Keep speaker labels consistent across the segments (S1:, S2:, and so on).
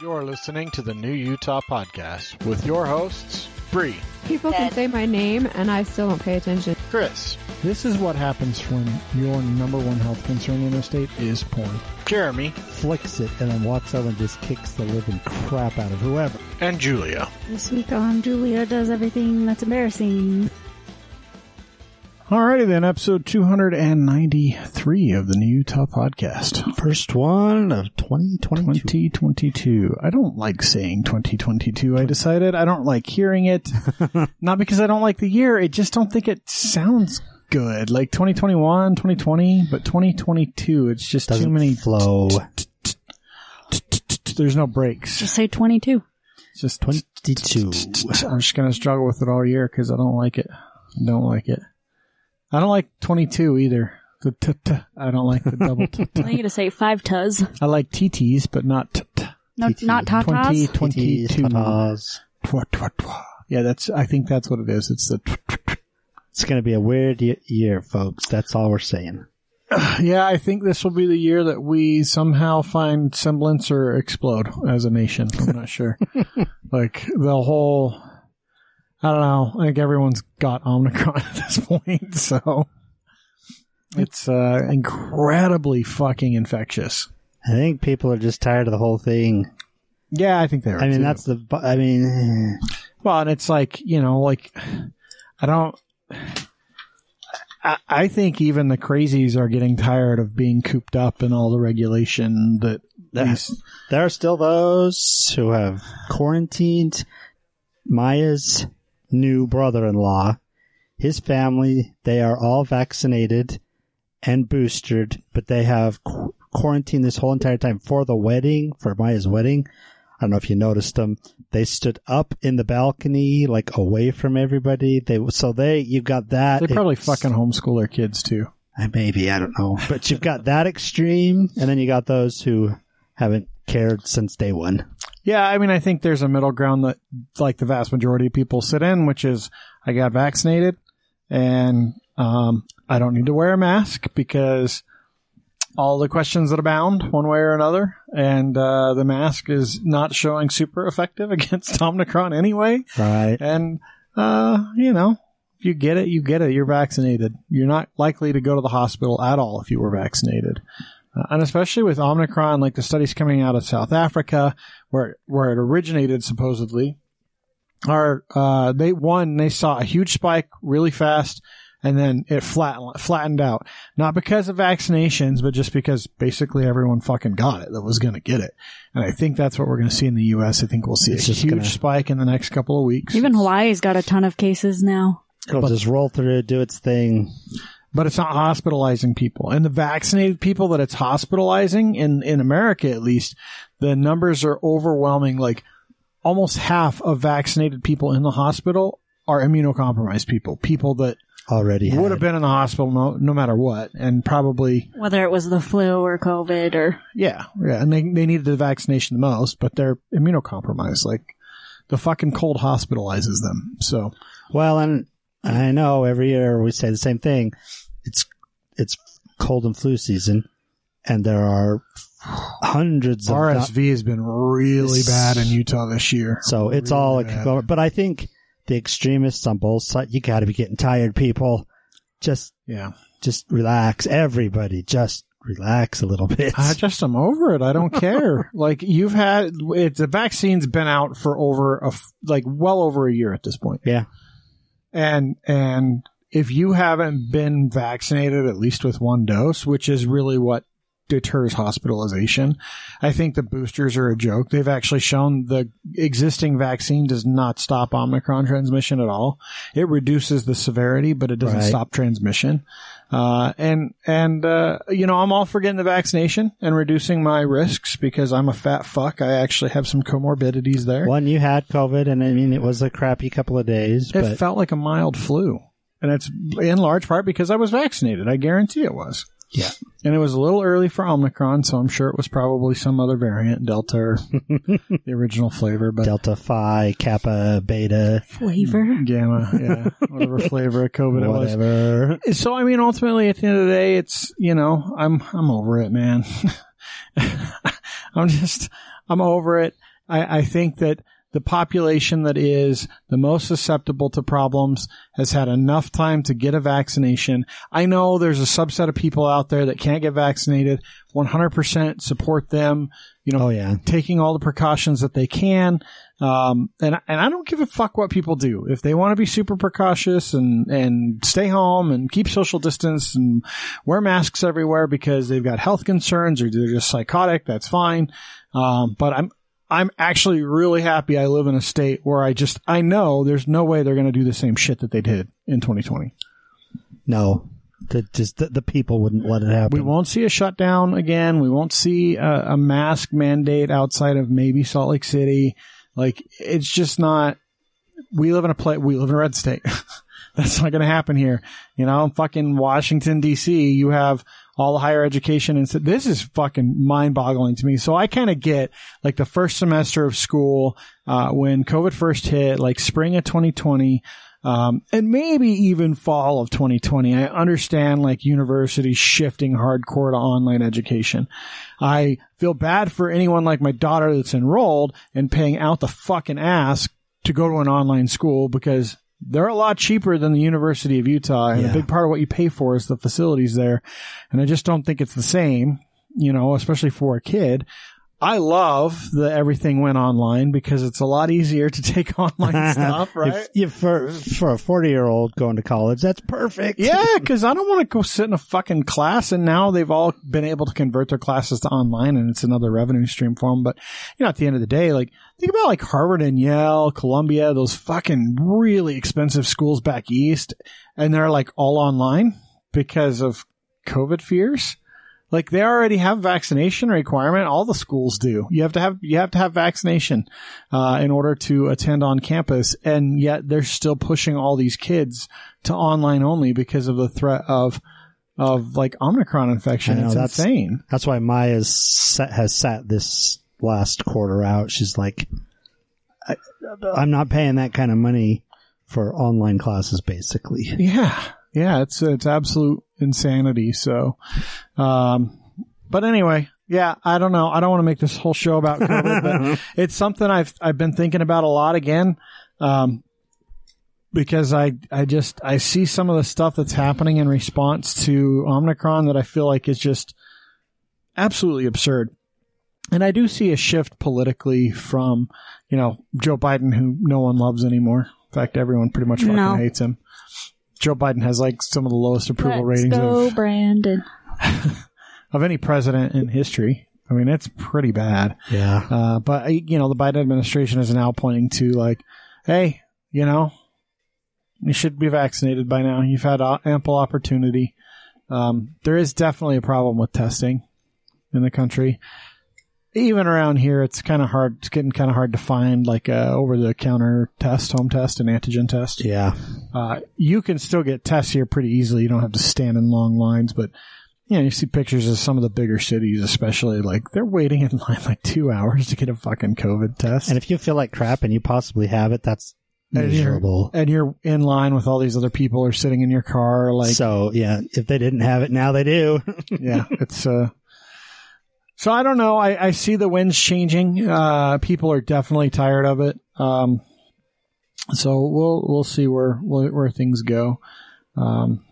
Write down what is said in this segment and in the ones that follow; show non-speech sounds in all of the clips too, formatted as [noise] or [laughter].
S1: You're listening to the New Utah Podcast with your hosts, Bree,
S2: People can say my name and I still don't pay attention.
S1: Chris,
S3: This is what happens when your number one health concern in the state is porn.
S1: Jeremy,
S4: flicks it and then walks over and just kicks the living crap out of whoever.
S1: and Julia.
S5: This week on Julia does everything that's embarrassing.
S3: Alrighty then, episode 293 of the New Utah Podcast.
S4: First one of 2022.
S3: 2022. I don't like saying 2022. I decided I don't like
S1: [laughs]
S3: hearing it. Not because I don't like the year, I just don't think it sounds good. Like 2021, 2020, but 2022, it's just
S4: Doesn't
S3: too many.
S4: flow.
S3: There's no breaks.
S5: Just say 22.
S3: It's just 20.
S4: 22.
S3: I'm just gonna struggle with it all year because I don't like it. I don't like it. I don't like 22 either. The t t. I don't like the double t.
S5: I think you to say five tuz.
S3: I like TTs, but not t t.
S5: No, not
S3: Twenty
S5: tatas.
S3: twenty two.
S4: Tatas.
S3: Twa, twa, twa. Yeah, that's. I think that's what it is. It's the. tw- tw- tw-
S4: It's going to be a weird y- year, folks. That's all we're saying.
S3: Yeah, I think this will be the year that we somehow find semblance or explode as a nation. I'm not
S4: [laughs]
S3: sure. like the whole. I don't know. I think everyone's got Omicron [laughs] at this point, so it's uh, incredibly fucking infectious.
S4: I think people are just tired of the whole thing.
S3: Yeah, I think they are.
S4: I mean,
S3: too.
S4: that's the. bu- I mean, [sighs] eh.
S3: Well, and it's like, you know, like, I don't. I, I think even the crazies are getting tired of being cooped up and all the regulation that. these-
S4: there are still those who have quarantined Maya's new brother-in-law, his family. They are all vaccinated and boosted, but they have qu- quarantined this whole entire time for the wedding, for Maya's wedding. I don't know if you noticed them. They stood up in the balcony, like away from everybody. They so they you got that.
S3: they probably
S4: It's-
S3: fucking homeschool their kids too.
S4: uh, Maybe I don't know, but you've got that extreme, and then you got those who haven't cared since day one.
S3: Yeah, I mean, I think there's a middle ground that, like, the vast majority of people sit in, which is I got vaccinated and um, I don't need to wear a mask because all the questions that abound one way or another, and uh, the mask is not showing super effective [laughs] against Omicron anyway.
S4: Right.
S3: And, uh, you know, if you get it, you get it. You're vaccinated. You're not likely to go to the hospital at all if you were vaccinated. Uh, and especially with Omicron, like the studies coming out of South Africa, where, where it originated supposedly, are, uh, they, one, they saw a huge spike really fast and then it flattened, flattened out. Not because of vaccinations, but just because basically everyone fucking got it that was going to get it. And I think that's what we're going to see in the U.S. I think we'll see
S4: It's
S3: a
S4: just
S3: huge
S4: gonna-
S3: spike in the next couple of weeks.
S5: Even Hawaii's got a ton of cases now.
S4: It'll just roll through, do its thing.
S3: but it's not hospitalizing people. And the vaccinated people that it's hospitalizing in in America at least, the numbers are overwhelming. Like almost half of vaccinated people in the hospital are immunocompromised people, people that
S4: Already
S3: would
S4: had.
S3: have been in the hospital no, no matter what, and probably
S5: Whether it was the flu or COVID or.
S3: yeah, yeah, and they they needed the vaccination the most, but they're immunocompromised. Like the fucking cold hospitalizes them. So
S4: Well, and I know every year we say the same thing. It's it's cold and flu season, and there are hundreds of
S3: RSV has been really bad in Utah this year.
S4: So it's
S3: Really
S4: all like,
S3: bad.
S4: but I think the extremists on both sides, you got to be getting tired, people. Just
S3: yeah.
S4: just relax, everybody. Just relax a little bit.
S3: I just am over it. I don't
S4: [laughs]
S3: care. like you've had it, the vaccine's been out for over a f- like well over a year at this point.
S4: Yeah.
S3: And and if you haven't been vaccinated at least with one dose, which is really what deters hospitalization, I think the boosters are a joke. They've actually shown the existing vaccine does not stop Omicron transmission at all. It reduces the severity, but it doesn't
S4: Right.
S3: stop transmission. Uh, and and uh, you know, I'm all for getting the vaccination and reducing my risks because I'm a fat fuck. I actually have some comorbidities there.
S4: [laughs] One, you had COVID, and I mean, it was a crappy couple of days,
S3: It
S4: but
S3: felt like a mild flu. And it's in large part because I was vaccinated. I guarantee it was.
S4: Yeah.
S3: And it was a little early for Omicron, so I'm sure it was probably some other variant, Delta or
S4: [laughs]
S3: the original flavor, but
S4: Delta Phi, Kappa, Beta,
S5: Flavor.
S4: Mm-hmm.
S3: Gamma, yeah,
S4: [laughs]
S3: whatever flavor of COVID it was.
S4: whatever.
S3: So I mean, ultimately, at the end of the day, it's you know, [laughs] I'm I'm over it, man. I'm just I'm over it. I, I think that the population that is the most susceptible to problems has had enough time to get a vaccination. I know there's a subset of people out there that can't get vaccinated. 100% support them. You know,
S4: Oh yeah.
S3: taking all the precautions that they can. Um, and and I don't give a fuck what people do. If they want to be super precautious and and stay home and keep social distance and wear masks everywhere because they've got health concerns or they're just psychotic, that's fine. Um, but I'm I'm actually really happy I live in a state where I just I know there's no way they're going to do the same shit that they did in 2020.
S4: No. The, just the, the people wouldn't let it happen.
S3: We won't see a shutdown again. We won't see a, a mask mandate outside of maybe Salt Lake City. Like it's just not. We live in a play. We live in a red state. [laughs] That's not going to happen here. You know, fucking Washington D.C. You have all the higher education, and so this is fucking mind-boggling to me. So I kind of get like the first semester of school uh, when COVID first hit, like spring of 2020 um, and maybe even fall of 2020. I understand like universities shifting hardcore to online education. I feel bad for anyone like my daughter that's enrolled and paying out the fucking ass to go to an online school because they're a lot cheaper than the University of Utah. And a
S4: Yeah.
S3: big part of what you pay for is the facilities there. And I just don't think it's the same, you know, especially for a kid. I love that everything went online because it's a lot easier to [laughs] take online stuff, right?
S4: If- if for for a forty year old going to college, that's perfect.
S3: Yeah, because I don't want to go sit in a fucking class. And now they've all been able to convert their classes to online, and it's another revenue stream for them. But you know, at the end of the day, like think about like Harvard and Yale, Columbia, those fucking really expensive schools back east, and they're like all online because of COVID fears. Like they already have vaccination requirement. All the schools do. You have to have you have to have vaccination uh, in order to attend on campus, and yet they're still pushing all these kids to online only because of the threat of of like Omicron infection.
S4: I know,
S3: it's
S4: that's-
S3: insane.
S4: That's why Maya's sat, has sat this last quarter out. She's like, I, I'm not paying that kind of money for online classes, basically.
S3: Yeah, yeah, it's it's absolute insanity. So, um, but anyway, yeah, I don't know. I don't want to make this whole show about COVID, but it's something I've I've been thinking about a lot again, um, because I I just I see some of the stuff that's happening in response to Omicron that I feel like is just absolutely absurd. And I do see a shift politically from, you know, Joe Biden, who no one loves anymore. In fact, everyone pretty much fucking
S5: No.
S3: hates him. Joe Biden has like some of the lowest approval
S5: Let's
S3: ratings
S5: go,
S3: of,
S5: Brandon.
S3: of any president in history. I mean, it's pretty bad.
S4: Yeah.
S3: Uh, but I- you know, the Biden administration is now pointing to like, hey, you know, you should be vaccinated by now. You've had a- ample opportunity. Um, there is definitely a problem with testing in the country. Even around here, it's kind of hard. It's getting kind of hard to find like a over-the-counter test, home test, and antigen test.
S4: Yeah.
S3: Uh, you can still get tests here pretty easily. You don't have to stand in long lines, but you know, you see pictures of some of the bigger cities, especially like they're waiting [laughs] in line like two hours to get a fucking COVID test.
S4: And if you feel like crap and you possibly have it, that's
S3: And you're-
S4: miserable.
S3: And you're in line with all these other people or sitting in your car. Like,
S4: so yeah, if they didn't have it, now they do. [laughs]
S3: yeah, it's, uh, so I don't know. I, I see the winds changing. Uh, people are definitely tired of it. Um, so we'll, we'll see where, where, where things go. Um,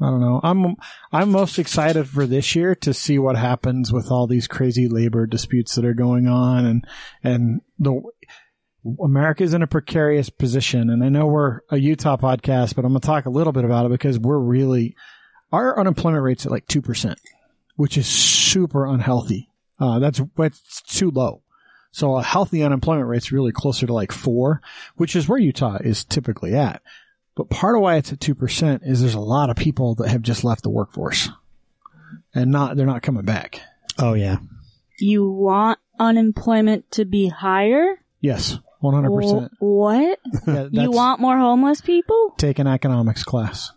S3: I don't know. I'm I'm most excited for this year to see what happens with all these crazy labor disputes that are going on and and the America's in a precarious position and I know we're a Utah podcast but I'm going to talk a little bit about it because we're really our unemployment rate's at like 2%, which is super unhealthy. Uh, that's that's too low. So a healthy unemployment rate's really closer to like 4, which is where Utah is typically at. But part of why it's at two percent is there's a lot of people that have just left the workforce, and not they're not coming back.
S4: oh yeah.
S5: You want unemployment to be higher?
S3: Yes, one hundred percent.
S5: Wh- What? You want more homeless people?
S3: take an economics class.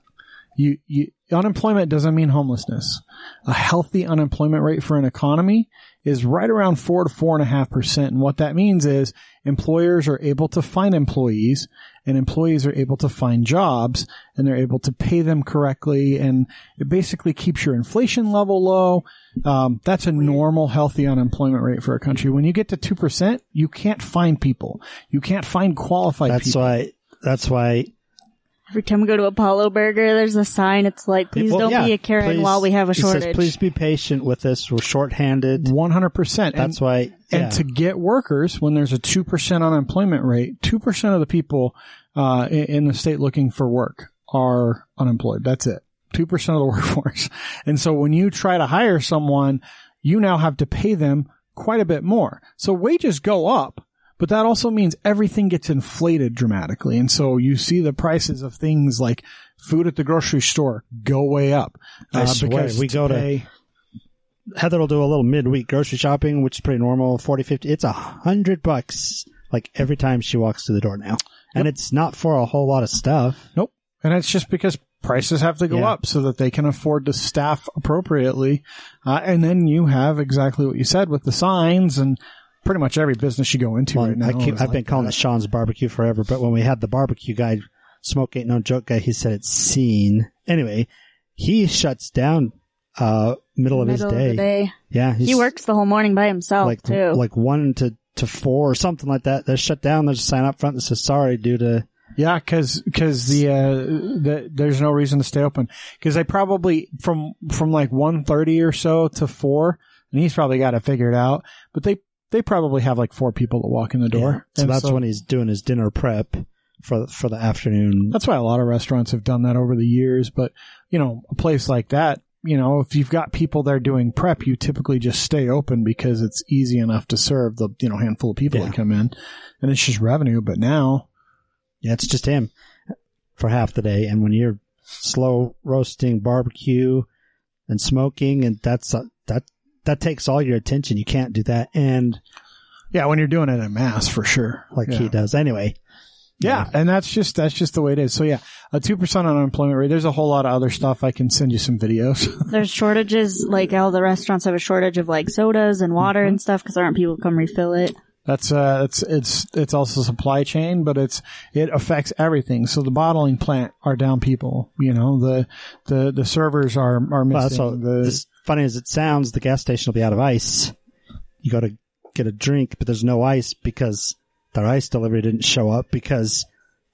S3: You, you unemployment doesn't mean homelessness. A healthy unemployment rate for an economy is right around four to four and a half percent. And what that means is employers are able to find employees and employees are able to find jobs and they're able to pay them correctly. And it basically keeps your inflation level low. Um, that's a normal, healthy unemployment rate for a country. When you get to 2%, you can't find people. You can't find qualified
S4: That's
S3: people.
S4: why. That's why.
S5: Every time we go to Apollo Burger, there's a sign. It's like, please
S4: Well,
S5: don't
S4: yeah,
S5: be a Karen
S4: please-
S5: while we have a
S4: it says,
S5: shortage.
S4: please be patient with us. We're shorthanded.
S3: 100%. And-
S4: That's why. yeah.
S3: And to get workers, when there's a 2% unemployment rate, 2% of the people uh, in, in the state looking for work are unemployed. That's it. 2% of the [laughs] workforce. And so when you try to hire someone, you now have to pay them quite a bit more. So wages go up, but that also means everything gets inflated dramatically. And so you see the prices of things like food at the grocery store go way up. uh,
S4: I swear,
S3: because
S4: we go to-
S3: pay-
S4: Heather will do a little midweek grocery shopping, which is pretty normal. 40, 50. It's a hundred bucks. Like every time she walks through the door now. And it's not for a whole lot of stuff.
S3: Nope. And it's just because prices have to go
S4: Yeah.
S3: up so that they can afford to staff appropriately. Uh, and then you have exactly what you said with the signs and pretty much every business you go into
S4: Well,
S3: right now.
S4: I keep,
S3: is
S4: I've
S3: like
S4: been calling
S3: that.
S4: it Sean's barbecue forever, but when we had the barbecue guy, Smoke Ain't No Joke guy, he said it's seen. Anyway, he shuts down, uh, middle of
S5: Middle
S4: his day.
S5: Of the day.
S4: Yeah.
S5: He
S4: he's-
S5: works the whole morning by himself
S4: like
S5: too.
S4: like one to to four or something like that. They're shut down. There's a sign up front that says sorry due to
S3: Yeah, because the, uh, the there's no reason to stay open because they probably from from like one thirty or so to four, and he's probably got it figured out. But they they probably have like four people that walk in the door.
S4: So
S3: And
S4: that's when he's doing his dinner prep for for the afternoon.
S3: That's why a lot of restaurants have done that over the years. But, you know, a place like that, you know, if you've got people there doing prep, you typically just stay open because it's easy enough to serve the, you know, handful of people
S4: Yeah.
S3: that come in and it's just revenue. But now,
S4: Yeah, it's just him for half the day. And when you're slow roasting barbecue and smoking, and that's uh, that that takes all your attention. You can't do that. And
S3: yeah, when you're doing it in mass for sure.
S4: like
S3: yeah.
S4: he does anyway.
S3: Yeah, and that's just that's just the way it is. So yeah, a two percent unemployment rate. There's a whole lot of other stuff. I can send you some videos.
S5: There's shortages, like all the restaurants have a shortage of like sodas and water
S3: Mm-hmm.
S5: and stuff because aren't people come refill it?
S3: That's uh, it's it's it's also supply chain, but it's it affects everything. So the bottling plant are down people. You know the the the servers are are
S4: Well,
S3: missing.
S4: so
S3: the,
S4: as funny as it sounds, the gas station will be out of ice. You go to get a drink, but there's no ice because their ice delivery didn't show up because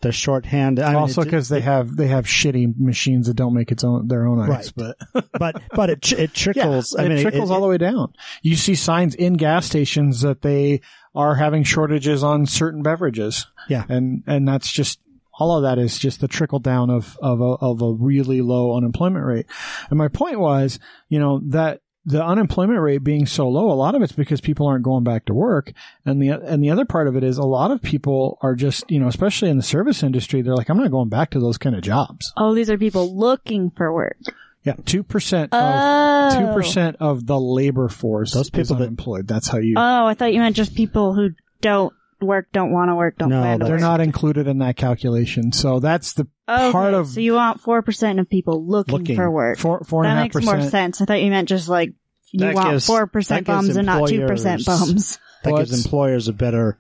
S4: they're shorthand. I mean,
S3: also
S4: it-
S3: because they have they have shitty machines that don't make its own their own ice, but
S4: [laughs]
S3: [laughs]
S4: but but it tr- it trickles.
S3: Yeah,
S4: I mean,
S3: it trickles all the way down. You see signs in gas stations that they are having shortages on certain beverages.
S4: Yeah.
S3: and and that's just all of that is just the trickle down of of a, of a really low unemployment rate. And my point was, you know, that the unemployment rate being so low, a lot of it's because people aren't going back to work, and the and the other part of it is a lot of people are just you know, especially in the service industry, they're like, I'm not going back to those kind of jobs.
S5: Oh, these are people looking for work.
S3: Yeah, two percent of
S5: Oh,
S3: two percent of the labor force
S4: Those
S3: is
S4: people that-
S3: unemployed. That's how you.
S5: Oh, I thought you meant just people who don't work, don't want to work, don't
S4: No,
S5: plan to
S4: they're
S5: work.
S3: they're not included in that calculation. So that's the
S5: Okay,
S3: part of
S5: so you want four percent of people looking,
S4: Looking
S5: for work.
S3: four four and
S5: that
S3: a half
S5: makes more
S3: percent.
S5: sense. I thought you meant just like you
S4: That
S5: want
S4: gives-
S5: four percent
S4: that gives
S5: bums and not two
S4: employers-
S5: percent bums.
S4: that
S3: Well,
S4: gives
S3: it's-
S4: employers a better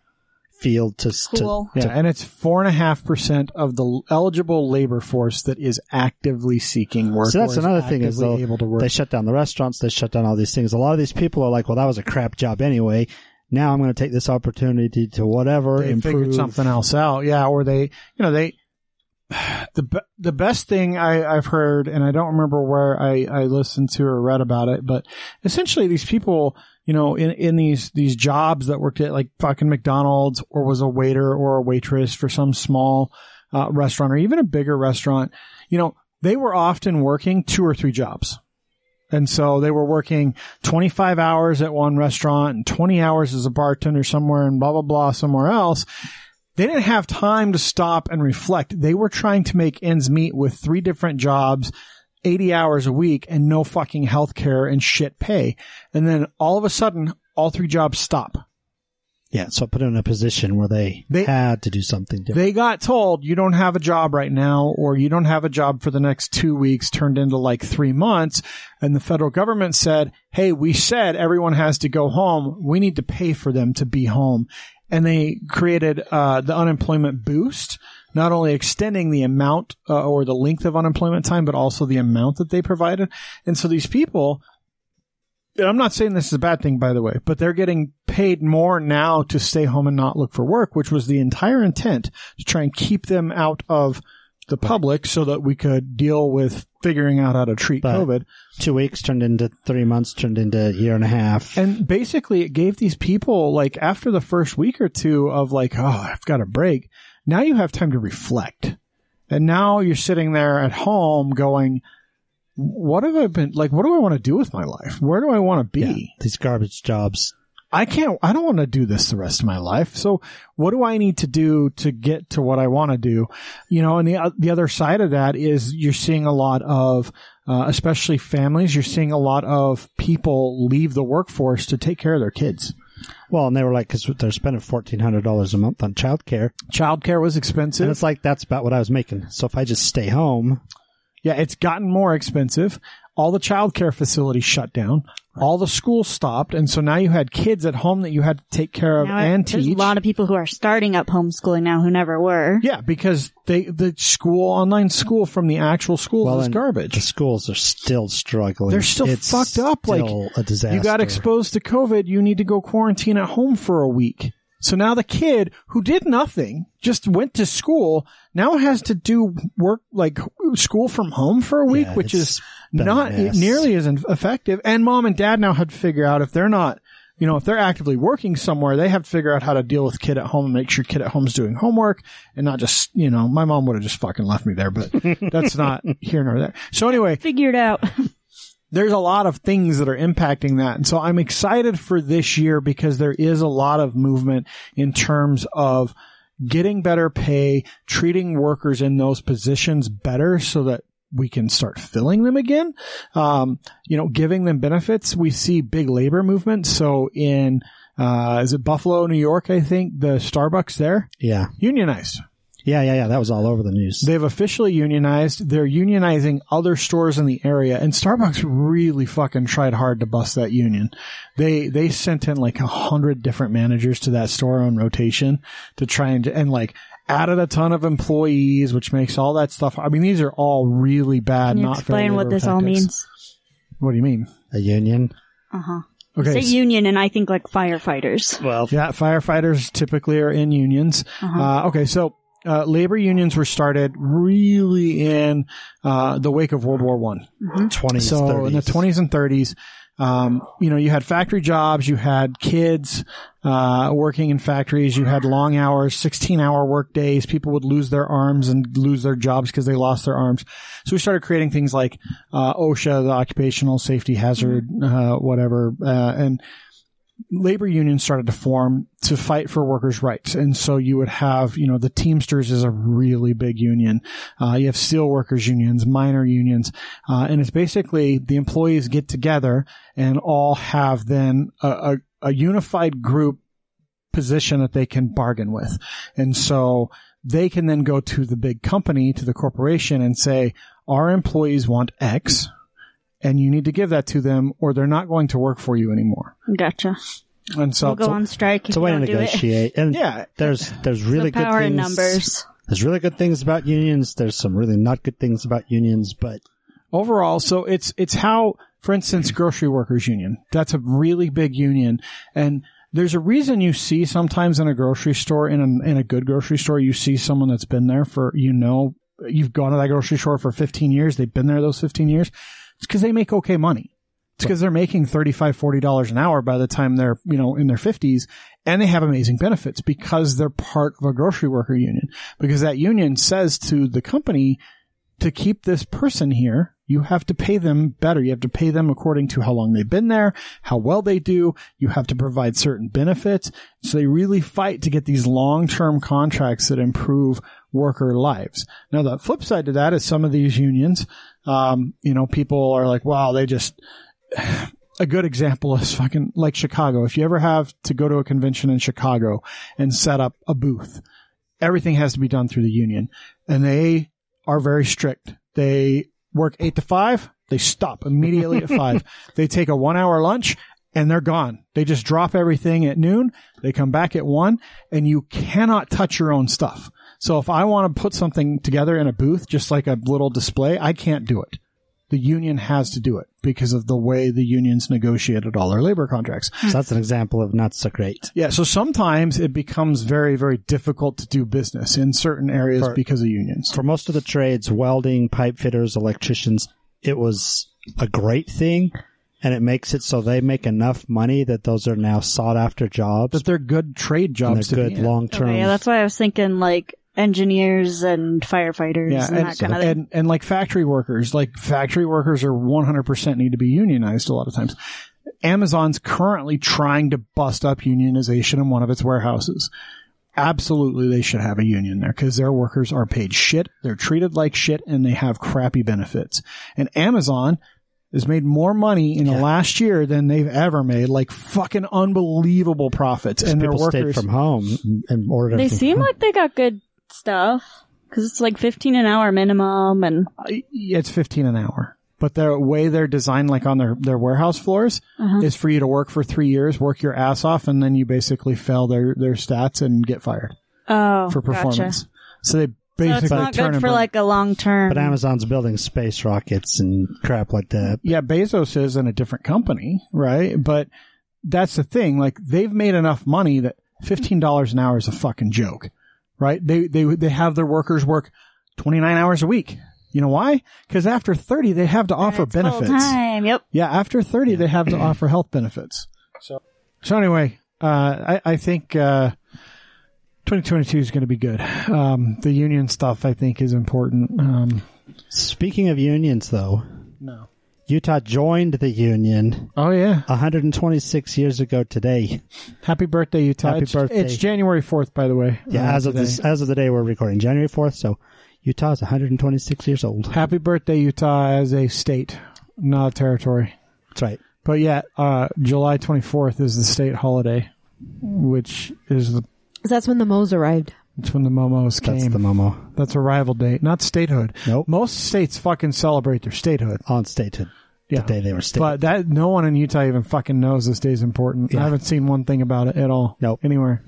S4: field to s- to-
S5: Cool.
S3: Yeah, and it's four and a half percent of the eligible labor force that is actively seeking work.
S4: So that's
S3: or is
S4: another thing is
S3: actively
S4: though
S3: able to work.
S4: they shut down the restaurants, they shut down all these things. A lot of these people are like, well, that was a crap job anyway. Now I'm going to take this opportunity to whatever
S3: they
S4: improve
S3: figured something else out. Yeah, or they, you know, they. [sighs] The be- the best thing I, I've heard, and I don't remember where I, I listened to or read about it, but essentially these people, you know, in, in these these jobs that worked at like fucking McDonald's or was a waiter or a waitress for some small uh, restaurant or even a bigger restaurant, you know, they were often working two or three jobs. And so they were working 25 hours at one restaurant and 20 hours as a bartender somewhere and blah, blah, blah, somewhere else. They didn't have time to stop and reflect. They were trying to make ends meet with three different jobs, 80 hours a week and no fucking health care and shit pay. And then all of a sudden, all three jobs stop.
S4: Yeah, so I put them in a position where they,
S3: They-
S4: had to do something different.
S3: They got told you don't have a job right now, or you don't have a job for the next two weeks, turned into like three months. And the federal government said, Hey, we said everyone has to go home. We need to pay for them to be home. And they created uh, the unemployment boost, not only extending the amount uh, or the length of unemployment time, but also the amount that they provided. And so these people, and I'm not saying this is a bad thing, by the way, but they're getting paid more now to stay home and not look for work, which was the entire intent to try and keep them out of the public so that we could deal with figuring out how to treat
S4: But-
S3: COVID.
S4: two weeks turned into three months, turned into a year and a half.
S3: And basically, it gave these people, like, after the first week or two of, like, oh, I've got a break, now you have time to reflect. And now you're sitting there at home going, what have I been, like, what do I want to do with my life? Where do I want to be?
S4: Yeah, these garbage jobs.
S3: I can't, I don't want to do this the rest of my life. So what do I need to do to get to what I want to do? You know, and the, the other side of that is you're seeing a lot of, uh, especially families, you're seeing a lot of people leave the workforce to take care of their kids.
S4: Well, and they were like, because they're spending fourteen hundred dollars a month on childcare,
S3: Childcare was
S4: and
S3: expensive.
S4: it's like that's about what I was making. So if I just stay home,
S3: yeah, it's gotten more expensive. All the childcare facilities shut down. All the schools stopped. And so now you had kids at home that you had to take care [laughs] of
S5: Now,
S3: and
S5: there's
S3: teach.
S5: a lot of people who are starting up homeschooling now who never were.
S3: Yeah, because they the school online school from the actual schools
S4: Well,
S3: is
S4: and
S3: garbage.
S4: the schools are still struggling.
S3: They're still
S4: It's
S3: fucked up, like,
S4: still a disaster.
S3: You got exposed to COVID, you need to go quarantine at home for a week. So now the kid who did nothing, just went to school, now has to do work like school from home for a week,
S4: Yeah,
S3: which
S4: it's
S3: is
S4: been a
S3: not e-,
S4: mess.
S3: nearly as in- effective. And mom and dad now had to figure out if they're not, you know, if they're actively working somewhere, they have to figure out how to deal with kid at home and make sure kid at home's doing homework and not just, you know, my mom would have just fucking left me there, but [laughs] that's not here nor there. So anyway,
S5: Figured out. [laughs]
S3: there's a lot of things that are impacting that. And so I'm excited for this year because there is a lot of movement in terms of getting better pay, treating workers in those positions better so that we can start filling them again. Um, you know, giving them benefits. We see big labor movement. So in, uh, is it Buffalo, New York? I think the Starbucks there
S4: yeah,
S3: unionized.
S4: yeah, yeah, yeah. That was all over the news.
S3: They've officially unionized. They're unionizing other stores in the area, and Starbucks really fucking tried hard to bust that union. They they sent in like a hundred different managers to that store on rotation to try and and like added a ton of employees, which makes all that stuff. I mean, these are all really bad.
S5: Can you
S3: not fair
S5: explain what
S3: labor
S5: this all
S3: tactics.
S5: means?
S3: What do you mean?
S4: a union.
S5: Uh huh.
S3: Okay,
S5: It's a union, and I think like firefighters.
S4: Well,
S3: Yeah, firefighters typically are in unions.
S5: Uh-huh.
S3: Uh, okay, so uh, labor unions were started really in uh, the wake of World War One.
S4: twenties.
S3: So in the 20s and 30s, um, you know, you had factory jobs, you had kids uh, working in factories, you had long hours, 16 hour work days. People would lose their arms and lose their jobs because they lost their arms. So we started creating things like uh, OSHA, the occupational safety hazard, uh, whatever, uh, and labor unions started to form to fight for workers' rights. And so you would have, you know, the Teamsters is a really big union. Uh, you have steel workers unions, minor unions, uh, and it's basically the employees get together and all have then a, a, a unified group position that they can bargain with. And so they can then go to the big company, to the corporation and say, our employees want X and you need to give that to them or they're not going to work for you anymore.
S5: Gotcha.
S3: And so,
S5: we'll go
S3: so-
S5: on strike if
S4: It's a way
S5: you
S4: to
S5: don't do it.
S4: negotiate, and
S3: yeah,
S4: there's there's really
S5: [laughs] the power
S4: good things.
S5: in numbers.
S4: There's really good things about unions. There's some really not good things about unions, but
S3: overall so it's it's how for instance grocery workers union that's a really big union and there's a reason you see sometimes in a grocery store in a, in a good grocery store you see someone that's been there for you know you've gone to that grocery store for 15 years they've been there those 15 years it's because they make okay money it's because they're making 35 40 dollars an hour by the time they're you know in their 50s and they have amazing benefits because they're part of a grocery worker union because that union says to the company to keep this person here, you have to pay them better. You have to pay them according to how long they've been there, how well they do. You have to provide certain benefits. So they really fight to get these long-term contracts that improve worker lives. Now, the flip side to that is some of these unions, um, you know, people are like, wow, they just, [sighs] a good example is fucking like Chicago. If you ever have to go to a convention in Chicago and set up a booth, everything has to be done through the union. And they are very strict. They work eight to five. They stop immediately at
S4: [laughs]
S3: five. They take a one hour lunch and they're gone. They just drop everything at noon. They come back at one and you cannot touch your own stuff. So if I want to put something together in a booth, just like a little display, I can't do it the union has to do it because of the way the unions negotiated all their labor contracts.
S4: So that's an example of not so great.
S3: Yeah, so sometimes it becomes very, very difficult to do business in certain areas
S4: For-
S3: because of unions.
S4: For most of the trades, welding, pipe fitters, electricians, it was a great thing. And it makes it so they make enough money that those are now sought after jobs.
S3: But they're good trade
S4: and
S3: jobs to
S4: they're
S3: be
S4: good
S3: in.
S4: long term.
S5: Okay, Oh, yeah, that's why I was thinking like engineers and firefighters
S3: yeah,
S5: and,
S3: and,
S5: that kind of thing.
S3: and and like factory workers, like factory workers are 100% need to be unionized a lot of times. Amazon's currently trying to bust up unionization in one of its warehouses. Absolutely, they should have a union there because their workers are paid shit, they're treated like shit, and they have crappy benefits. And Amazon has made more money in the last year than they've ever made, like fucking unbelievable profits. And their
S4: People stayed
S3: workers
S4: from home and- and ordered.
S5: They
S4: everything
S5: seem
S4: from
S5: like they got good stuff because it's like fifteen an hour minimum, and
S3: I- it's 15 an hour but the way they're designed like on their, their warehouse floors
S5: Uh-huh.
S3: is for you to work for three years work your ass off and then you basically fail their, their stats and get fired
S5: oh,
S3: for performance so they basically
S5: So it's not
S3: turn
S5: good
S3: and
S5: for
S3: burn.
S5: like a long term.
S4: But Amazon's building space rockets and crap like that.
S3: yeah bezos is in a different company right but that's the thing like they've made enough money that $15 an hour is a fucking joke right they they they have their workers work 29 hours a week you know why because after 30 they have to offer benefits
S5: Full time. Yep.
S3: Yeah, after 30, they have to offer health benefits. So, so anyway, uh, I, I think, uh, 2022 is going to be good. Um, the union stuff, I think, is important. Um,
S4: Speaking of unions, though,
S3: no.
S4: Utah joined the union
S3: Oh, yeah.
S4: 126 years ago today.
S3: Happy birthday, Utah.
S4: Happy
S3: it's,
S4: birthday.
S3: It's January 4th, by the way.
S4: Yeah,
S3: uh,
S4: as of
S3: today.
S4: this, as of the day we're recording, January 4th. So Utah's 126
S3: [laughs]
S4: years old.
S3: Happy birthday, Utah, as a state, not a territory.
S4: That's right.
S3: But yeah, uh, July 24th is the state holiday, which is the,
S2: 'Cause that's when the Moes arrived.
S3: it's when the Momos came.
S4: That's the Momo
S3: That's a rival date, not statehood.
S4: Nope.
S3: Most states fucking celebrate their statehood.
S4: on statehood.
S3: Yeah.
S4: The day they were stated.
S3: But that no one in Utah even fucking knows this day's important. I
S4: Yeah.
S3: haven't seen one thing about it at all.
S4: Nope.
S3: Anywhere.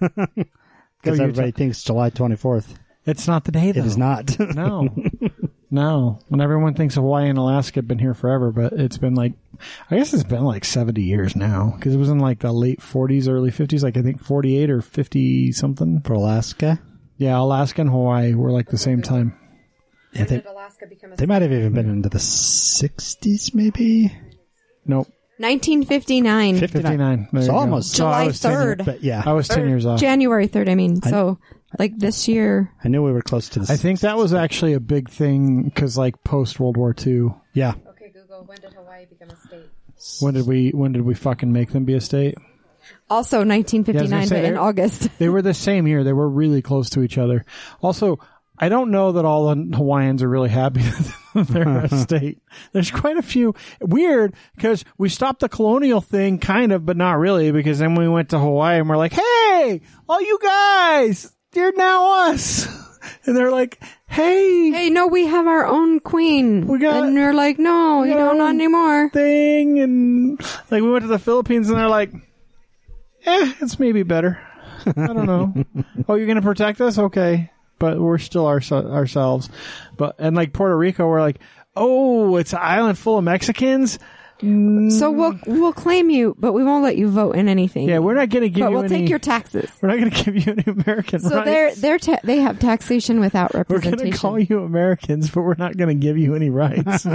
S3: Go
S4: because
S3: Utah.
S4: everybody thinks July 24th.
S3: It's not the day
S4: It
S3: though.
S4: is not. [laughs]
S3: No. no. When everyone thinks Hawaii and Alaska have been here forever, but it's been like I guess it's been like 70 years now cuz it was in like the late 40s, early 50s, like I think 48 or 50 something.
S4: For Alaska,
S3: Yeah, Alaska and Hawaii were like the same time.
S4: yeah, they,
S2: Alaska become
S4: they might have even been into the 60s, maybe.
S3: Nope.
S2: 1959.
S3: 59. There
S4: It's
S3: you go.
S4: almost.
S3: So Oh, I
S2: July
S3: was 10 year-
S2: 3rd.
S4: [laughs] But yeah,
S3: I was 10 years off.
S2: January 3rd, I mean. so, like this year.
S4: I knew we were close to this.
S3: I think that was actually a big thing because, like, post World War II,
S4: Yeah.
S2: Okay, Google, when did Hawaii become a state?
S3: when did we when did we fucking make them be a state?
S2: Also
S3: Yeah, I
S2: 1959,
S3: was gonna
S2: but
S3: say,
S2: in
S3: it-
S2: August.
S3: They were the same year. They were really close to each other. Also, I don't know that all the Hawaiians are really happy [laughs] that they're a state. There's quite a few weird because we stopped the colonial thing, kind of, but not really, because then we went to Hawaii and we're like, "Hey, all you guys, you're now us," [laughs] and they're like, "Hey,
S2: Hey, no, we have our own queen.
S3: We got-
S2: and you're like, no, you know,
S3: No.
S2: not anymore.
S3: thing and like we went to the Philippines and they're like, eh, it's maybe better. I don't know. oh, you're gonna protect us? Okay, but we're still our, ourselves. But and like Puerto Rico, we're like, oh, it's an island full of Mexicans.
S2: So we'll we'll claim you, but we won't let you vote in anything.
S3: Yeah, we're not gonna give
S2: but
S3: you
S2: we'll
S3: any.
S2: take your taxes.
S3: we're not gonna give you any American
S2: So
S3: rights.
S2: they're they're ta- they have taxation without
S3: we're
S2: representation.
S3: gonna call you Americans, but we're not gonna give you any rights.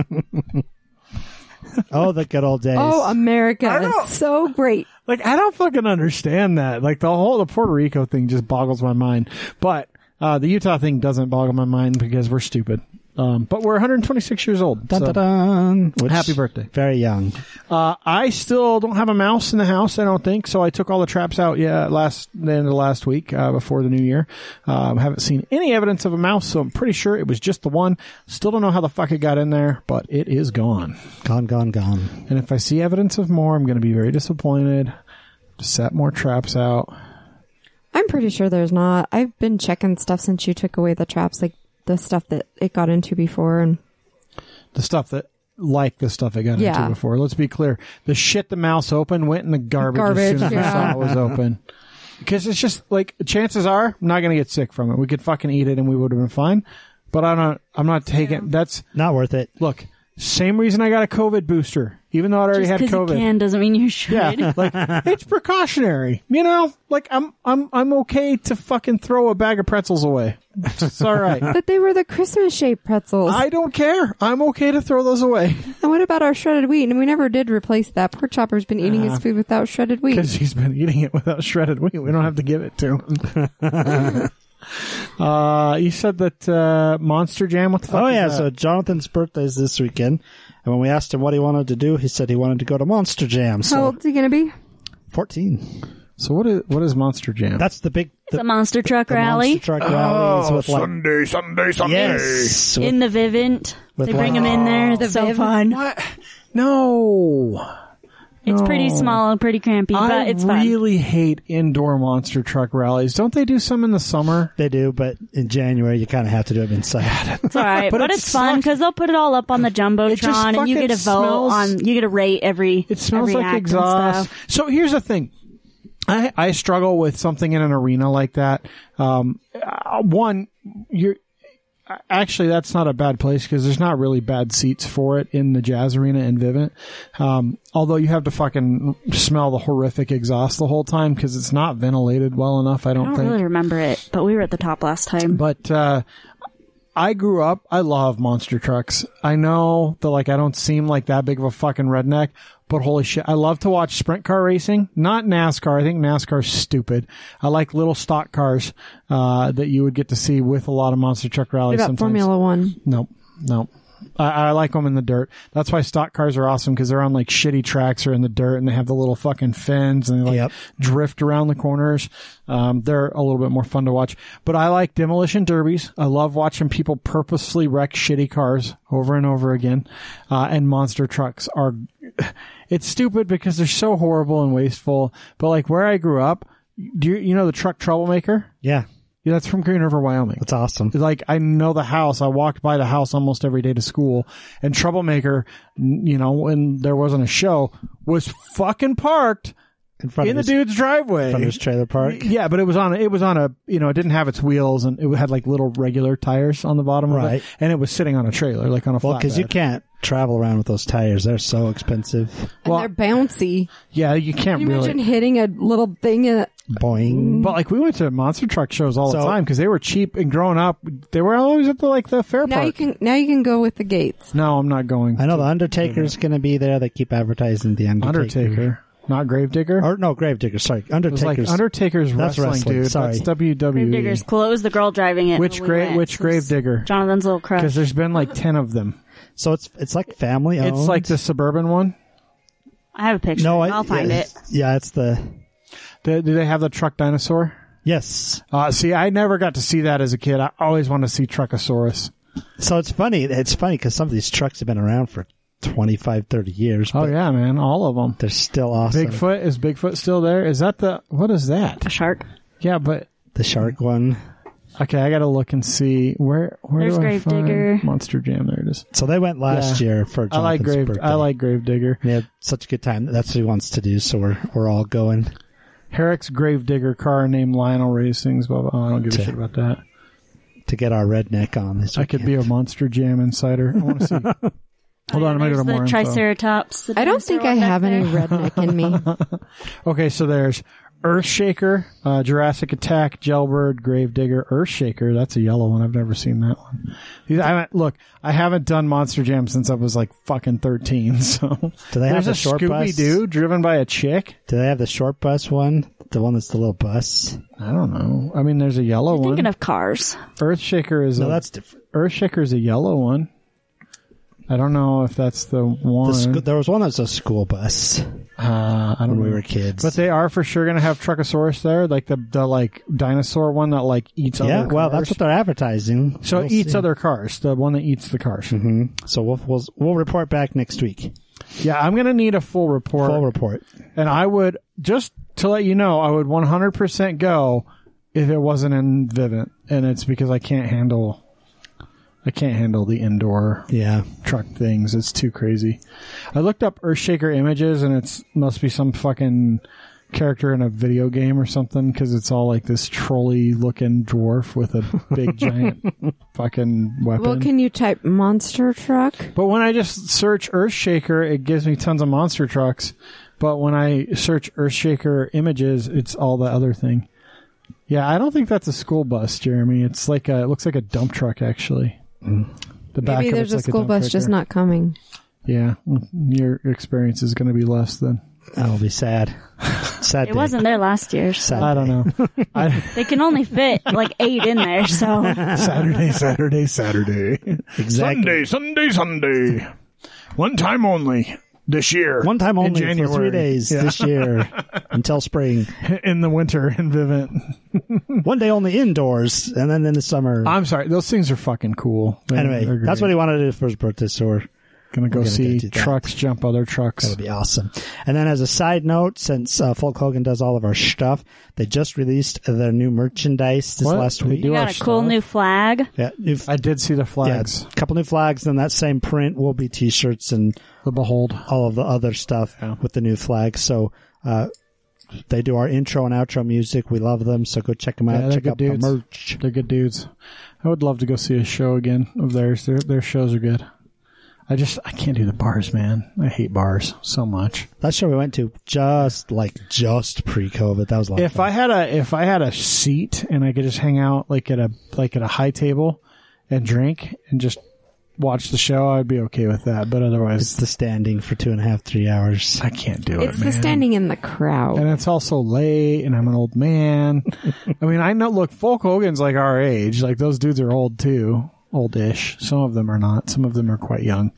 S4: Oh, the
S3: [laughs]
S4: good old days.
S2: Oh,
S3: I
S2: America
S3: don't-
S2: is so great.
S3: Like I don't fucking understand that. Like the whole the Puerto Rico thing just boggles my mind. But uh, the Utah thing doesn't boggle my mind because we're stupid. Um, but we're 126 years old.
S4: Dun,
S3: so-
S4: dun, dun. Which-
S3: Happy birthday.
S4: Very young.
S3: Uh, I still don't have a mouse in the house. I don't think so. I took all the traps out. Yeah, last the end of last week uh, before the new year. Um, haven't seen any evidence of a mouse, so I'm pretty sure it was just the one. Still don't know how the fuck it got in there, but it is gone.
S4: Gone, gone, gone.
S3: And if I see evidence of more, I'm going to be very disappointed. Just set more traps out.
S2: I'm pretty sure there's not. I've been checking stuff since you took away the traps, like the stuff that it got into
S3: [laughs]
S2: before, and
S3: The stuff that. Like the stuff I got
S2: Yeah.
S3: into before. Let's be clear. The shit the mouse opened went in the garbage, as
S2: Garbage,
S3: soon as I
S2: yeah.
S3: saw it was
S2: [laughs]
S3: open. Because it's just like chances are I'm not going to get sick from it. We could fucking eat it and we would have been fine. But I don't. I'm not taking. That's
S4: Not worth it.
S3: look. Same reason I got a COVID booster, even though I'd already
S5: Just
S3: had
S5: because you
S3: COVID.
S5: can doesn't mean you
S3: [laughs]
S5: should.
S3: Yeah, like
S2: [laughs]
S3: it's precautionary. You know, like I'm I'm I'm okay to fucking throw a bag of pretzels away. It's all
S2: [laughs]
S3: right.
S2: but they were the Christmas shaped pretzels.
S3: I don't care. I'm okay to throw those away
S2: and what about our shredded wheat? And we never did replace that. Pork chopper's been eating
S3: Uh,
S2: his food without shredded
S3: [laughs]
S2: wheat.
S3: because he's been eating it without shredded wheat. We don't have to give it to him. [laughs] uh, you said that uh, Monster Jam. What the fuck?
S4: Oh
S3: is
S4: yeah,
S3: that?
S4: so Jonathan's birthday is this weekend, and when we asked him what he wanted to do, he said he wanted to go to Monster Jam. So
S2: How
S5: Oh.
S2: old's he gonna be?
S4: fourteen.
S3: so what is what is Monster Jam?
S4: That's the big
S5: It's a monster truck
S4: the
S5: rally
S4: Monster truck rallies
S3: Oh,
S4: with like
S1: Sunday, Sunday, Sunday.
S4: yes, with,
S5: in the Vivint.
S4: With
S5: They bring
S4: like-
S5: them in there. It's Oh, so fun.
S3: what? No.
S5: It's pretty small and pretty crampy, but
S3: I
S5: it's fun.
S3: really hate indoor monster truck rallies. Don't they do some in the summer?
S4: they do, but in January you kind of have to do it inside.
S5: It's all right,
S3: But
S5: but,
S3: it
S5: it's fun
S3: sucks.
S5: because they'll put it all up on the
S3: just
S5: jumbotron, and you
S3: fucking
S5: get a vote
S3: smells-
S5: on. You get a rate every.
S3: It smells
S5: every
S3: like
S5: act and
S3: exhaust.
S5: stuff.
S3: So here's the thing. I, I struggle with something in an arena like that. Um, uh, one, you're actually that's not a bad place because there's not really bad seats for it in the jazz arena in Vivint. Um, although you have to fucking smell the horrific exhaust the whole time because it's not ventilated well enough. I
S5: I
S3: don't,
S5: don't
S3: think.
S5: really remember it, but we were at the top last time.
S3: But uh, I grew up. I love monster trucks. I know that like I don't seem like that big of a fucking redneck, but holy shit, I love to watch sprint car racing. Not NASCAR. I think NASCAR's stupid. I like little stock cars uh, that you would get to see with a lot of monster truck
S2: What
S3: rallies.
S2: about
S3: sometimes.
S2: Formula One?
S3: Nope. Nope. I, I like them in the dirt. That's why stock cars are awesome because they're on like shitty tracks or in the dirt and they have the little fucking fins and they like
S4: Yep.
S3: drift around the corners. Um, they're a little bit more fun to watch. But I like demolition derbies. I love watching people purposely wreck shitty cars over and over again. Uh, and monster trucks are, [sighs] it's stupid because they're so horrible and wasteful. But like where I grew up, do you, you know the truck troublemaker?
S4: yeah,
S3: Yeah, that's from Green River, Wyoming
S4: that's awesome.
S3: like I know the house. I walked by the house almost every day to school. And Troublemaker, n- you know, when there wasn't a show, was fucking parked
S4: In front
S3: in the
S4: of his,
S3: dude's driveway.
S4: in front of his trailer park.
S3: Yeah, but it was on it was on a you know it didn't have its wheels and it had like little regular tires on the bottom of
S4: Right.
S3: it, and it was sitting on a trailer like on a
S4: Well,
S3: flatbed.
S4: because you can't travel around with those tires; they're so expensive.
S3: Well-
S2: and they're bouncy.
S3: yeah, you can't
S2: Can you
S3: really.
S2: imagine hitting a little thing? In a,
S4: Boing.
S3: but like we went to monster truck shows all the
S4: So-
S3: time because they were cheap and growing up they were always at the like the fair
S2: now you
S3: park.
S2: can now you can go with the gates.
S3: no, I'm not going.
S4: I know the Undertaker's going to be there. They keep advertising the Undertaker.
S3: Mm-hmm. Undertaker, not Gravedigger.
S4: Or no, Gravedigger. Sorry,
S3: It was like
S4: Undertaker's.
S3: Undertaker's
S4: That's
S3: wrestling,
S4: wrestling,
S3: dude.
S4: sorry.
S3: That's E. WWE.
S5: Gravedigger's cool. It was the girl driving it.
S3: Which
S5: when we
S3: grave?
S5: went.
S3: Which
S5: It was
S3: Gravedigger?
S5: Jonathan's little crush.
S3: Because there's been like ten of them.
S4: so it's it's like family owned.
S3: It's like the suburban one.
S5: I have a picture.
S4: No, I,
S5: I'll find
S4: yeah,
S5: it.
S4: Yeah, it's the
S3: Do, do they have the truck dinosaur?
S4: yes.
S3: Uh, see, I never got to see that as a kid. I always wanted to see Truckosaurus.
S4: So it's funny. It's funny because some of these trucks have been around for 25, 30 years.
S3: Oh
S4: but
S3: yeah, man, all of them.
S4: They're still awesome.
S3: Bigfoot is Bigfoot still there? Is that the what is
S5: A
S3: that?
S5: shark.
S3: Yeah, but
S4: The shark one.
S3: okay, I gotta look and see where where
S5: There's
S3: do I
S5: Gravedigger.
S3: find Monster Jam? There it is.
S4: So they went last
S3: Yeah.
S4: year for
S3: I like
S4: Jonathan's
S3: Grave.
S4: birthday.
S3: I like Gravedigger.
S4: We had such a good time. That's what he wants to do. So we're we're all going.
S3: Herrick's Gravedigger car named Lionel Racings. Blah, blah. Oh, I don't give a
S4: Okay.
S3: shit about that.
S4: to get our redneck on this
S3: I could be a Monster Jam insider. I want to see. Hold on, I'm gonna go
S5: There's
S3: to
S5: the
S3: more info.
S5: Triceratops. The
S2: I don't
S5: dinosaur
S2: think I
S5: one back
S2: have any
S5: there.
S3: [laughs]
S2: redneck in me.
S3: Okay, so there's Earthshaker, uh, Jurassic Attack, Gelbird, Gravedigger, Earthshaker. That's a yellow one. I've never seen that one. These- I haven't, look, I haven't done Monster Jam since I was like fucking 13. [laughs] So
S4: Do they
S3: there's
S4: have the
S3: a
S4: short bus?
S3: Scooby Doo driven by a chick.
S4: Do they have the short bus one? The one that's the little bus?
S3: I don't know. I mean, there's a yellow
S5: Thinking
S3: one.
S5: of cars.
S3: Earthshaker is
S4: No,
S3: a,
S4: that's different.
S3: Earthshaker's a yellow one. I don't know if that's the one.
S4: The sc- there was one that was a school bus
S3: Oh, uh, I don't
S4: when we
S3: know.
S4: were kids.
S3: But they are for sure going to have Truckosaurus there, like the the like dinosaur one that like eats
S4: yeah,
S3: other.
S4: well,
S3: cars.
S4: that's what they're advertising.
S3: so it
S4: We'll
S3: eats
S4: see.
S3: other cars, the one that eats the cars.
S4: Mhm. So we'll, we'll we'll report back next week.
S3: Yeah, I'm gonna need a full report,
S4: Full report.
S3: and I would just to let you know, I would 100% go if it wasn't in Vivint, and it's because I can't handle, I can't handle the indoor
S4: Yeah.
S3: truck things. It's too crazy. I looked up Earthshaker images, and it's must be some fucking character in a video game or something because it's all like this trolley looking dwarf with a
S2: [laughs]
S3: big giant fucking weapon.
S2: Well, can you type monster truck?
S3: but when I just search Earthshaker, it gives me tons of monster trucks. But when I search Earthshaker images, it's all the other thing. Yeah, I don't think that's a school bus, Jeremy. It's like a, it looks like a dump truck actually. The back
S2: Maybe
S3: of it's
S2: there's a
S3: like
S2: school
S3: dump
S2: bus
S3: truck
S2: just
S3: there.
S2: not coming.
S3: Yeah, mm, your experience is going to be less than.
S4: That'll
S3: [laughs]
S4: be sad. Sad.
S5: It
S4: day.
S5: wasn't there last year.
S4: Sad.
S3: I don't know. I,
S5: They can only fit like eight in there, so
S3: [laughs] Saturday, Saturday, Saturday.
S4: Exactly.
S1: Sunday, Sunday. One time only this year.
S4: One time only for three
S3: January.
S4: days
S3: Yeah.
S4: this year until spring.
S3: [laughs] In the winter in Vivint.
S4: One day only indoors, and then in the summer.
S3: I'm sorry. Those things are fucking cool.
S4: anyway, that's what he wanted to do for his birthday tour.
S3: going to go
S4: gonna
S3: see
S4: go do that.
S3: trucks jump other trucks.
S4: That would be awesome. And then as a side note, since uh, Folk Hogan does all of our stuff, they just released their new merchandise this
S3: What?
S4: last
S3: They
S4: week.
S3: do
S5: you
S3: our
S5: got a cool
S3: stuff?
S5: new flag.
S4: Yeah, new
S3: I did see the
S4: yeah,
S3: flags.
S4: a couple new flags, and that same print will be T-shirts and
S3: The behold.
S4: all of the other stuff
S3: Yeah.
S4: with the new flags. So uh, they do our intro and outro music. We love them, so go check them
S3: Yeah,
S4: out.
S3: they're
S4: check
S3: good
S4: out
S3: dudes.
S4: the merch.
S3: They're good dudes. I would love to go see a show again of theirs. Their their shows are good. I just I can't do the bars, man. I hate bars so much.
S4: That show we went to just like just pre-COVID. That was a lot of
S3: if
S4: fun.
S3: I had a if I had a seat and I could just hang out like at a like at a high table and drink and just watch the show, I'd be okay with that. But
S4: it's
S3: otherwise,
S4: the standing for two and a half, three hours.
S3: I can't do
S2: It's
S3: it,
S2: the
S3: man.
S2: standing in the crowd.
S3: and it's also late, and I'm an old
S4: [laughs]
S3: man. I mean, I know. Look, Folk Hogan's like our age. Like those dudes are old too, oldish. Some of them are not. Some of them are quite young.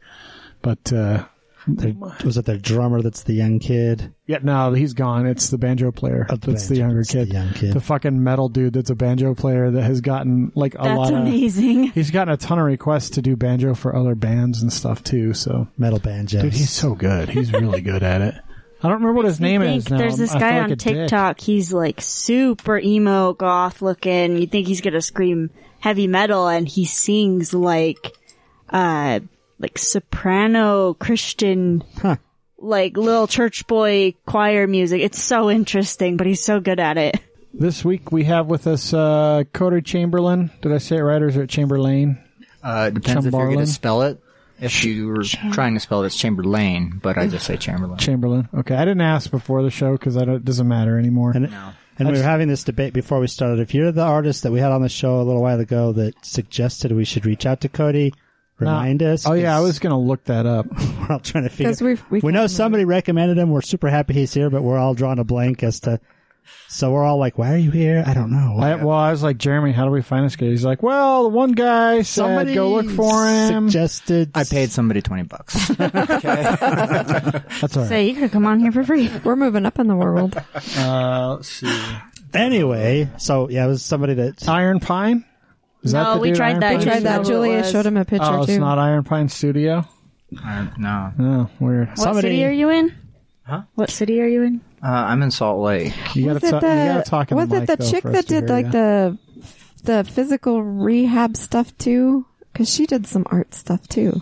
S3: But uh,
S4: Their- was it their drummer that's the young kid?
S3: yeah, no, he's gone. It's the banjo player.
S4: Oh,
S3: that's the
S4: banjo.
S3: younger
S4: It's the
S3: kid.
S4: young kid.
S3: The fucking metal dude. That's a banjo player that has gotten like a
S5: That's
S3: lot of.
S5: amazing.
S3: He's gotten a ton of requests to do banjo for other bands and stuff too. So,
S4: Metal banjos.
S3: dude, he's so good. He's really good at it. I don't remember what his name
S5: I
S3: is.
S5: think
S3: now.
S5: There's this
S3: I feel
S5: guy
S3: like
S5: on
S3: a dick.
S5: TikTok. He's like super emo goth looking. You think he's gonna scream heavy metal, and he sings like, uh, like soprano Christian,
S4: Huh.
S5: like little church boy choir music. It's so interesting, but he's so good at it.
S3: This week we have with us uh, Coder Chamberlain. Did I say it right, or is it Chamberlain?
S6: Uh, it depends if you're going
S3: Chamberlain?
S6: to spell it. If you were trying to spell it, it's Chamberlain, but I just say Chamberlain.
S3: Chamberlain. Okay, I didn't ask before the show because it doesn't matter anymore.
S4: And, and we were having this debate before we started. If you're the artist that we had on the show a little while ago that suggested we should reach out to Cody,
S3: Now-
S4: remind us.
S3: Oh yeah, I
S4: 'cause
S3: was gonna look that up.
S4: We're all trying to figure.
S2: 'Cause we've- we
S4: we know
S2: can't-
S4: somebody recommended him. We're super happy he's here, but we're all drawing a blank as to. So we're all like, "Why are you here? I don't know."
S3: I, well, I was like, Jeremy, how do we find this guy? He's like, well, the one guy said
S4: Somebody
S3: go look for him.
S4: Suggested.
S6: I paid somebody
S5: [laughs]
S6: 20 bucks.
S3: That's all right.
S5: So you could come on here for free.
S2: We're moving up in the world.
S3: Uh, let's see.
S4: Anyway, so yeah, it was somebody that.
S3: Iron Pine. Is
S5: No,
S3: the
S5: we
S3: dude,
S5: tried
S3: Iron
S5: that.
S2: I
S5: I
S3: Pine?
S5: We
S2: tried
S5: just know
S2: that.
S5: who it
S2: Julia
S5: was.
S2: showed him a picture
S3: Oh,
S2: too.
S3: it's not Iron Pine Studio.
S6: I don't- no.
S3: Oh, weird.
S5: What
S4: Somebody-
S5: city are you in? Huh? What city are you in?
S6: Uh, I'm in Salt Lake.
S3: You gotta,
S2: was it
S3: ta- you gotta talk
S2: the,
S3: in
S2: was
S3: the
S2: it
S3: mic,
S2: the
S3: though,
S2: chick
S3: for us to
S2: that did
S3: hear
S2: like
S3: you.
S2: the the physical rehab stuff too? Because she did some art stuff too.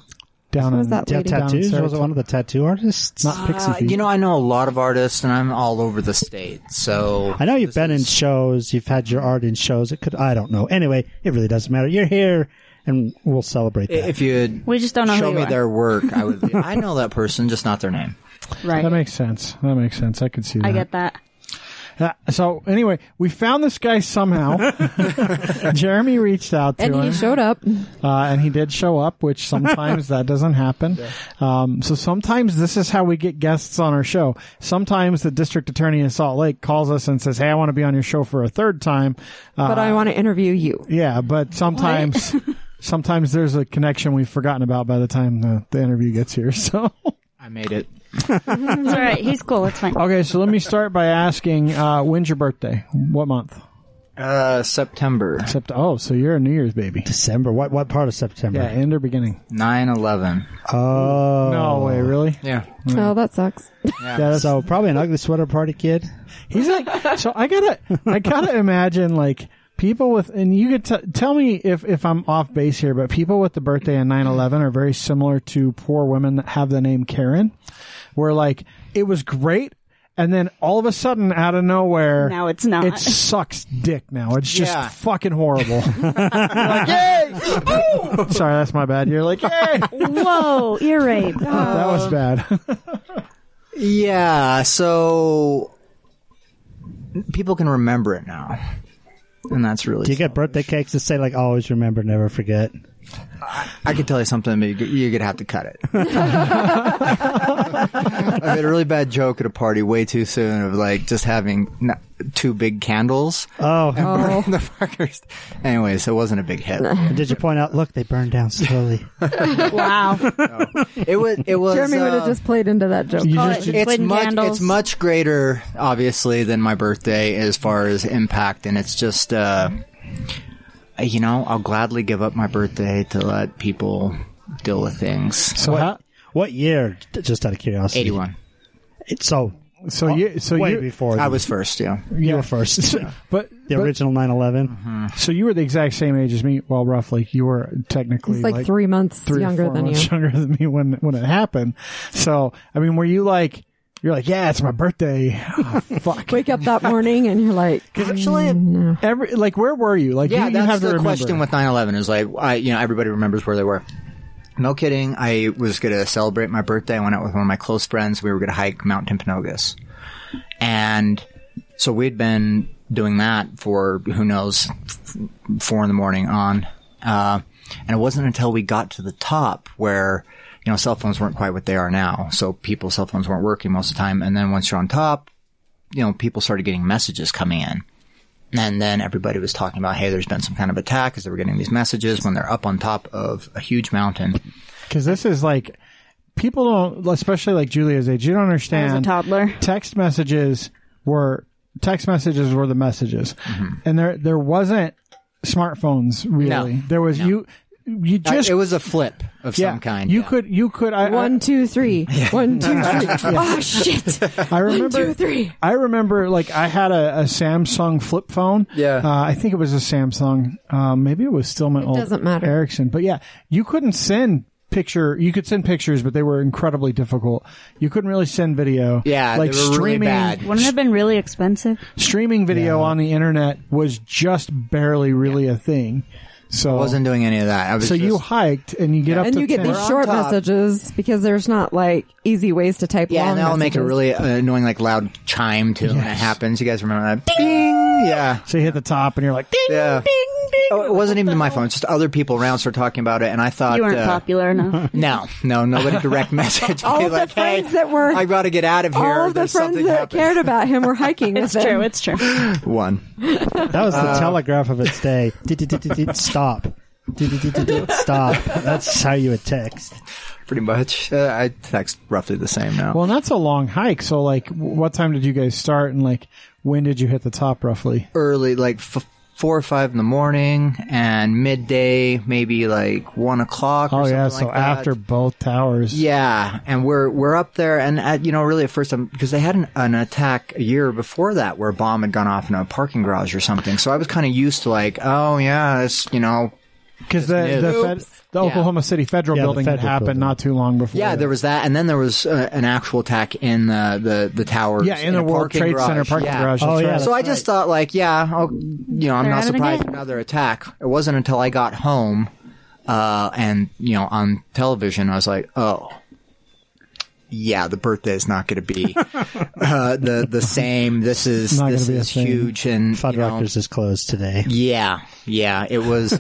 S3: down
S2: was
S3: in-
S2: that
S4: Yeah,
S2: lady?
S3: down in
S4: tattoos. Was it
S3: Saratoga.
S4: one of the tattoo artists?
S3: Not Pixie
S6: Uh,
S3: Feet.
S6: you know, I know a lot of artists, and I'm all over the state, so...
S4: I know you've been in shows, you've had your art in shows. It could, I don't know. Anyway, it really doesn't matter. You're here, and we'll celebrate that.
S6: If you had
S5: We just don't know
S6: show
S5: who you
S6: me
S5: are.
S6: their work,
S5: [laughs]
S6: I would... I know that person, just not their name.
S5: Right.
S3: that makes sense. That makes sense. I could see that.
S5: I get that.
S3: Uh, so anyway, we found this guy somehow. Jeremy reached out to
S2: And
S3: him,
S2: he showed up.
S3: uh, and he did show up, which sometimes that doesn't happen. Um, so sometimes this is how we get guests on our show. Sometimes the district attorney in Salt Lake calls us and says, "Hey, I want to be on your show for a third time." Uh,
S2: But I want to interview you.
S3: Yeah, but sometimes sometimes there's a connection we've forgotten about by the time the, the interview gets here. [laughs] So,
S6: I made it.
S5: It's all right. He's
S3: [laughs]
S5: cool. It's fine.
S3: okay, so let me start by asking, uh, when's your birthday? What month?
S6: Uh, September
S3: Except, oh, so you're a New Year's baby.
S4: December. What what part of September?
S3: Yeah, end or beginning?
S6: 9-11.
S4: Oh.
S3: No way, really?
S6: Yeah.
S2: Oh, that sucks.
S3: Yeah, that's,
S4: So probably an ugly sweater party kid.
S3: He's like, so I gotta, I gotta imagine like people with, and you could t- tell me if if I'm off base here, but people with the birthday in 9/11 are very similar to poor women that have the name Karen, where like it was great, and then all of a sudden out of nowhere,
S5: Now it's not.
S3: It sucks dick now. It's just
S6: Yeah.
S3: fucking
S5: [laughs]
S3: horrible. You're like, yay! Woo! Sorry, that's my bad. You're like, yay!
S5: Whoa,
S3: [laughs]
S5: ear rape.
S3: that was bad.
S6: Yeah, so people can remember it now. And that's really
S4: Do you get birthday cakes that say like always remember, never forget?
S6: I could tell you something, but you're you're gonna have to
S4: [laughs]
S6: cut it. I made a really bad joke at a party way too soon of like just having n- two big candles.
S4: Oh.
S6: Oh. [laughs] the fuckers. Anyways, it wasn't a big hit.
S4: And [laughs] did you point out? Look, they burn down
S6: [laughs]
S4: slowly.
S5: Wow.
S6: It was. It was.
S2: Jeremy would have
S6: uh,
S2: just played into that joke. Oh,
S3: You
S5: Call
S3: just-
S5: it
S6: It's
S5: twin
S6: much.
S5: candles.
S6: It's much greater, obviously, than my birthday as far as impact, and it's just. uh you know, I'll gladly give up my birthday to let people deal with things.
S3: [laughs] so how,
S4: what year? J- Just out of curiosity.
S6: 81.
S4: It- So
S3: so you, so
S4: way
S3: you,
S4: before
S6: I
S4: the-
S6: was first, yeah.
S4: you were first.
S3: but
S4: the
S3: but-
S4: original 9/11.
S3: So you were the exact same age as me. Well, roughly, you were technically
S2: He's like, three months
S3: three or
S2: younger
S3: four
S2: than you.
S3: months younger than me when when it happened. So I mean, were you like you're like yeah, it's my birthday.
S2: [laughs]
S3: Ah, fuck.
S2: [laughs] Wake up that morning and you're
S3: [laughs]
S2: like, mm,
S6: Actually,
S3: Every like where were you? Like
S6: yeah,
S3: you, you
S6: that's
S3: have to
S6: the
S3: remember.
S6: question with 9/11. Is like, I, you know, everybody remembers where they were. No kidding. I was gonna celebrate my birthday. I went out with one of my close friends. We were gonna hike Mount Timpanogos, and so we'd been doing that for who knows f- four in the morning on. Uh, and it wasn't until we got to the top where you know cell phones weren't quite what they are now. So people's cell phones weren't working most of the time. And then once you're on top, you know, people started getting messages coming in. And then everybody was talking about, hey, there's been some kind of attack as they were getting these messages when they're up on top of a huge mountain.
S3: because this is like people don't, especially like Julia's age. You don't understand.
S5: As a toddler.
S3: text messages were text messages were the messages, and there there wasn't smartphones really. There was you you just
S6: Uh, it was a flip of
S3: yeah,
S6: some kind.
S3: You
S6: yeah.
S3: could you could I, I-
S2: one, two, three. One, two,
S3: [laughs]
S2: three. Oh, shit.
S3: I
S2: One,
S3: remember
S2: two, three.
S3: I remember like I had a, a Samsung flip phone.
S6: Yeah.
S3: Uh, I think it was a Samsung. Uh, maybe it was still my old
S2: doesn't matter.
S3: Ericsson. But yeah, you couldn't send picture. You could send pictures, but they were incredibly difficult. You couldn't really send video.
S6: Yeah, they
S3: like
S6: were really
S3: streaming
S6: bad.
S5: Wouldn't it have been really expensive?
S3: streaming video on the internet was just barely really a thing. So
S6: I wasn't doing any of that. I was
S3: so
S6: just,
S3: you hiked and you get up
S2: And
S3: to
S2: you get
S3: 10.
S2: these short
S6: top.
S2: messages because there's not like easy ways to type
S6: yeah,
S2: long
S6: and that'll make a
S2: messages.
S6: really annoying, like loud chime too when it happens. You guys remember that? Ding! Yeah.
S3: so you hit the top and you're like, "Ding."
S6: Yeah. Oh, it wasn't even my phone. It's just other people around started talking about it, and I thought
S5: You weren't
S6: uh, [laughs]
S5: popular enough.
S6: No, no, nobody
S2: [laughs]
S6: direct message.
S2: All
S6: me
S2: of the
S6: like, hey,
S2: friends that were-
S6: I got to get out of here.
S2: all of the
S6: There's
S2: friends
S6: something
S2: that
S6: happening."
S2: cared about
S6: [laughs]
S2: him were hiking with
S5: It's
S2: him. [laughs]
S5: true. It's true.
S6: One.
S4: That was the telegraph of its day. Dit-dit-dit-dit, Stop. Dit-dit-dit-dit, Stop. That's how you would text.
S6: pretty much. Uh, I text roughly the same now.
S3: Well, and that's a long hike. So, like, w- what time did you guys start, and like, when did you hit the top roughly?
S6: Early, like f- four or five in the morning, and midday, maybe like one o'clock. Or
S3: Oh
S6: something
S3: yeah,
S6: like
S3: so
S6: that.
S3: after both towers.
S6: Yeah, and we're we're up there, and uh you know, really at first, because they had an, an attack a year before that where a bomb had gone off in a parking garage or something. So I was kind of used to like, oh yeah, it's you know,
S3: because the the, fed, the Oklahoma City Federal
S4: Yeah, the
S3: Building had
S4: federal
S3: happened
S4: building.
S3: not too long before.
S6: yeah,
S3: that.
S6: there was that, and then there was uh, an actual attack in the the the towers.
S3: yeah in the
S6: a
S3: World
S6: parking
S3: Trade Center
S6: garage.
S3: parking
S6: Yeah.
S3: garage.
S4: Oh,
S3: that's
S4: yeah.
S3: right.
S6: So I just thought, like, yeah, I'll, you know, I'm
S5: They're at
S6: not
S5: it
S6: surprised
S5: again.
S6: another attack. It wasn't until I got home, uh, and you know, on television, I was like, oh, yeah, the birthday is not going to be [laughs] uh, the the same. This is
S3: Not
S6: this
S3: gonna be
S6: is
S3: the same.
S6: huge, and you know,
S4: Fuddruckers is closed today.
S6: yeah, yeah. It was,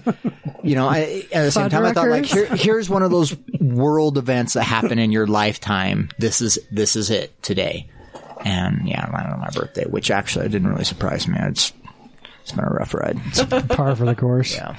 S6: you know, I, at the same time, I thought like,
S2: Fuddruckers.
S6: here, here's one of those world events that happen in your lifetime. This is this is it today, and yeah, I landed on my birthday, which actually didn't really surprise me. It's It's been a rough ride.
S3: par for the course.
S6: Yeah.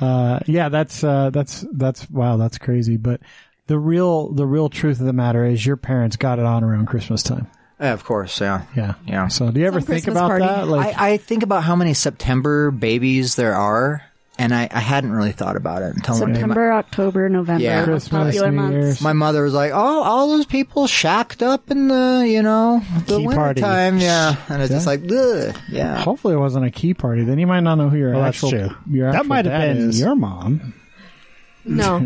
S3: Uh, yeah, that's uh, that's that's wow, that's crazy. But the real the real truth of the matter is your parents got it on around Christmas time.
S6: [laughs] Yeah, of course, yeah.
S3: Yeah,
S6: Yeah.
S3: So do you ever
S2: Some
S3: think
S2: Christmas
S3: about
S2: party.
S3: that? Like,
S6: I, I think about how many September babies there are, and I, I hadn't really thought about it until one day my-
S5: September, October, November.
S6: Yeah.
S5: are
S3: Christmas,
S5: popular
S3: New
S5: months.
S3: Year's.
S6: My mother was like, "Oh, all those people shacked up in the, you know, the
S4: Key
S6: winter
S4: party.
S6: time, yeah." And it's just like, Ugh, yeah.
S3: hopefully it wasn't a key party. Then you might not know who your
S4: Well, that's
S3: actual
S4: true.
S3: your
S4: that
S3: actual
S4: might have
S3: dad
S4: been
S3: is.
S4: your mom.
S3: [laughs]
S2: No.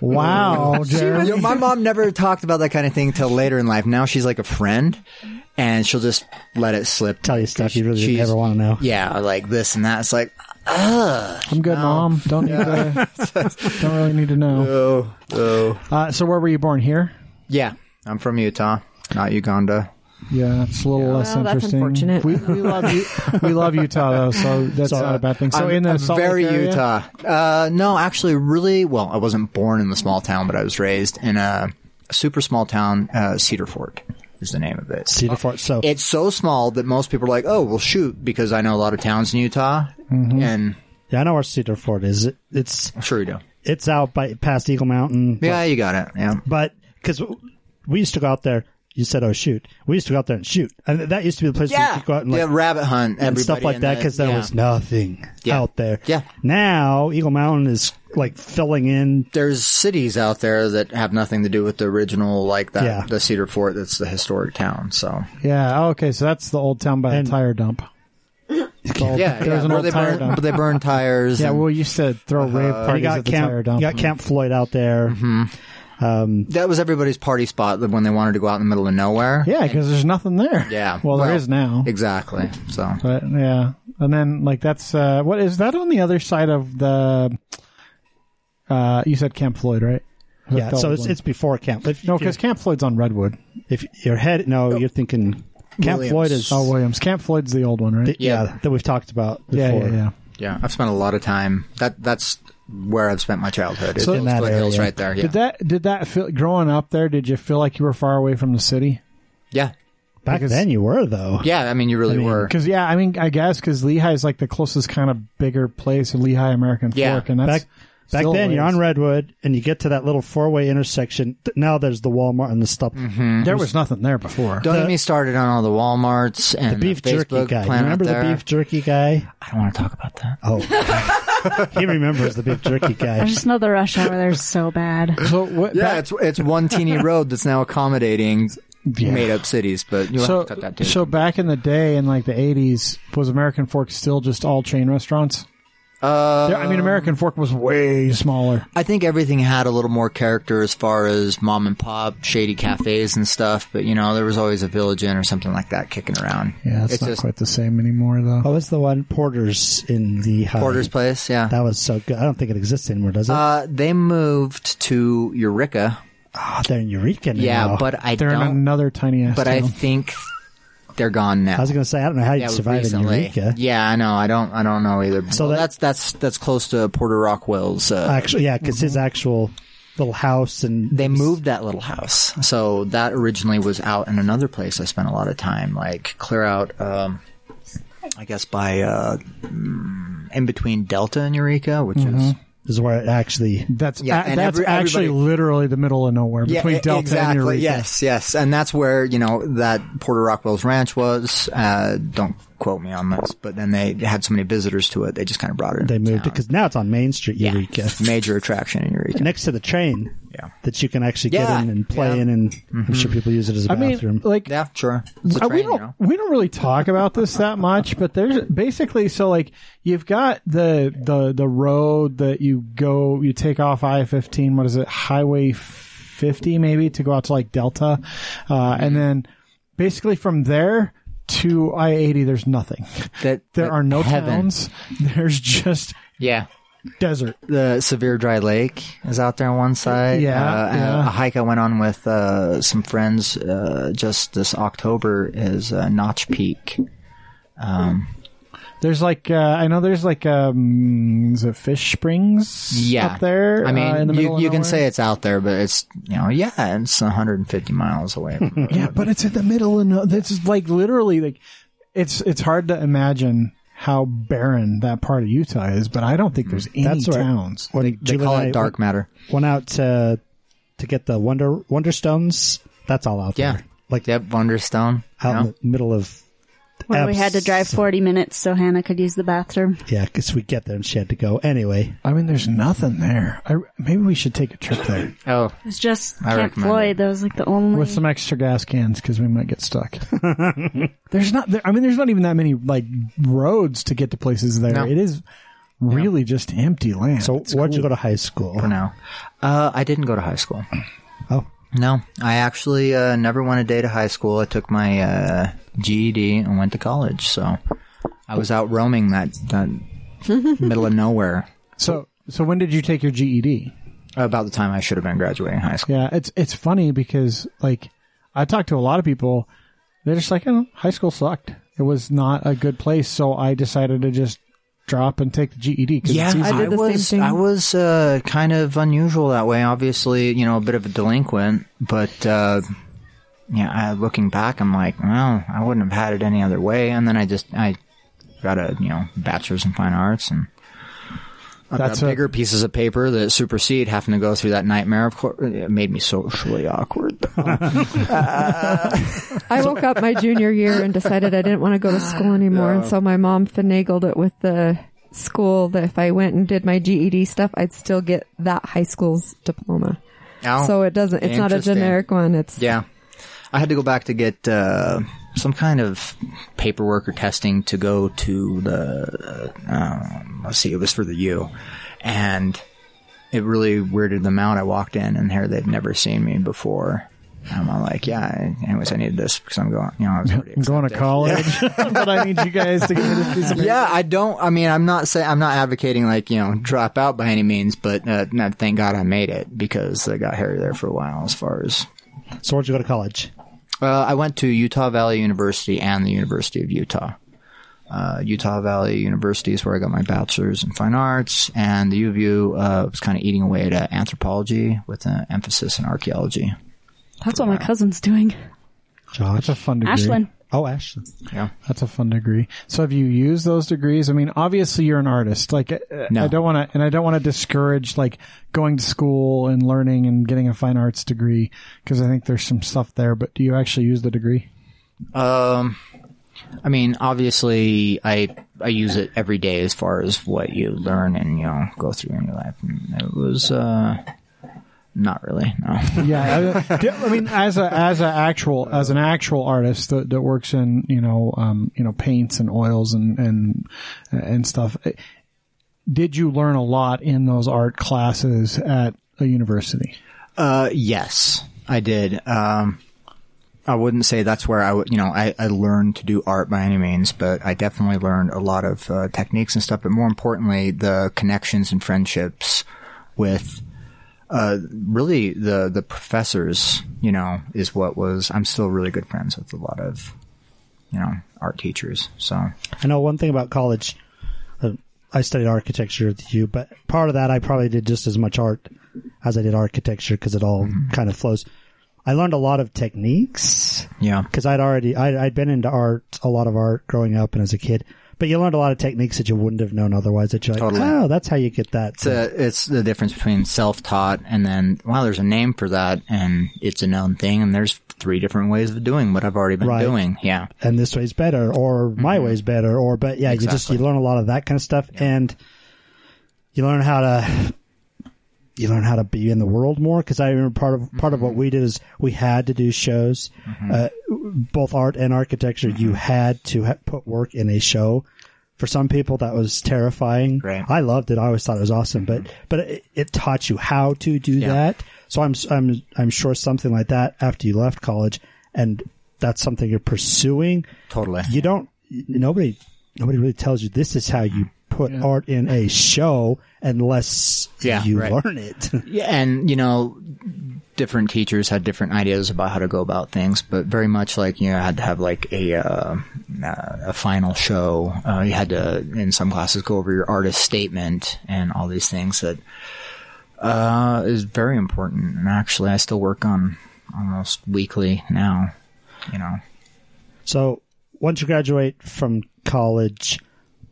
S3: wow, Jared.
S6: You know, my mom never talked about that kind of thing till later in life. Now she's like a friend, and she'll just let it slip.
S4: Tell you stuff you really
S6: She's- uh,
S4: never want to know.
S6: Yeah, like this and that. It's like,
S3: I'm good, mom. Don't need
S6: [laughs]
S3: to, don't really need to know.
S6: oh, oh.
S3: Uh, so where were you born? Here.
S6: Yeah, I'm from Utah, not Uganda.
S3: Yeah, it's a little less
S2: Well, that's
S3: interesting.
S2: unfortunate.
S3: We, we [laughs] love you. we love Utah though, so that's not a bad thing. So
S6: I'm-
S3: Oh, in the
S6: I'm
S3: Salt Lake
S6: very
S3: area?
S6: Utah. Uh, no, actually, really. Well, I wasn't born in the small town, but I was raised in a super small town, uh, Cedar Fort is the name of it.
S4: Cedar Fort. So
S6: It's so small that most people are like, "Oh, well, shoot," because I know a lot of towns in Utah,
S3: Mm-hmm.
S6: and
S4: yeah, I know where Cedar Fort is. It, it's
S6: I'm sure you do.
S4: it's out by past Eagle Mountain.
S6: Yeah, you got it. Yeah.
S4: But because we used to go out there, you said, "Oh shoot!" We used to go out there and shoot, and that used to be the place we could go out and like
S6: yeah, rabbit hunt
S4: and
S6: everybody
S4: stuff like
S6: in
S4: that
S6: the-
S4: because there
S6: yeah.
S4: was nothing
S6: Yeah.
S4: out there.
S6: Yeah.
S4: Now Eagle Mountain is like filling in.
S6: there's cities out there that have nothing to do with the original, like that
S4: Yeah.
S6: the Cedar Fort. That's the historic town. So
S3: Yeah. oh, Okay. So that's the old town by
S4: And-
S3: the tire dump.
S6: yeah, yeah,
S3: there's an
S6: where
S3: old
S6: they
S3: tire
S6: burn,
S3: dump.
S6: but
S4: [laughs]
S6: they burn tires.
S3: Yeah.
S6: and-
S3: Well, you said throw rave
S4: Uh-huh. You
S3: parties
S4: got
S3: at the tire
S4: Camp,
S3: dump.
S4: you got Camp Floyd out there.
S6: Mm-hmm. that was everybody's party spot when they wanted to go out in the middle of nowhere.
S3: Yeah, because there's nothing there.
S6: Yeah.
S3: Well, there is now.
S6: Exactly. So
S3: But yeah, and then like that's uh, what is that on the other side of the? Uh, you said Camp Floyd, right?
S4: Yeah,
S3: The
S4: so
S3: old
S4: it's
S3: one.
S4: it's before Camp. If,
S3: no,
S4: if you're-
S3: because Camp Floyd's on Redwood.
S4: if your head, no, you're thinking Camp
S6: Williams.
S4: Floyd is.
S3: Oh, Williams. Camp Floyd's the old one, right?
S4: th- yeah.
S6: Yeah.
S4: that we've talked about before.
S3: yeah, yeah, yeah.
S6: yeah, I've spent a lot of time. That that's where I've spent my childhood. It's
S3: So-
S6: those
S3: In
S4: that
S6: foothills hills
S4: area.
S6: right there. Yeah.
S3: Did that? Did that feel growing up there? Did you feel like you were far away from the city?
S6: yeah.
S4: Back
S3: Because-
S4: then you were though.
S6: Yeah. I mean, you really were.
S3: Because yeah, I mean, I guess because Lehigh is like the closest kind of bigger place, Lehigh American
S6: Yeah.
S3: Fork, and that's
S4: Back back
S3: still a
S4: then you're
S3: ways.
S4: on Redwood and you get to that little four way intersection. Th- Now there's the Walmart and the stuff.
S6: Mm-hmm.
S3: There was nothing there before.
S6: Don't get me started on all the WalMarts and the
S4: Beef jerky
S6: Facebook
S4: guy. You
S6: plan out
S4: remember the
S6: there.
S4: beef jerky guy?
S6: I don't want to talk about that.
S4: Oh, [laughs] he remembers the beef jerky
S5: I
S4: guy.
S5: just know the rush hour there's so bad.
S3: So what?
S6: Yeah,
S3: back-
S6: it's it's one teeny road that's now accommodating
S3: Yeah.
S6: made up cities, but you'll
S3: so,
S6: have to cut that too.
S3: so back in the day, in like the '80s, was American Fork still just all chain restaurants?
S6: uh,
S3: There- I mean, American Fork was way smaller.
S6: I think everything had a little more character as far as mom and pop, shady cafes and stuff. But you know, there was always a village inn or something like that kicking around.
S3: Yeah, it's,
S6: It's
S3: not
S6: just-
S3: quite the same anymore, though.
S4: What was the one Porter's in the uh,
S6: Porter's Place, yeah.
S4: That was so good. I don't think it exists anymore, does it?
S6: Uh, they moved to Eureka.
S4: Ah, they're in Eureka now.
S6: Yeah, but I
S3: They're in
S6: don't.
S3: another tiny ass
S6: But I
S3: town.
S6: think they're gone now.
S4: I was going to say I don't know how you
S6: yeah,
S4: survive
S6: recently.
S4: in Eureka.
S6: Yeah, I know. I don't. I don't know either.
S4: So
S6: So
S4: that-
S6: that's that's that's close to Porter Rockwell's. Uh,
S4: Actually, yeah, because
S3: Mm-hmm.
S4: his actual little house and
S6: they moved that little house. So that originally was out in another place. I spent a lot of time, like clear out, um, I guess by uh, mm, in between Delta and Eureka, which is
S3: Mm-hmm.
S4: is where it actually.
S3: that's
S6: yeah,
S3: a-
S6: and
S3: that's
S6: every-
S3: actually
S6: everybody-
S3: literally the middle of nowhere between
S6: e-
S3: Delta
S6: exactly.
S3: and Eureka.
S6: Yes, yes, and that's where you know that Porter Rockwell's ranch was. Uh, don't quote me on this, but then they had so many visitors to it, they just kind of brought it.
S4: They
S6: into
S4: moved it
S6: town.
S4: because now it's on Main Street,
S6: Yeah.
S4: Eureka,
S6: [laughs] major attraction in Eureka.
S4: next to the train.
S6: Yeah.
S4: that you can actually get
S6: Yeah.
S4: in and play
S6: Yeah.
S4: in, and I'm sure people use it as a
S3: Mm-hmm. I mean,
S4: bathroom.
S3: like
S6: Yeah, sure. It's a
S3: Uh,
S6: train,
S3: we don't
S6: you know?
S3: we don't really talk about this that much, but there's basically so like you've got the the the road that you go you take off I fifteen. What is it? Highway fifty maybe to go out to like Delta, uh,
S6: Mm-hmm.
S3: and then basically from there to I eighty, there's nothing. [laughs]
S6: That
S3: There
S6: that
S3: are no
S6: heaven.
S3: towns. [laughs] There's just
S6: Yeah,
S3: desert.
S6: the Severe Dry Lake is out there on one side.
S3: Yeah,
S6: Uh, and
S3: yeah.
S6: A hike I went on with uh, some friends uh, just this October is uh, Notch Peak.
S3: There's like uh, I know there's like um is it fish springs
S6: Yeah,
S3: up there.
S6: I mean,
S3: uh, in the middle
S6: you,
S3: of
S6: you can
S3: nowhere?
S6: say it's out there, but it's you know, yeah, it's 150 miles away. From
S3: [laughs] Yeah, but it's in the middle of no. This is like literally like it's it's hard to imagine how barren that part of Utah is, but I don't think there's any
S4: Mm. That's right.
S3: towns.
S4: When
S6: They, they
S4: Julie
S6: call
S4: and I
S6: it dark matter.
S4: Went out to to get the wonder wonderstones. That's all out
S6: Yeah.
S4: there. Like
S6: Yep, Wonderstone.
S4: out
S6: you
S4: in
S6: know?
S4: the middle of.
S5: Where we had to drive 40 minutes so Hannah could use the bathroom.
S4: Yeah, because we get there and she had to go anyway.
S3: I mean, there's nothing there. I, maybe we should take a trip
S4: [laughs]
S3: there
S6: Oh,
S5: It was just
S6: I
S5: Camp
S6: recommend
S5: Floyd. That was like the only.
S3: with some extra gas cans because we might get
S4: [laughs]
S3: stuck. there's not. There, I mean, there's not even that many like roads to get to places there.
S6: No.
S3: It is really just empty land.
S4: So
S3: It's
S4: where'd you
S3: cool.
S4: go to high school?
S6: for now. Uh, I didn't go to high school.
S4: Oh,
S6: No, I actually uh, never went a day to high school. I took my uh, GED and went to college. So I was out roaming that, that [laughs] middle of nowhere
S3: So so when did you take your E GED?
S6: about the time I should have been graduating high school.
S3: Yeah, it's it's funny because like I talked to a lot of people, they're just like, oh, high school sucked. It was not a good place, so I decided to just drop and take the GED. 'cause it's easy.
S2: I did the same
S6: was
S2: thing.
S6: I was uh, kind of unusual that way. Obviously, you know, a bit of a delinquent, but uh, yeah, I, looking back, I'm like, well, I wouldn't have had it any other way. And then I just I got a you know bachelor's in fine arts and. I've got
S3: That's a-
S6: bigger pieces of paper that supersede having to go through that nightmare. Of course, it made me socially [laughs] awkward.
S2: I woke up my junior year and decided I didn't want to
S6: [sighs]
S2: go to school anymore. And so my mom finagled it with the school that if I went and did my GED stuff, I'd still get that high school's diploma.
S6: Ow.
S2: so it doesn't, it's not a
S6: Oh, Interesting.
S2: generic one. It's,
S6: Yeah. I had to go back to get uh, some kind of paperwork or testing to go to the. Um, let's see, it was for the U. And it really weirded them out. I walked in and here they'd never seen me before. I'm all like, yeah, I- anyways, I need this because I'm going, you know, I was already
S3: I'm going to college, [laughs] but I need you guys to give me this piece of paper.
S6: [laughs] yeah, I don't. I mean, I'm not saying I'm not advocating like you know drop out by any means, but uh, no, thank God I made it because I got Harry there for a while. As far as
S4: so where'd you go to college?
S6: Uh, I went to Utah Valley University and the University of Utah. Uh, Utah Valley University is where I got my bachelor's in fine arts, and the U of U uh, was kind of eating away at uh, anthropology with an emphasis in archaeology.
S5: That's what my cousin's doing.
S4: Josh.
S3: That's a fun degree.
S5: Ashlyn.
S4: oh, Ashland.
S6: Yeah,
S3: That's a fun degree. So have you used those degrees? I mean, obviously you're an artist. Like uh,
S6: No.
S3: I don't want to, and I don't want to discourage like going to school and learning and getting a fine arts degree because I think there's some stuff there. But do you actually use the degree?
S6: um, I mean, obviously, I I use it every day as far as what you learn and you know go through in your life. And it was uh, not really no.
S3: Yeah, I, I mean, as a as a actual as an actual artist that, that works in you know um, you know paints and oils and and and stuff. eh, Did you learn a lot in those art classes at a university?
S6: Uh, yes, I did. Um, I wouldn't say that's where I would, you know, I, I learned to do art by any means, but I definitely learned a lot of uh, techniques and stuff. But more importantly, the connections and friendships with uh, really the the professors, you know, is what was. I'm still really good friends with a lot of, you know, art teachers. So
S4: I know one thing about college. Uh, I studied architecture with you, but part of that I probably did just as much art as I did architecture because it all kind of flows. I learned a lot of techniques
S6: yeah,
S4: because I'd already I'd, I'd been into art, a lot of art growing up and as a kid. But you learned a lot of techniques that you wouldn't have known otherwise. That you're like,
S6: Totally.
S4: oh, that's how you get that.
S6: it's a, it's the difference between self-taught and then wow there's a name for that and it's a known thing and there's three different ways of doing what i've already been
S4: Right.
S6: doing yeah
S4: and this way's better or my
S6: Mm-hmm.
S4: way's better or but yeah you just you learn a lot of that kind of stuff and you learn how to you learn how to be in the world more because i remember part of part of what we did is we had to do shows uh, both art and architecture you had to ha- put work in a show for some people that was terrifying
S6: Right.
S4: i loved it i always thought it was awesome but but it, it taught you how to do that so i'm s- i'm i'm sure something like that after you left college and that's something you're pursuing
S6: totally
S4: you don't nobody nobody really tells you this is how you put art in a show unless
S6: Yeah,
S4: you
S6: right.
S4: learn it [laughs]
S6: yeah, and you know different teachers had different ideas about how to go about things but very much like you know had to have like a uh, uh, a final show uh, you had to in some classes go over your artist statement and all these things that uh, is very important and actually i still work on almost weekly now you know
S4: so once you graduate from college,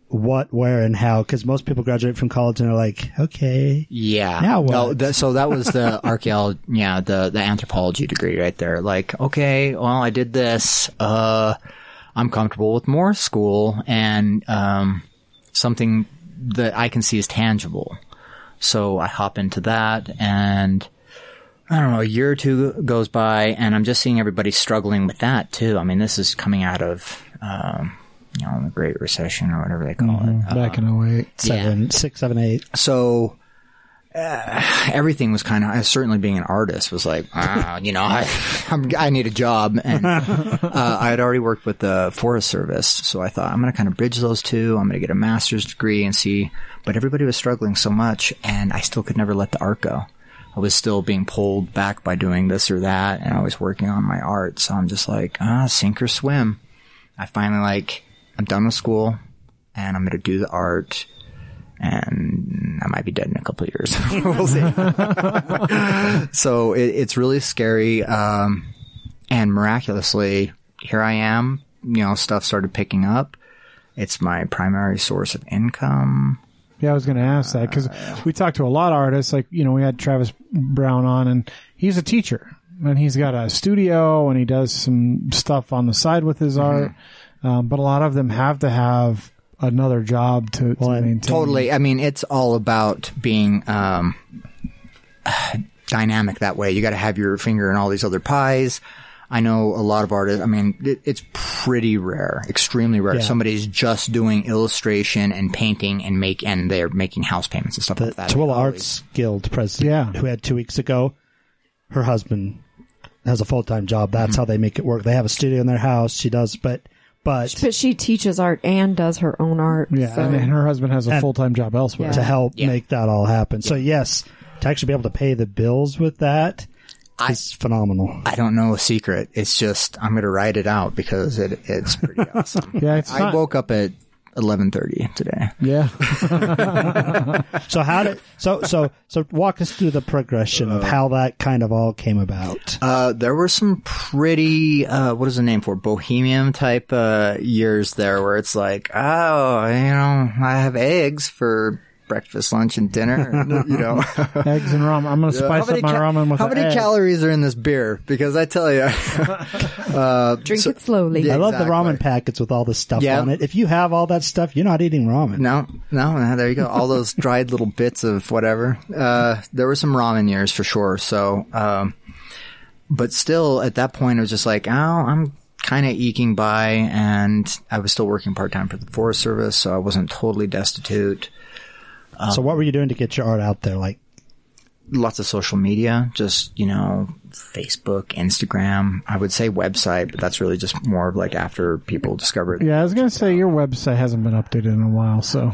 S4: what, where, and how? Because most people graduate from college and are like, okay,
S6: Yeah.
S4: Now what?
S6: No, that, so that was
S4: [laughs]
S6: the archaeology, yeah, the, the anthropology degree right there. Like, okay, well, I did this. Uh, I'm comfortable with more school and, um, something that I can see is tangible. So I hop into that and I don't know, a year or two goes by and I'm just seeing everybody struggling with that too. I mean, this is coming out of, um, you know, the Great Recession or whatever they call
S4: Mm-hmm.
S6: it. Uh,
S3: Back in 08.
S4: seven, six, seven, eight.
S6: so uh, everything was kind of certainly being an artist was like ah, you know I [laughs] I'm, I need a job and uh, I had already worked with the Forest Service so I thought I'm gonna kind of bridge those two I'm gonna get a master's degree and see but everybody was struggling so much and I still could never let the art go I was still being pulled back by doing this or that and I was working on my art so I'm just like ah sink or swim I finally like I'm done with school and I'm gonna do the art and I might be dead in a couple of years. [laughs] we'll see. so it, it's really scary. Um, and miraculously, here I am. You know, stuff started picking up. It's my primary source of income.
S3: Yeah, I was going to ask that because we talked to a lot of artists. Like, you know, we had Travis Brown on, and he's a teacher, and he's got a studio, and he does some stuff on the side with his art. Um, but a lot of them have to have another job to, to
S4: and
S3: maintain.
S4: Mm-hmm.
S6: Totally. I mean, it's all about being um, dynamic that way. You got to have your finger in all these other pies. I know a lot of artists. I mean, it, it's pretty rare, extremely rare. Somebody's just doing illustration and painting and make, and they're making house payments and stuff
S4: The
S6: like that.
S4: Twilla Arts Guild president,
S3: Yeah.
S4: who had two weeks ago, her husband has a full time job. That's
S6: Mm-hmm.
S4: how they make it work. They have a studio in their house. She does, but but
S2: But she teaches art and does her own art.
S3: Yeah,
S2: so-
S3: and, and her husband has a
S4: And-
S3: full time job elsewhere.
S4: to help
S6: Yeah.
S4: make that all happen. So yes, to actually be able to pay the bills with that
S6: I-
S4: is phenomenal.
S6: I don't know a secret. It's just I'm going to write it out because it
S4: [laughs]
S6: it's pretty awesome.
S3: Yeah, it's
S6: I
S3: not-
S6: woke up at 11:30 today.
S3: Yeah,
S4: So how did so so so walk us through the progression of how that kind of all came about.
S6: Uh, there were some pretty, uh, what is the name for it? bohemian type, uh, years there where it's like, oh, you know, I have eggs for breakfast, lunch, and dinner,
S3: [laughs]
S6: and, you know.
S3: eggs and ramen. I'm going to
S6: How
S3: spice
S6: many
S3: up my
S6: ca-
S3: ramen with
S6: How
S3: an
S6: many
S3: egg.
S6: calories are in this beer? Because I tell you,
S2: Drink it slowly.
S6: Yeah.
S4: I love the
S6: exactly.
S4: ramen packets with all the stuff
S6: Yeah.
S4: on it. If you have all that stuff, you're not eating ramen.
S6: no, no, no, there you go. All those dried little bits of whatever. Uh, there were some ramen years for sure. So, um, but still at that point, it was just like, oh, I'm kind of eking by and I was still working part time for the Forest Service. So I wasn't totally destitute.
S4: so what were you doing to get your art out there? Like
S6: lots of social media, just, you know, Facebook, Instagram. I would say website, but that's really just more of like after people discover it.
S3: Yeah, I was going to say your website hasn't been updated in a while. So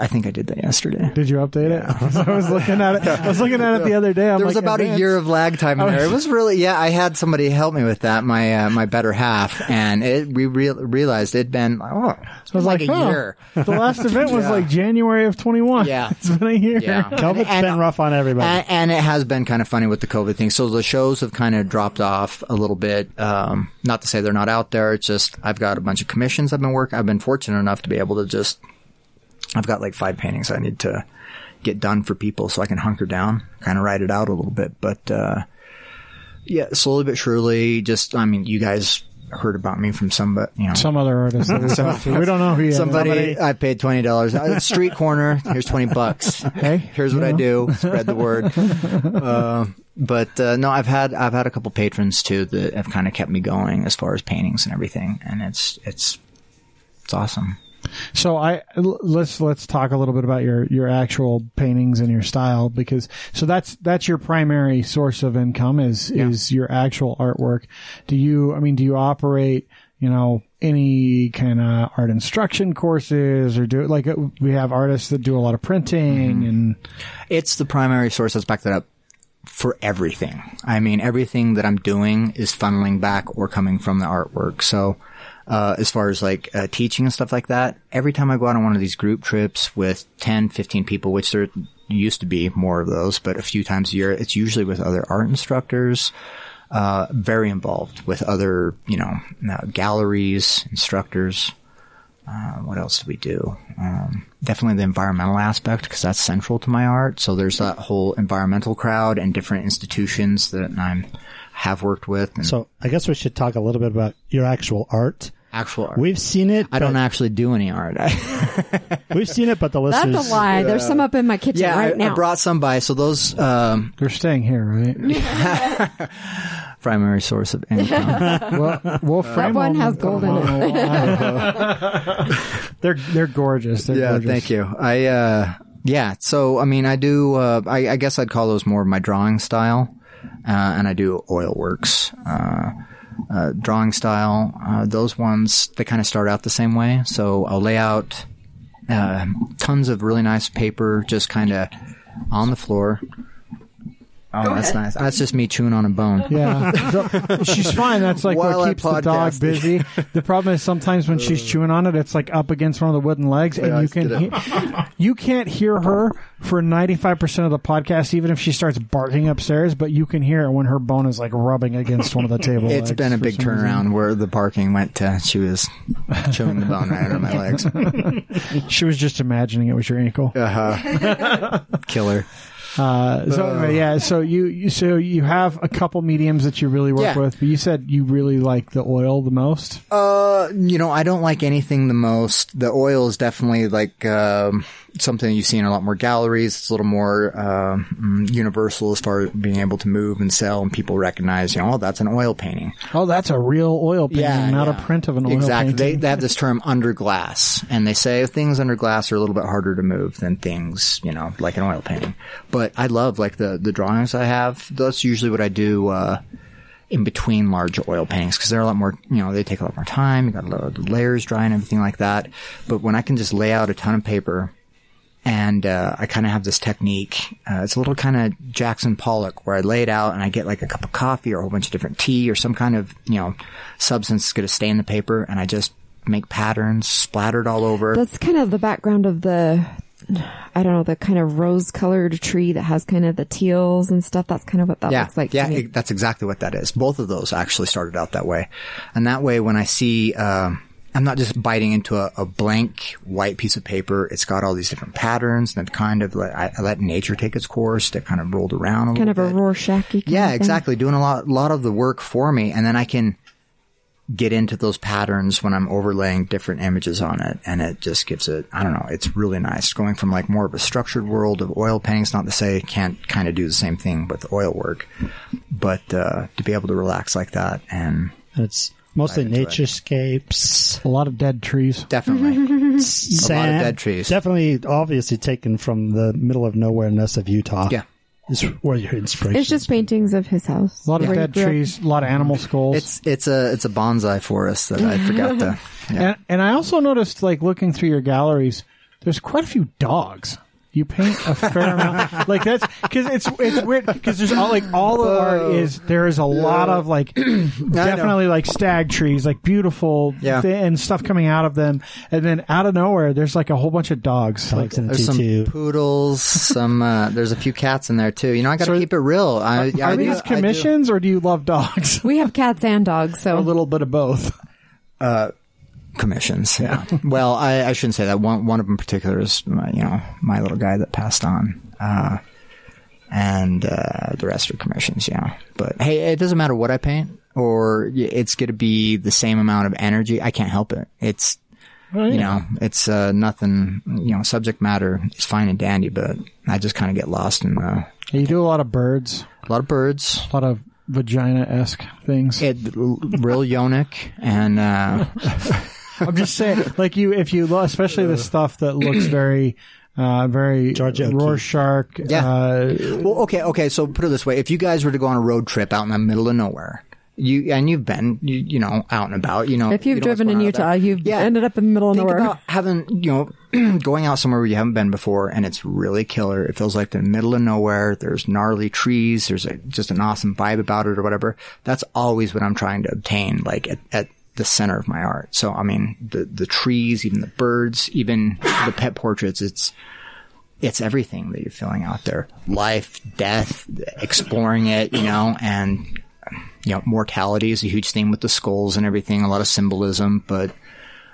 S6: I think I did that yesterday.
S3: did you update
S6: [laughs]
S3: it? [laughs] I was looking at it. I was looking at it the other day. I'm
S6: There was
S3: like,
S6: about a
S3: "Advanced."
S6: year of lag time in
S3: was-
S6: there. It was really, yeah. I had somebody help me with that, my uh, my better half, and it, we re- realized it'd been oh, it
S3: I was
S6: was like, a
S3: "Huh,
S6: year.
S3: The last event
S6: [laughs]
S3: was like January of 21.
S6: Yeah.
S3: [laughs] It's been a year.
S6: Yeah.
S4: COVID's
S6: And-
S4: been rough on everybody.
S6: And, and it has been kind of funny with the COVID thing. So the shows have kind of dropped off a little bit. Um, not to say they're not out there. It's just I've got a bunch of commissions I've been working. I've been fortunate enough to be able to just. I've got like five paintings I need to get done for people, so I can hunker down, kind of ride it out a little bit. But uh, yeah, slowly but surely, just I mean, you guys heard about me from somebody, you know,
S3: Some other artist. that we talked to. we don't know who he is.
S6: somebody, I paid twenty dollars. Uh, Street corner. Here's twenty bucks.
S3: Hey,
S6: Here's what I do. Spread the word. uh, but uh, no, I've had I've had a couple patrons too that have kind of kept me going as far as paintings and everything, and it's it's it's awesome.
S3: So I l- let's let's talk a little bit about your your actual paintings and your style because so that's that's your primary source of income is is your actual artwork. Do you I mean do you operate you know any kind of art instruction courses or do like uh, we have artists that do a lot of printing
S6: Mm-hmm.
S3: and
S6: It's the primary source that's backed that up for everything. I mean, everything that I'm doing is funneling back or coming from the artwork. So, uh, as far as like uh, teaching and stuff like that, every time I go out on one of these group trips with 10, 15 people, which there used to be more of those, but a few times a year, it's usually with other art instructors. uh, very involved with other, you know, uh, galleries, instructors. Uh, what else do we do? Um, definitely the environmental aspect because that's central to my art. So there's that whole environmental crowd and different institutions that I have worked with. And
S4: So I guess we should talk a little bit about your actual art.
S6: actual art.
S4: We've seen it.
S6: I don't
S4: but-
S6: actually do any art. [laughs]
S4: We've seen it, but the listeners.
S2: That's a lie. There's some up in my kitchen
S6: yeah,
S2: right
S6: I,
S2: now.
S6: I brought some by. So those um,
S3: They're staying here, [laughs] right?
S6: primary source [laughs] of income.
S3: well, we'll frame
S2: one
S3: them [laughs]
S2: has
S3: and put
S2: gold
S3: them
S2: in
S3: on the wall. [laughs] they're they're gorgeous. They're
S6: yeah,
S3: gorgeous.
S6: thank you. I uh, yeah. So I mean, I do. Uh, I, I guess I'd call those more of my drawing style, uh, and I do oil works. Uh, uh, drawing style. Uh, those ones they kind of start out the same way. So I'll lay out uh, tons of really nice paper, just kind of on the floor. Oh, that's nice. That's just me chewing on a bone.
S3: Yeah,
S6: [laughs]
S3: So- she's fine. That's like
S6: While
S3: what
S6: I
S3: keeps the dog
S6: podcasted.
S3: busy. The problem is sometimes when
S6: Uh.
S3: she's chewing on it, it's like up against one of the wooden legs, and you can he- you can't hear her for ninety five percent of the podcast, even if she starts barking upstairs. But you can hear it when her bone is like rubbing against one of
S6: [laughs]
S3: the table.
S6: It's
S3: legs
S6: been a
S3: for
S6: big
S3: some reason.
S6: turnaround where the barking went to
S3: [laughs]
S6: she was chewing the bone right under my legs.
S3: She was just imagining it was your ankle.
S6: Killer.
S3: Uh, so anyway, yeah. So you, you so you have a couple mediums that you really work
S6: Yeah.
S3: with, but you said you really like the oil the most.
S6: Uh, you know, I don't like anything the most. The oil is definitely like um, something you see in a lot more galleries. It's a little more um, mm, universal as far as being able to move and sell, and people recognize, you know, oh, that's an oil painting.
S3: Oh, that's a real oil painting, not
S6: yeah.
S3: a print of an oil
S6: exactly.
S3: painting.
S6: They, they have this term under glass, and they say things under glass are a little bit harder to move than things, you know, like an oil painting. But I love like the the drawings I have. That's usually what I do uh, in between large oil paintings because they're a lot more, you know, they take a lot more time. You got a lot of layers dry and everything like that. But when I can just lay out a ton of paper and uh, I kind of have this technique. Uh, it's a little kind of Jackson Pollock where I lay it out and I get like a cup of coffee or a whole bunch of different tea or some kind of you know substance that's going to stain the paper, and I just make patterns splattered all over.
S2: That's kind of the background of the, I don't know, the kind of rose colored tree that has kind of the teals and stuff. That's kind of what that
S6: yeah,
S2: looks like.
S6: yeah,
S2: to me.
S6: it- that's exactly what that is. Both of those actually started out that way, and that way when I see. um I'm not just biting into a, a blank white piece of paper. It's got all these different patterns, and I've kind of let, I, I let nature take its course. It kind of rolled around a
S2: kind
S6: little
S2: of a
S6: bit.
S2: Rorschach. Kind of
S6: Yeah,
S2: thing.
S6: exactly. Doing a lot, lot of the work for me, and then I can get into those patterns when I'm overlaying different images on it, and it just gives it. I don't know. It's really nice going from like more of a structured world of oil paintings. Not to say it can't kind of do the same thing with oil work, but uh, to be able to relax like that and
S4: It's mostly naturescapes.
S3: a lot of dead trees.
S6: definitely
S4: Sand,
S6: dead trees.
S4: Definitely, obviously taken from the middle of nowhereness of Utah.
S6: Yeah.
S4: Is where your inspiration.
S2: It's just paintings of his house.
S3: A lot of
S2: where he
S3: dead
S2: grew up.
S3: trees, a lot of animal skulls.
S6: it's it's a it's a bonsai forest that I forgot to. Yeah.
S3: and, and I also noticed, like looking through your galleries, there's quite a few dogs. You paint a
S6: [laughs]
S3: fair amount, like that's because it's it's weird because there's all like all of art is there is a lot of
S6: [clears throat]
S3: like definitely like stag trees, like beautiful
S6: Yeah.
S3: thi- and stuff coming out of them, and then out of nowhere there's like a whole bunch of dogs. Like,
S4: Dogs in
S6: There's some
S4: T2.
S6: poodles, some uh, there's a few cats in there too. You know, I got to
S3: So-
S6: keep it real. I, I
S3: are
S6: do-
S3: these
S6: I do-
S3: commissions or do you love
S6: [laughs]
S3: dogs?
S2: We have cats and dogs, so
S3: a little bit of both.
S6: commissions. Yeah. [laughs] well, I, I shouldn't say that. One one of them in particular is my, you know my little guy that passed on, uh, and uh, the rest are commissions. Yeah. But hey, it doesn't matter what I paint, or y- it's going to be the same amount of energy. I can't help it. It's you know, it's uh, nothing. You know, subject matter is fine and dandy, but I just kind of get lost in uh,
S3: You do a lot of birds,
S6: a lot of birds.
S3: a lot of vagina esque things.
S6: It real yonic and uh, [laughs]
S3: I'm just saying, like you, if you, lo- especially the stuff that looks very, uh, very
S4: George O'Keefe.
S3: Rorschach.
S6: Yeah.
S3: Uh,
S6: Well, okay, okay. So put it this way: if you guys were to go on a road trip out in the middle of nowhere, you and you've been, you, you know, out and about, you know,
S2: if you've
S6: you know what's
S2: driven in
S6: going on out
S2: Utah,
S6: there.
S2: you've ended up in the middle of
S6: Think
S2: nowhere.
S6: about having, you know, [clears throat] going out somewhere where you haven't been before, and it's really killer. It feels like the middle of nowhere. There's gnarly trees. There's a, just an awesome vibe about it, or whatever. That's always what I'm trying to obtain, like at, at the center of my art. So, I mean, the the trees, even the birds, even the pet portraits. It's it's everything that you're feeling out there life death exploring it you know and you know, mortality is a huge thing with the skulls and everything, a lot of symbolism, but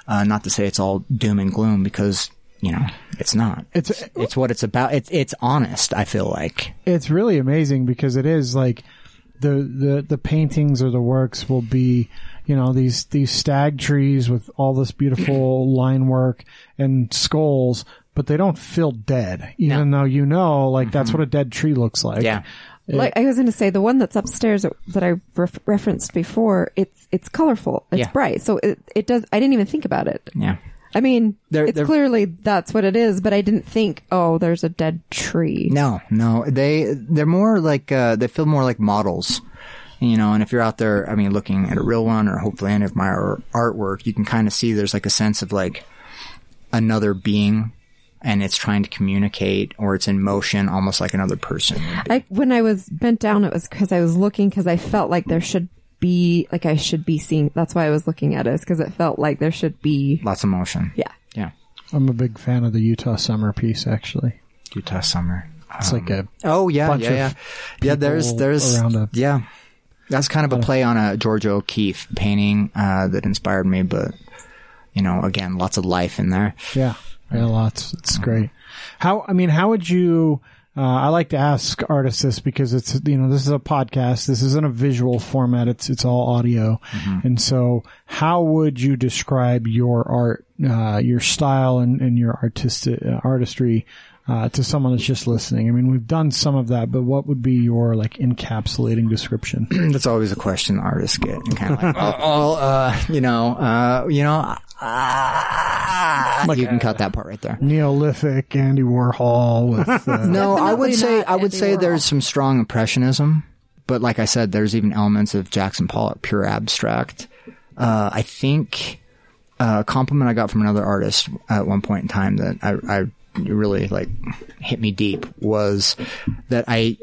S6: uh, not to say it's all doom and gloom because, you know, it's not.
S3: It's-
S6: it's what it's about. It's it's honest, I feel like.
S3: it's really amazing because it is like the the the paintings or the works will be you know these these stag trees with all this
S6: [laughs]
S3: beautiful line work and skulls but they don't feel dead even though you know like that's what a dead tree looks like
S6: Mm-hmm. Yeah.
S2: Like I was going to say, the one that's upstairs that I ref- referenced before, it's it's colorful, it's
S6: Yeah.
S2: bright, so it it does. I didn't even think about it.
S6: Yeah.
S2: I mean,
S6: They're-
S2: it's
S6: they're-
S2: clearly that's what it is, but I didn't think, oh, there's a dead tree.
S6: No, no. They they're more like uh, they feel more like models, you know. And if you're out there, I mean, looking at a real one or hopefully any of my ar- artwork, you can kind of see there's like a sense of like another being, and it's trying to communicate or it's in motion, almost like another person.
S2: I when I was bent down, it was because I was looking because I felt like there should be like I should be seeing. That's why I was looking at it because it felt like there should be.
S6: Lots of motion.
S2: Yeah,
S6: Yeah.
S3: i'm a big fan of the utah summer piece actually
S6: Utah summer.
S3: it's like a
S6: Oh yeah,
S3: Bunch
S6: yeah,
S3: of
S6: yeah. Yeah, there's
S3: people
S6: there's
S3: around a-
S6: yeah. That's kind of a play on a George O'Keefe painting uh, that inspired me, but you know, again, lots of life in there. [clears throat]
S3: Yeah, yeah, lots. It's great. How I mean, how would you? Uh, I like to ask artists this because it's you know this is a podcast. This isn't a visual format. It's it's all audio, and so how would you describe your art, uh, your style, and and your artistic uh, artistry? Uh, to someone that's just listening, I mean, we've done some of that, but what would be your like encapsulating description?
S6: that's always a question artists get and kind
S3: [laughs]
S6: of like oh, oh, uh, you know uh, you know ah, you can cut that part right there
S3: [clears throat] Neolithic Andy Warhol with uh,
S6: no i would
S2: Definitely
S6: say
S2: not
S6: i would
S2: Andy
S6: say
S2: Warhol.
S6: there's some strong impressionism but like i said there's even elements of jackson pollock pure abstract uh, i think uh, a compliment i got from another artist at one point in time that i, I really like hit me deep was that i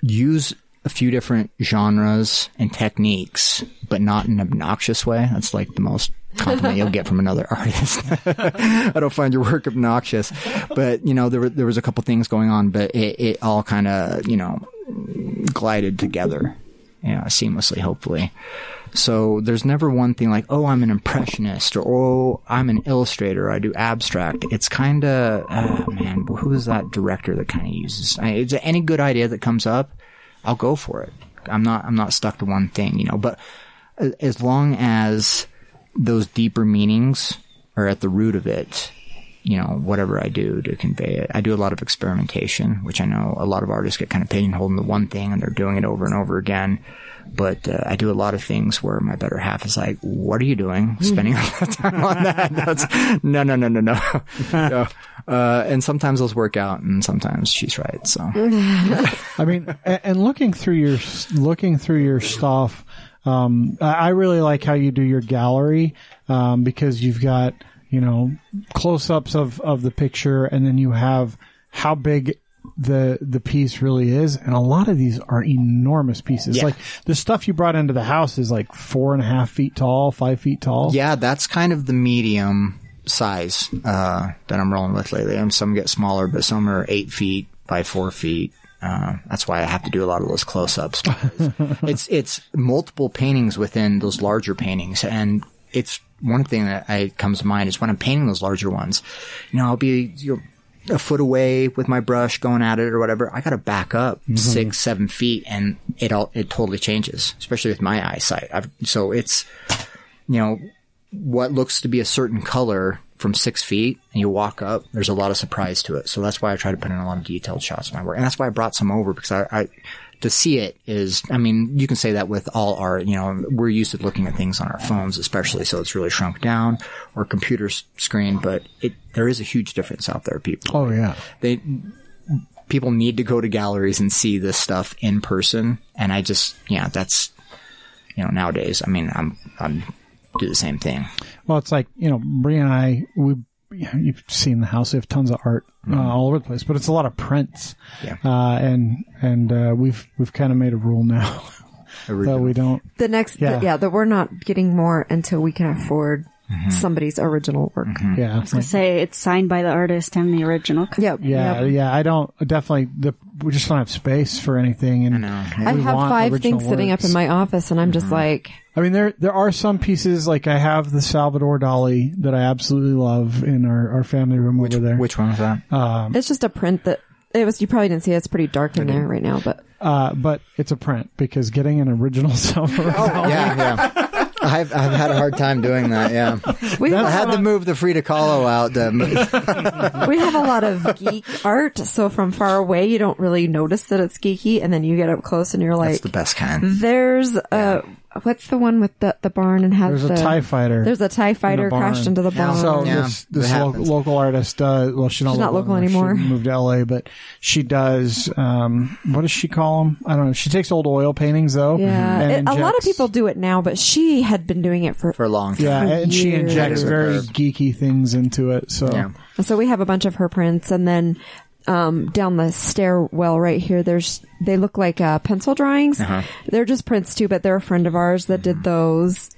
S6: use a few different genres and techniques, but not in an obnoxious way. That's like the most compliment you'll get from another [laughs] artist. I don't find your work obnoxious, but you know there were, there was a couple things going on, but it, it all kind of you know glided together, you know, seamlessly, hopefully. So there's never one thing like, oh, I'm an impressionist or oh, I'm an illustrator. I do abstract. It's kind of uh, man, who is that director that kind of uses? I, is any good idea that comes up? I'll go for it. I'm not I'm not stuck to one thing, you know. But a- as long as those deeper meanings are at the root of it, you know, whatever I do to convey it. I do a lot of experimentation, which I know a lot of artists get kind of pigeonholed into one thing and they're doing it over and over again. But uh, I do a lot of things where my better half is like, "What are you doing? Spending all that time on that? [laughs] That's no, no, no, no, no." no. Uh, and sometimes those work out, and sometimes she's right. So
S3: I mean, a- and looking through your looking through your stuff, um, I I really like how you do your gallery um, because you've got you know close ups of of the picture, and then you have how big the the piece really is, and a lot of these are enormous pieces. Like the stuff you brought into the house is like four and a half feet tall, five feet tall.
S6: Yeah, that's kind of the medium size uh, that I'm rolling with lately. And some get smaller, but some are eight feet by four feet. Uh, that's why I have to do a lot of those close-ups. because it's it's multiple paintings within those larger paintings, and it's one thing that I comes to mind is when I'm painting those larger ones. You know, I'll be you know, a foot away with my brush going at it or whatever. I got to back up six, seven feet, and it all it totally changes, especially with my eyesight. I've, so it's you know what looks to be a certain color from six feet and you walk up, there's a lot of surprise to it. So that's why I try to put in a lot of detailed shots in my work. And that's why I brought some over because I, I to see it is, I mean, you can say that with all art, you know, we're used to looking at things on our phones, especially. So it's really shrunk down or computer s- screen, but it, there is a huge difference out there, people.
S3: Oh yeah.
S6: They, people need to go to galleries and see this stuff in person. And I just, yeah, that's, you know, nowadays, I mean, I'm, I'm, do the same thing.
S3: Well, it's like you know, Bree and I we. You've seen the house; they have tons of art uh, all over the place, but it's a lot of prints.
S6: Mm-hmm. Yeah.
S3: uh, and and uh, we've we've kind of made a rule now [laughs] that we don't.
S2: the next, yeah.
S3: Yeah.
S2: The, yeah, that we're not getting more until we can afford
S6: Mm-hmm.
S2: somebody's original work.
S6: Mm.
S3: Yeah.
S5: I say it's signed by the artist and the original.
S2: Yep.
S3: Yeah,
S2: Yep.
S3: yeah. I don't definitely. The, we just don't have space for anything. And I
S6: know.
S2: I have five things sitting up in my office, and I'm just
S6: Mm-hmm.
S2: like,
S3: I mean, there there are some pieces like I have the Salvador Dali that I absolutely love in our, our family room over there. Oh.
S6: Which one was that?
S2: it's just a print that it was. You probably didn't see. it. It's pretty dark in there right now, but
S3: uh, but it's a print because getting an original [laughs] Salvador.
S2: Oh,
S3: Dali-
S6: yeah, yeah. I've I've had a hard time doing [laughs] that. Yeah,
S2: we
S6: I had to move the Frida Kahlo out. The,
S2: we have a lot of geek art, so from far away you don't really notice that it's geeky, and then you get up close and you're
S6: that's
S2: like,
S6: the best kind.
S2: "There's a what's the one with the the barn and has
S3: There's
S2: the
S3: a Tie Fighter.
S2: there's a Tie Fighter crashed into the barn."
S3: So
S6: Yeah,
S3: this,
S6: that
S3: this lo-
S6: happens.
S3: local artist, uh, well, she's not,
S2: She's not local
S3: She
S2: anymore.
S3: moved to LA, but she does. Um, what does she call them? I don't know. She takes old oil paintings though.
S2: yeah,
S3: Mm-hmm. and
S2: It- a lot of
S3: injects-
S2: people do it now, but she had been doing it for.
S6: For a long time.
S3: Yeah, and she
S2: years.
S3: injects
S6: That is
S3: very
S6: superb.
S3: geeky things into it. So
S6: Yeah.
S2: So we have a bunch of her prints, and then um, down the stairwell right here, there's they look like uh, pencil drawings.
S6: Uh-huh.
S2: They're just prints too, but they're a friend of ours that
S6: Mm-hmm.
S2: did those.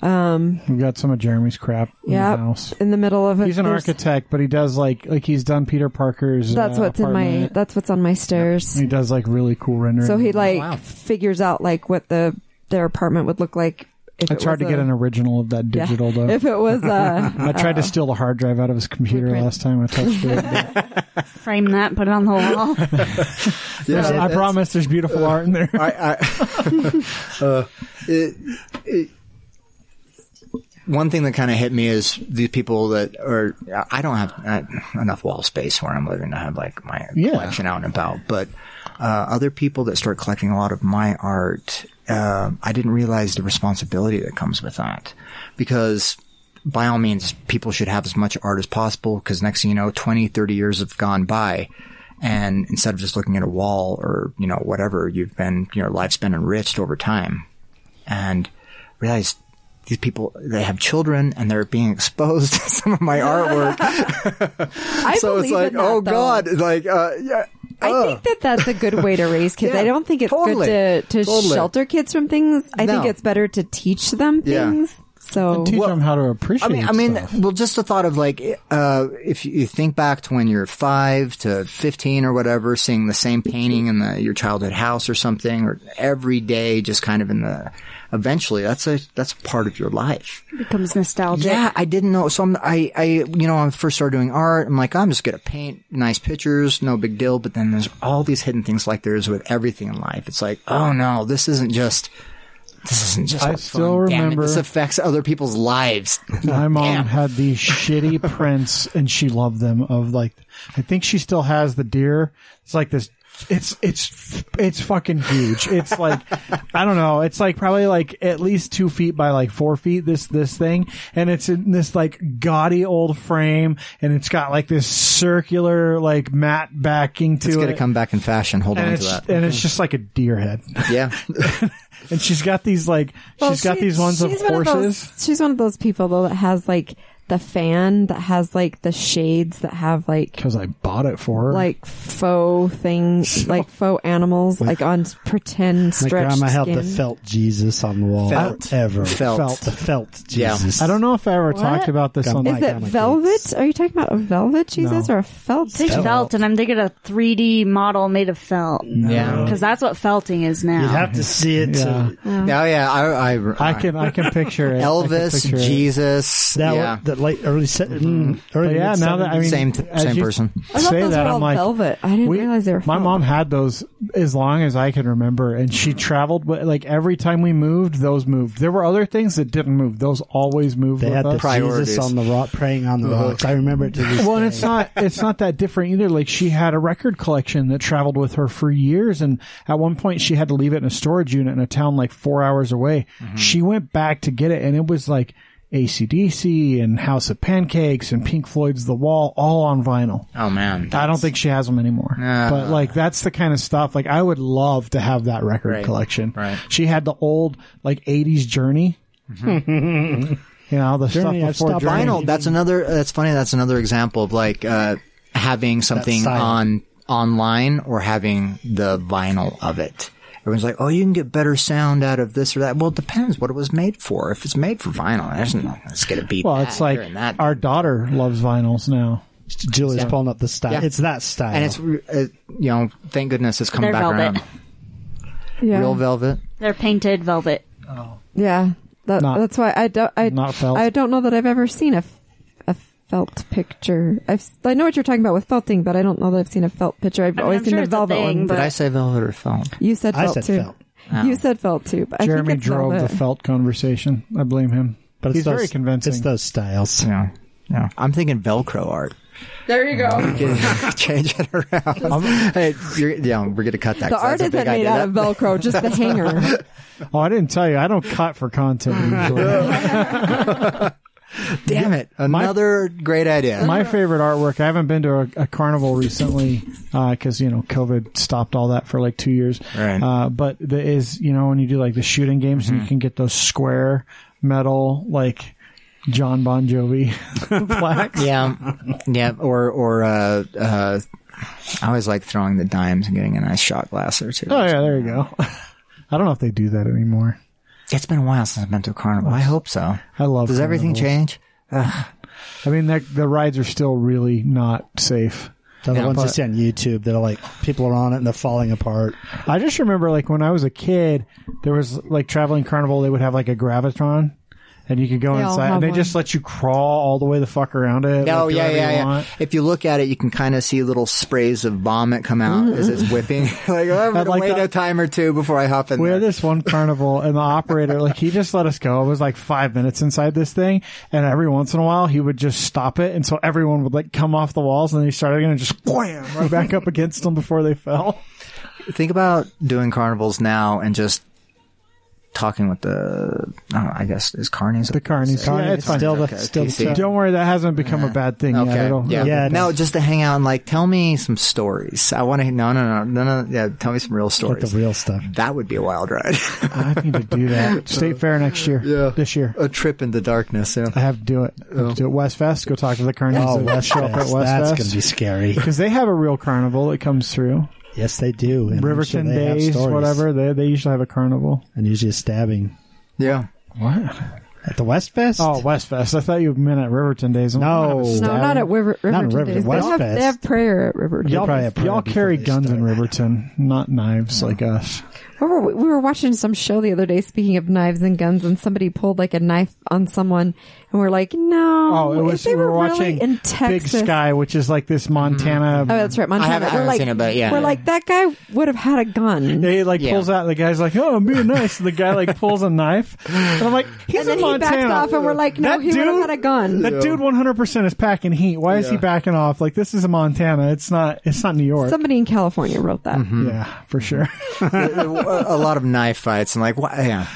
S3: we've got some of Jeremy's crap in
S2: Yeah,
S3: the house.
S2: in the middle of it.
S3: He's an
S2: there's-
S3: architect, but he does like like he's done Peter Parker's.
S2: That's
S3: uh,
S2: what's in my.
S3: apartment.
S2: That's what's on my stairs.
S3: He does like really cool rendering.
S2: So he like
S6: Wow.
S2: figures out like what the their apartment would look like. If
S3: It's
S2: it
S3: hard to
S2: was
S3: get
S2: a-
S3: an original of that
S2: yeah,
S3: digital though.
S2: If it was uh,
S3: [laughs]
S2: a
S3: I tried to steal the hard drive out of his computer
S2: Blueprint.
S3: last time I touched it. but-
S5: Frame that, put it on the wall.
S6: Yeah,
S3: I
S6: that's- uh,
S3: promise there's beautiful art in there.
S6: I, I uh, it, it- one thing that kind of hit me is these people that are. I don't have uh, enough wall space where I'm living to have like my
S3: Yeah.
S6: collection out and about, but uh, other people that start collecting a lot of my art, uh, I didn't realize the responsibility that comes with that because. By all means, people should have as much art as possible because next thing you know, 20, 30 years have gone by and instead of just looking at a wall or you know whatever you've been your life's been enriched over time and realize these people they have children and they're being exposed to [laughs] some
S2: [laughs]
S6: of my artwork
S2: I
S6: so it's
S2: believe
S6: like
S2: in that,
S6: oh
S2: though.
S6: god like uh yeah
S2: I think that that's a good way to raise kids.
S6: Yeah,
S2: I don't think it's
S6: totally.
S2: good to, to
S6: Totally.
S2: shelter kids from things. I
S6: No.
S2: think it's better to teach them
S6: Yeah.
S2: things. So
S3: Teach them how to appreciate.
S6: I mean, I mean,
S3: stuff.
S6: well, just the thought of like, uh, if you think back to when you're five to fifteen or whatever, seeing the same painting in the, your childhood house or something, or every day, just kind of in the. Eventually, that's a that's a part of your life.
S5: Becomes nostalgic.
S6: Yeah, I didn't know. So I'm, I, I, you know, when I first started doing art, I'm like, I'm just gonna paint nice pictures, no big deal. But then there's all these hidden things, like there is with everything in life. It's like, oh no, this isn't just. This isn't just.
S3: I
S6: for
S3: still
S6: fun. Damn it,
S3: remember-
S6: this affects other people's
S3: [laughs]
S6: lives.
S3: My mom
S6: Damn.
S3: had these shitty
S6: [laughs]
S3: prints, and she loved them. Of like, I think she still has the deer. It's like this. It's it's it's fucking huge. It's like I don't know. It's like probably like at least two feet by like four feet. This this thing, and it's in this like gaudy old frame, and it's got like this circular like mat backing to
S6: It's gonna
S3: it.
S6: come back in fashion. Hold
S3: and
S6: on to
S3: it's
S6: that.
S3: and it's just like a deer head, [laughs]
S6: Yeah.
S3: and she's got these like she's got
S2: she-
S3: these ones of
S2: she's one
S3: horses.
S2: those, she's one of those people though that has like the fan that has like the shades that have like
S3: because I bought it for her.
S2: like faux
S3: [laughs]
S2: things, like faux animals, like on pretend
S4: My
S2: stretched
S4: grandma had
S2: skin.
S4: the felt Jesus on the wall
S6: Felt.
S4: forever.
S6: Felt.
S4: The felt
S6: Yeah.
S4: Jesus.
S3: I don't know if I ever talked about this
S4: Got
S3: on
S4: my
S3: the
S2: Is it
S4: grandma
S2: velvet? Are you talking about a velvet Jesus
S3: No.
S2: or a felt?
S5: Say
S2: Jesus?
S5: felt, and I'm thinking a 3D model made of felt.
S6: Yeah.
S5: Because that's what felting is now.
S4: You'd have to see it.
S3: Yeah.
S4: To,
S6: Oh yeah. I, I,
S3: I can I can picture it. I
S6: Elvis,
S3: can picture it.
S6: Jesus.
S4: that
S6: yeah.
S4: one, the late early, se- mm,
S3: Mm-hmm. But
S4: early
S3: yeah, now that I mean,
S6: same
S3: as
S6: same
S3: you
S6: person.
S2: I thought
S3: say
S2: those
S3: that
S2: were all
S3: I'm like
S2: velvet. I didn't
S3: we-
S2: realize they were.
S3: my
S2: felt.
S3: mom had those as long as I can remember, and she traveled. But like every time we moved, those moved. There were other things that didn't move. Those always moved.
S4: they
S3: with
S4: had the
S3: us.
S6: Priorities.
S4: Jesus on the rock praying on the rocks. I remember it
S3: [laughs]
S4: to this
S3: well, and
S4: day.
S3: it's not it's not that different either. Like she had a record collection that traveled with her for years, and at one point she had to leave it in a storage unit in a town like four hours away.
S6: Mm-hmm.
S3: She went back to get it, and it was like ACDC and House of Pancakes and Pink Floyd's The Wall, all on vinyl.
S6: Oh man.
S3: I don't think she has them anymore.
S6: Ah.
S3: but like that's the kind of stuff. Like I would love to have that record
S6: Right.
S3: collection.
S6: Right.
S3: She had the old like '80s Journey.
S6: Mm-hmm.
S3: you know the
S4: Journey, I've
S3: stuff before
S4: stopped
S3: Journey.
S6: vinyl. That's another. uh, That's funny. That's another example of like uh, having something
S4: style.
S6: on online or having the vinyl of it. Everyone's like, oh, you can get better sound out of this or that. Well, it depends what it was made for. If it's made for vinyl, there's nothing that's going to beat
S3: Well,
S6: that.
S3: it's like
S6: hearing that.
S3: our daughter loves vinyls now.
S4: Julie's pulling up the style.
S6: Yeah.
S4: It's that style.
S6: and it's, uh, you know, thank goodness it's coming
S5: They're
S6: back
S5: velvet.
S6: around.
S2: Yeah.
S6: Real velvet.
S5: They're painted velvet.
S2: Yeah, that,
S3: Not-
S2: that's why I don't. I
S3: not felt.
S2: I don't know that I've ever seen a, f- a felt picture. I've I know what you're talking about with felting, but I don't know that I've seen a felt picture. I've
S5: I mean,
S2: always
S5: I'm
S2: seen
S5: sure
S2: the
S5: it's a
S2: velvet
S5: thing,
S2: one.
S5: but-
S6: Did I say velvet or felt?
S2: you said
S4: I
S2: felt
S4: said
S2: too.
S4: felt.
S2: You said felt too. But I
S3: Jeremy
S2: think it's
S3: drove
S2: velvet.
S3: the felt conversation. I blame him.
S4: but it's
S3: he's
S4: those,
S3: very convincing.
S4: It's those styles.
S6: Yeah. Yeah. I'm thinking Velcro art.
S2: There you go.
S6: [laughs] Change it
S2: [laughs]
S6: around. hey, you're, yeah, we're going to cut that.
S2: The
S6: 'cause
S2: art
S6: that's a
S2: isn't
S6: big
S2: made
S6: idea.
S2: out of Velcro, just
S3: [laughs]
S2: the hanger.
S3: oh, I didn't tell you. I don't cut for
S2: [laughs]
S3: content usually.
S6: Damn it. Another great idea. [laughs]
S3: My favorite artwork. I haven't been to a, a carnival recently because you know COVID stopped all that for like two years.
S6: Right. Mm-hmm.
S3: Uh, but the, is you know when you do like the shooting games and you can get those square metal like John Bon Jovi [laughs] plaques.
S6: yeah. Yeah. Or, or, uh, uh, I always like throwing the dimes and getting a nice shot glass or two.
S3: Oh yeah, there you go. [laughs] I don't know if they do that anymore.
S6: It's been a while since I've been to a carnival. I hope so.
S3: I love.
S6: Does everything
S3: carnivals.
S6: change?
S3: I mean, the, the rides are still really not safe.
S4: They're
S6: Yeah,
S4: the ones
S6: but-
S4: you see on YouTube that are like people are on it and they're falling apart.
S3: I just remember like when I was a kid, there was like traveling carnival. They would have like a gravitron, and you could go
S2: They all
S3: inside, and
S2: have
S3: they just
S2: one.
S3: let you crawl all the way the fuck around it. like,
S6: Oh
S3: do
S6: yeah,
S3: whatever
S6: yeah,
S3: you
S6: yeah.
S3: want.
S6: If you look at it, you can kind of see little sprays of vomit come out as it's whipping. [laughs] like oh, I'm gonna
S3: Mm-hmm. like
S6: wait
S3: that.
S6: a time or two before I hop in.
S3: We
S6: there.
S3: had this one carnival, and the operator like he just let us go. It was like five minutes inside this thing, and every once in a while he would just stop it, and so everyone would like come off the walls, and then he started again and just wham right back up against them before they fell.
S6: Think about doing carnivals now and just talking with the. I, don't know, I guess is carnies
S3: The carnies, yeah, it's fine.
S4: Still the
S6: Okay,
S4: still
S6: TC.
S4: the
S3: Don't worry, that hasn't become a bad thing yet.
S6: Okay.
S3: It'll-
S6: yeah.
S4: Yeah, it
S6: no,
S4: is.
S6: just to hang out and like tell me some stories. I want to. No, no, no, no, no. Yeah, tell me some real
S4: like the
S6: stories.
S4: real stuff.
S6: that would be a wild ride.
S3: I need to do
S4: [laughs]
S3: that. State Fair next year.
S6: Yeah.
S3: This year.
S6: [laughs] a trip in the darkness. Yeah.
S3: I have to do it. I have to do it. West Fest. Go talk to the carnies.
S4: Oh,
S3: that
S4: West
S3: show up at
S4: Fest.
S3: West
S4: That's
S3: Fest.
S4: going to be scary.
S3: because they have a real carnival that comes through
S4: Yes, they do. And I'm
S3: Riverton
S4: sure they have
S3: Days,
S4: stories.
S3: whatever. They they usually have a carnival.
S4: And usually a stabbing.
S6: yeah.
S3: What?
S4: At the West Fest?
S3: Oh, West Fest. I thought you meant at Riverton Days. I'm
S4: No.
S3: like,
S2: No, not at River, Riverton.
S4: Not in Riverton,
S2: Days.
S4: West
S2: they, have,
S4: Fest.
S2: they have prayer at Riverton.
S3: Y'all,
S4: probably have prayer
S3: y'all
S4: before
S3: carry
S4: they
S3: guns in
S4: start.
S3: Riverton, not knives like us.
S2: What were we, we were watching some show the other day. Speaking of knives and guns, and somebody pulled like a knife on someone, and we're like, no.
S3: Oh, it was
S2: They
S3: we were
S2: really
S3: watching
S2: in
S3: Big
S2: Texas.
S3: Sky, which is like
S4: Mm-hmm.
S3: this Montana.
S2: Oh, that's right, Montana.
S6: haven't-
S2: we're
S6: I haven't
S2: like,
S6: seen it, but yeah.
S2: we're like that guy would have had a gun.
S3: He like
S6: Yeah.
S3: pulls out. The guy's like, "Oh, I'm being nice." And the guy like pulls a knife, and I'm like, "He's
S2: And then
S3: in
S2: he backs
S3: Montana."
S2: off and we're like, no,
S3: That
S2: he would've
S3: dude-
S2: had a gun.
S3: That dude 100 percent is packing heat. Why is he backing off? Like this is Montana. It's not. It's not New York.
S2: Somebody in California wrote that.
S3: Mm-hmm. yeah,
S6: Hmm.
S3: for sure.
S6: a a lot of knife fights and like wha- yeah,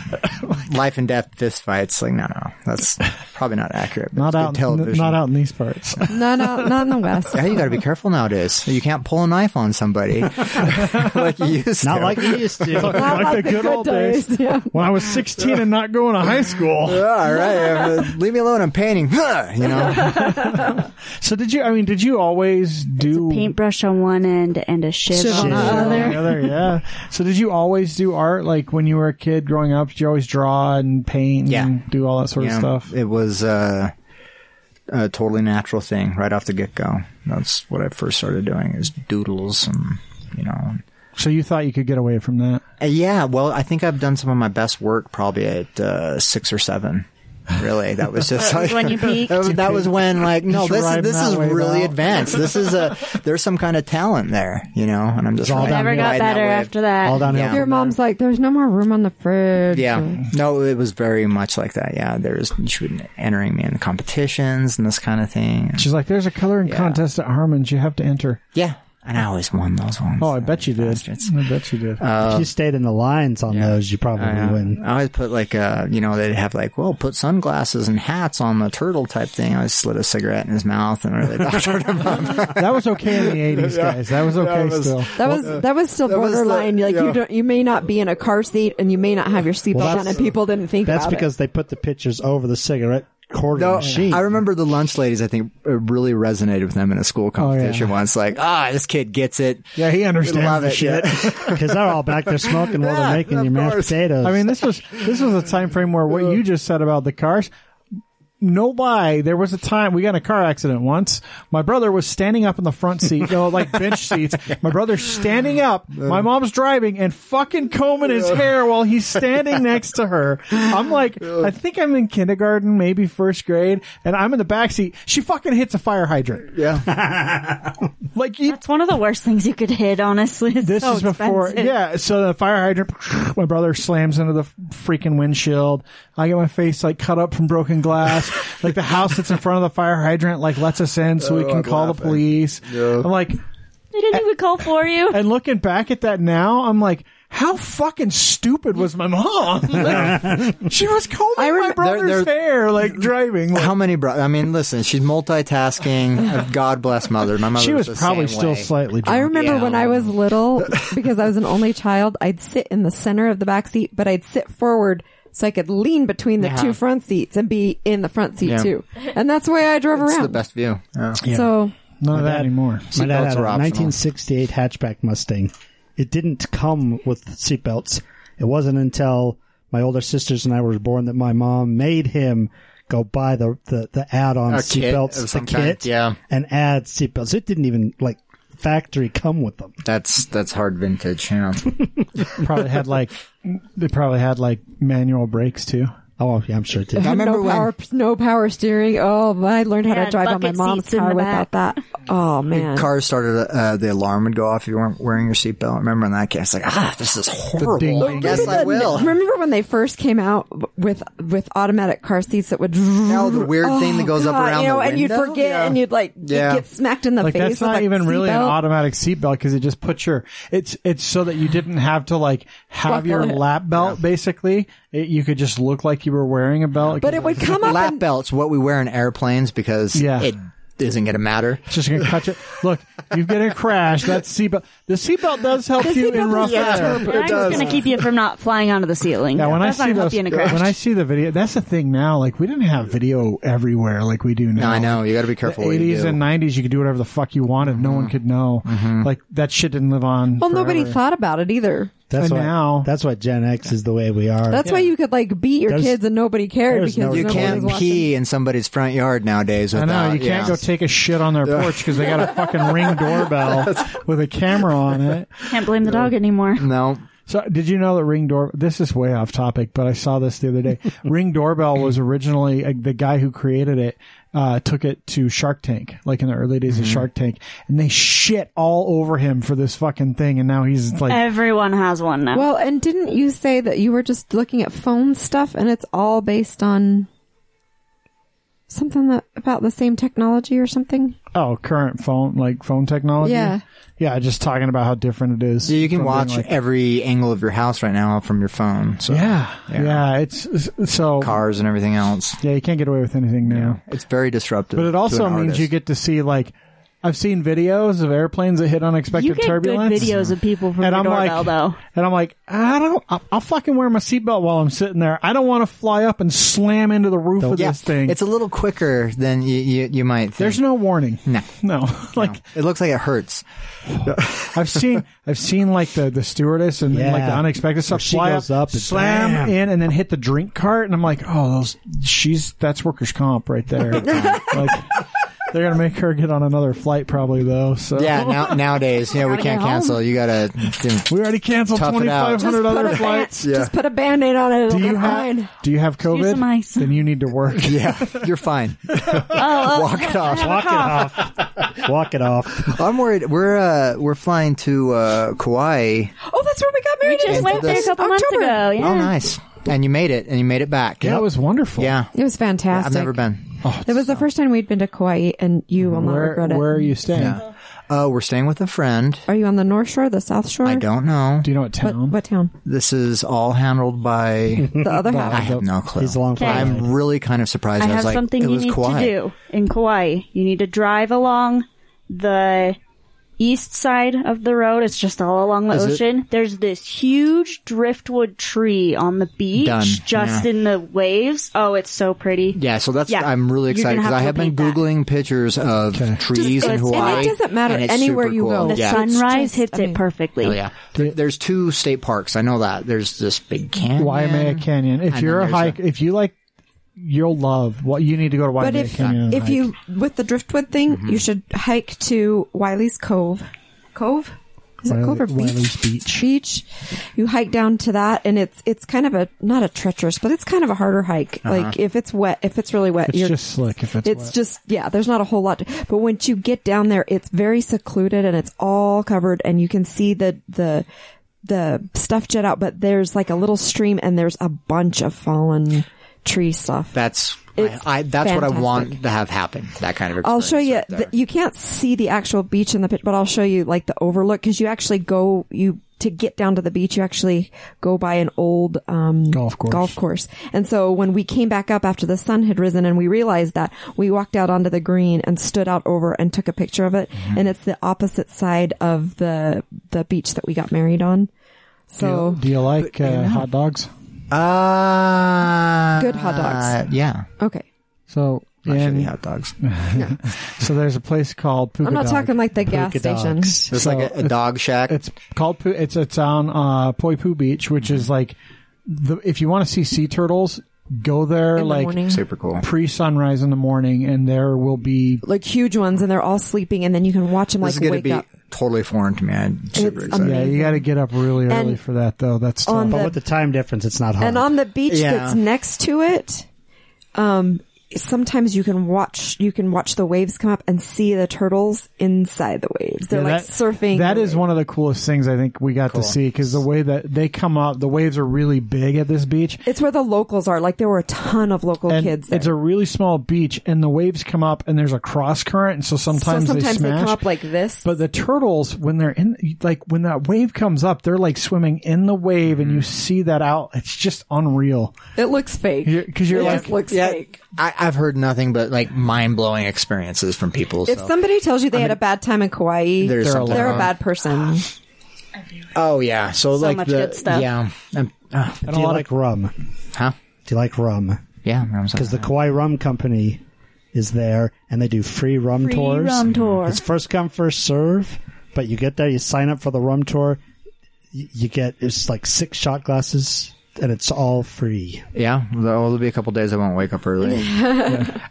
S6: life and death fist fights. Like no, no, that's probably not accurate. but
S3: not
S6: it's good
S3: out. n-
S6: television.
S3: Not out in these parts.
S2: No, no, not in
S3: [laughs]
S2: the West.
S6: Yeah, you got to be careful nowadays. You can't pull a knife on somebody [laughs] like you used
S4: Not
S6: to.
S4: like we used
S6: [laughs]
S4: to.
S2: Not
S3: Like the good old days.
S2: Yeah.
S3: when I was 16 and not going to high school.
S6: [laughs] yeah, all right. uh, leave me alone. I'm painting. [laughs] Huh, You know.
S3: So did you? I mean, did you always do
S5: Paintbrush on one end and a shiv
S2: Shiv
S5: on
S2: on
S5: the
S2: the
S3: Yeah,
S5: other.
S3: the other, yeah. So did you always do art like when you were a kid growing up? Did you always draw and paint
S6: Yeah.
S3: and do all that sort
S6: Yeah,
S3: of stuff?
S6: It was uh, a totally natural thing right off the get go. That's what I first started doing is doodles and you know.
S3: So you thought you could get away from that?
S6: Uh, Yeah, well, I think I've done some of my best work probably at uh, six or seven. Really, that
S5: [laughs]
S6: was just like,
S5: when
S6: [laughs]
S5: you peaked?
S6: that was- that was when like no,
S3: [laughs] Just
S6: this is
S3: riding
S6: this
S3: that
S6: is
S3: wave
S6: really
S3: out.
S6: advanced. This
S3: [laughs]
S6: is a there's some kind of talent there, you know. And I'm just
S4: all
S6: riding-
S4: down
S5: Never got
S6: riding
S5: better
S6: wave.
S5: after that.
S4: All down
S6: Yeah.
S2: Your mom's like, there's no more room on the fridge.
S6: Yeah, no, it was very much like that. Yeah, there was she was entering me in competitions and this kind of thing.
S3: She's like, "There's a coloring
S6: Yeah.
S3: contest at Harmon's. You have to enter."
S6: Yeah, and I always won those ones.
S3: Oh, I bet you did.
S6: Bastards.
S3: I bet you [laughs] did.
S4: if you stayed in the lines on those, you probably
S6: I, uh,
S4: win.
S6: I always put like uh you know they'd have like well put sunglasses and hats on the turtle type thing. I slid a cigarette in his mouth and
S3: [laughs]
S6: really doctored him up.
S3: that was okay in the 80s, guys. That was okay still.
S2: That was that was still
S6: was the-
S2: borderline. like
S6: yeah.
S2: you don't, you may not be in a car seat and you may not have your seatbelt
S4: Well,
S2: on,
S4: that's-
S2: and people didn't think
S4: That's
S2: about
S4: because
S2: it.
S4: they put the pictures over the cigarette quarter
S3: Oh,
S6: No,
S4: machine.
S6: I remember the lunch ladies. I think uh, really resonated with them in a
S3: Oh,
S6: school competition once. Like, ah, this kid gets it.
S3: Yeah, he
S6: We
S3: understands
S6: love
S3: the
S6: it.
S3: shit.
S6: Yeah.
S4: [laughs] because they're all back there smoking while
S6: Yeah,
S4: they're making
S6: of
S4: your mashed
S6: course.
S4: potatoes.
S3: I mean, this was this was a time frame where what you just said about the cars. No lie, there was a time we got in a car accident once. My brother was standing up in the front seat, no, like bench seats. My brother's standing up. My mom's driving and fucking combing his hair while he's standing next to her. I'm like, I think I'm in kindergarten, maybe first grade, and I'm in the back seat. She fucking hits a fire hydrant.
S6: Yeah.
S3: Like you,
S5: That's one of the worst things you could hit, honestly. It's
S3: This
S5: so
S3: is before,
S5: expensive.
S3: yeah. So the fire hydrant, my brother slams into the freaking windshield. I get my face like cut up from broken glass. like the house that's in front of the fire hydrant, like lets us in so we can
S6: Oh, I'm
S3: call the
S6: laughing.
S3: police. I'm like,
S5: They didn't even call for you.
S3: and looking back at that now, I'm like, how fucking stupid was my
S6: [laughs]
S3: mom? she was combing my
S6: I rem- there-
S3: brother's
S6: there-
S3: hair, like driving. Like,
S6: How many? Bro- I mean, listen,
S3: [laughs]
S6: she's multitasking. God bless mother. My mother.
S3: she was
S6: the
S3: probably
S6: same
S3: still
S6: way.
S3: slightly
S2: I
S3: drunk.
S2: remember
S6: Yeah.
S2: when I was little,
S6: [laughs]
S2: because I was an only child, I'd sit in the center of the back seat, but I'd sit forward so I could lean between the
S6: Yeah.
S2: two front seats and be in the front seat
S6: Yeah.
S2: too. And that's the way I drove
S6: It's
S2: around.
S6: the best view. Yeah.
S2: So
S3: None of that anymore.
S4: My dad
S6: Seatbelts
S4: had a
S6: are optional.
S4: 1968 hatchback Mustang. It didn't come with seatbelts. It wasn't until my older sisters and I were born that my mom made him go buy the the, the add-on
S6: A kit
S4: seatbelts,
S6: of
S4: the
S6: some kind,
S4: kit,
S6: yeah.
S4: and add seatbelts. It didn't even like factory come with them.
S6: That's that's hard vintage.
S3: [laughs]
S6: Yeah.
S3: Probably had like, they probably had like manual brakes too.
S4: Oh, yeah, I'm sure
S3: [laughs]
S4: it did.
S6: I remember
S2: no
S6: when-
S2: power, no power steering. Oh, I learned how
S5: Yeah,
S2: to drive on my
S5: bucket
S2: mom's
S5: seats in
S2: car
S5: the
S2: without that. Oh
S3: Mm-hmm.
S2: man.
S6: Cars started. Uh, the alarm would go off if you weren't wearing your seatbelt. Remember in that case, like ah, this is
S3: ding.
S6: horrible.
S5: Oh,
S6: I guess
S2: Remember
S6: I
S2: the-
S6: will.
S2: Remember when they first came out with with automatic car seats that would now
S6: the weird thing that goes
S3: Oh,
S6: up
S2: [laughs]
S6: around
S2: you know,
S6: the
S2: and you'd
S6: window?
S2: forget
S6: Yeah.
S2: and you'd like
S6: Yeah.
S2: get smacked in the
S3: like
S2: face.
S3: that's
S2: with,
S3: not
S2: like,
S3: even really an
S2: seatbelt.
S3: automatic seatbelt because it just puts your it's it's so that you didn't have to like have
S2: Buckle
S3: your
S2: it.
S3: lap belt basically it, you could just look like you were wearing a belt
S2: But it
S3: [laughs]
S2: would come up
S6: Lap
S2: and
S6: belts, what we wear in airplanes, because
S3: Yeah.
S6: it isn't going to matter.
S3: it's just gonna cut it look you get in a crash that seatbelt the seatbelt does help
S2: The
S3: you in
S2: seatbelt
S3: rough
S2: does help
S3: weather
S5: Mine's gonna keep you from not flying onto the ceiling.
S3: yeah, when
S5: That's
S3: I see
S5: not gonna help
S3: those,
S5: you in a
S3: when
S5: crash.
S3: I see the video, that's the thing now. Like we didn't have video everywhere like we do now.
S6: No, I know. You got to be
S3: The
S6: careful. what you
S3: '80s
S6: do. Mm-hmm.
S3: and '90s, you could do whatever the fuck you wanted. No one could know. Like that shit didn't live on.
S2: well, nobody
S3: forever.
S2: thought about it either.
S4: That's
S3: And
S4: why.
S3: now-
S4: That's why Gen X is the way we are.
S2: That's why you could like beat your
S4: There's-
S2: kids and nobody cared
S4: there's
S2: because
S4: no-
S2: no,
S4: You
S6: You
S2: one
S6: can't
S2: was watching.
S6: pee in somebody's front yard nowadays.
S3: I
S6: Without,
S3: know you can't
S6: yeah.
S3: go take a shit on their porch because they got
S6: [laughs]
S3: a fucking ring doorbell with a camera on it.
S5: Can't blame the dog anymore.
S3: Mm.
S6: No,
S3: So, did you know that ring door? This is way off topic, but I saw this the other
S6: [laughs]
S3: day. ring doorbell was originally uh, the guy who created it uh, took it to Shark Tank, like in the early days
S6: Mm-hmm.
S3: of Shark Tank, and they shit all over him for this fucking thing, and now he's like.
S5: Everyone has one now.
S2: Well, and didn't you say that you were just looking at phone stuff and it's all based on something that about the same technology or something?
S3: Oh, current phone, like phone technology.
S2: Yeah.
S3: Yeah, just talking about how different it is.
S6: so you can
S3: from being
S6: watch
S3: like-
S6: every angle of your house right now from your phone. So
S3: yeah, yeah. it's so.
S6: cars and everything else.
S3: Yeah, you can't get away with anything now.
S6: It's very disruptive.
S3: But it also means you get to see like I've seen videos of airplanes that hit unexpected
S5: you get
S3: turbulence.
S5: good videos of people from
S3: and
S5: the
S3: I'm
S5: doorbell,
S3: like,
S5: though.
S3: and I'm like, I don't. I'll, I'll fucking wear my seatbelt while I'm sitting there. I don't want to fly up and slam into the roof of
S6: yeah,
S3: this thing.
S6: It's a little quicker than you you, you might. Think.
S3: There's no warning.
S6: No.
S3: [laughs] no. like
S6: It looks like it hurts.
S3: I've seen, I've seen like the the stewardess and
S4: Yeah.
S3: like the unexpected stuff
S4: she
S3: fly
S4: goes up and
S3: slam
S4: bam.
S3: in, and then hit the drink cart. And I'm like, oh, those, she's that's workers' comp right
S4: [laughs]
S3: there. like they're gonna make her get on another flight probably though. So
S6: Yeah. Now nowadays, you know, we
S5: Gotta get
S6: can't
S5: home.
S6: cancel. You gotta.
S3: [laughs]
S6: do-
S3: We already canceled
S6: Tough it
S3: 2,500
S6: out.
S2: Just put
S3: other
S2: a ban-
S3: flights.
S2: Just put a band-aid on it. It'll
S3: Do
S2: be
S3: you
S2: fine.
S3: have Do you have
S5: Use some
S3: COVID?
S5: ice.
S3: Then you need to
S6: [laughs]
S3: work.
S6: Yeah, you're fine.
S5: Oh, oh,
S6: Walk it off.
S5: Walk it off.
S4: Walk it off.
S6: I'm worried. We're uh, we're flying to uh, Kauai.
S2: Oh, that's where we got married.
S5: Just
S2: in
S5: went there a couple months
S2: October.
S5: ago. Yeah.
S6: Oh, nice. And you made it, and you made it back.
S3: That was wonderful.
S6: Yeah,
S2: It was fantastic.
S6: I've never been.
S2: It was the first time we'd been to Kauai, and you will not
S3: Where
S2: regret it.
S3: Where are you staying?
S6: Uh, we're staying with a friend.
S2: Are you on the North Shore, the South Shore?
S6: I don't know.
S3: Do you know what
S2: What,
S3: town?
S2: what town?
S6: This is all handled by.
S2: The other
S6: I
S2: half.
S6: have no clue.
S4: He's along for the
S5: Okay.
S4: ride.
S6: I'm really kind of surprised.
S5: I
S6: I, was
S5: have
S6: like,
S5: something
S6: it
S5: you
S6: was
S5: need
S6: Kauai.
S5: to do in Kauai. You need to drive along the east side of the road. It's just all along the
S4: Is it-
S5: ocean. There's this huge driftwood tree on the beach,
S6: Done.
S5: just
S6: Yeah.
S5: in the waves. Oh, it's so pretty.
S6: Yeah, so that's
S5: Yeah.
S6: I'm really
S5: You're
S6: excited
S5: gonna
S6: because
S5: have
S6: I
S5: to
S6: have
S5: repeat
S6: been
S5: that.
S6: googling pictures of trees
S5: Just-
S6: in
S5: it's- and it
S6: Hawaii.
S2: doesn't matter
S6: and it's
S2: anywhere
S6: super
S2: you
S6: cool.
S2: go.
S5: The
S6: Oh, yeah.
S5: sunrise
S2: just-
S5: hits
S2: I mean-
S5: it perfectly.
S6: Oh, yeah. There- there's two state parks. I know that. There's this big canyon.
S3: Waimea Canyon. If
S6: And
S3: you're a
S6: then there's
S3: hike, if you like, you'll love what you need to go to Waimea
S2: But if
S3: Canyon. and
S2: if
S3: hike.
S2: you with the driftwood thing, you should hike to Wiley's Cove. Cove? Is it
S3: Wiley-
S2: Cove or Beach?
S3: Wiley's Beach.
S2: Beach. You hike down to that and it's it's kind of a not a treacherous, but it's kind of a harder hike. Like if it's wet, if it's really wet,
S3: it's
S2: you're
S3: just slick. If it's,
S2: it's
S3: wet.
S2: just yeah there's not a whole lot to, but once you get down there it's very secluded and it's all covered and you can see the the the stuff jet out but there's like a little stream and there's a bunch of fallen tree stuff
S6: That's
S2: It's
S6: I, I, that's what I
S2: fantastic.
S6: want to have happen. That kind of.
S2: I'll
S6: Experience
S2: show you.
S6: right there.
S2: the, you can't see the actual beach in the pit, but I'll show you like the overlook because you actually go you to get down to the beach. You actually go by an old um,
S3: Golf course.
S2: Golf course. And so when we came back up after the sun had risen and we realized that, we walked out onto the green and stood out over and took a picture of it.
S3: Mm-hmm.
S2: And it's the opposite side of the the beach that we got married on.
S3: Do you-
S2: So
S3: do you like uh, hot dogs?
S2: e-
S6: Uh, Ah.
S2: Good hot
S3: Uh,
S2: dogs.
S6: yeah.
S2: okay,
S3: So
S6: Not sure
S3: in-
S6: the hot dogs.
S3: [laughs] so there's a place called Puka
S2: I'm not
S3: Dog.
S2: talking like the gas
S4: Polka
S2: station.
S4: dogs.
S6: It's like a, a dog shack.
S3: It's called Poo, it's it's on uh, Poi Poo Beach, which
S2: Mm-hmm.
S3: is like the if you want to see sea turtles, go there
S2: In the
S3: like
S2: morning.
S6: super cool.
S3: pre sunrise in the morning, and there will be
S2: Like huge ones, and they're all sleeping, and then you can watch them
S6: This is
S2: like
S6: going to
S2: wake
S6: be
S2: up.
S6: totally foreign to me. I'm super
S2: It's
S6: excited.
S3: yeah. You got to get up really early
S2: And
S3: for that though. That's tough.
S2: [laughs] on
S4: But
S2: the-
S4: with the time difference, it's not hard.
S2: And on the beach
S6: Yeah.
S2: that's next to it, um, sometimes you can watch you can watch the waves come up and see the turtles inside the waves. They're
S3: Yeah,
S2: like
S3: that-
S2: surfing.
S3: That is one of the coolest things I think we got to see because the way that they come up, the waves are really big at this beach.
S2: It's where the locals are. Like there were a ton of local
S3: And
S2: kids.
S3: it's
S2: there.
S3: a really small beach, and the waves come up, and there's a cross current, and so sometimes,
S2: so sometimes
S3: they
S2: they,
S3: smash.
S2: come up like this.
S3: But the turtles, when they're in, like when that wave comes up, they're like swimming in the wave, and you see that out. It's just unreal
S2: it looks fake.
S3: because you're
S2: it
S3: like,
S2: just looks fake.
S6: I, I've heard nothing but like mind blowing experiences from people.
S2: If
S6: so.
S2: somebody tells you they had a bad time in Kauai,
S6: There's
S2: they're,
S6: something
S2: they're a
S6: wrong.
S2: bad person.
S6: oh yeah, so, like
S5: much
S6: the
S5: good stuff.
S6: yeah, um, uh,
S4: Do you like rum?
S6: huh?
S4: Do you like rum?
S6: Yeah, I was like,
S4: Because the Kauai Rum Company is there, and they do free rum
S5: Free
S4: tours.
S5: rum
S6: Mm-hmm.
S5: tour.
S4: It's first come, first serve. But you get there, you sign up for the rum tour. y- You get it's like six shot glasses, and it's all free.
S6: Yeah, well, there'll be a couple days I won't wake
S2: [laughs]
S6: up early.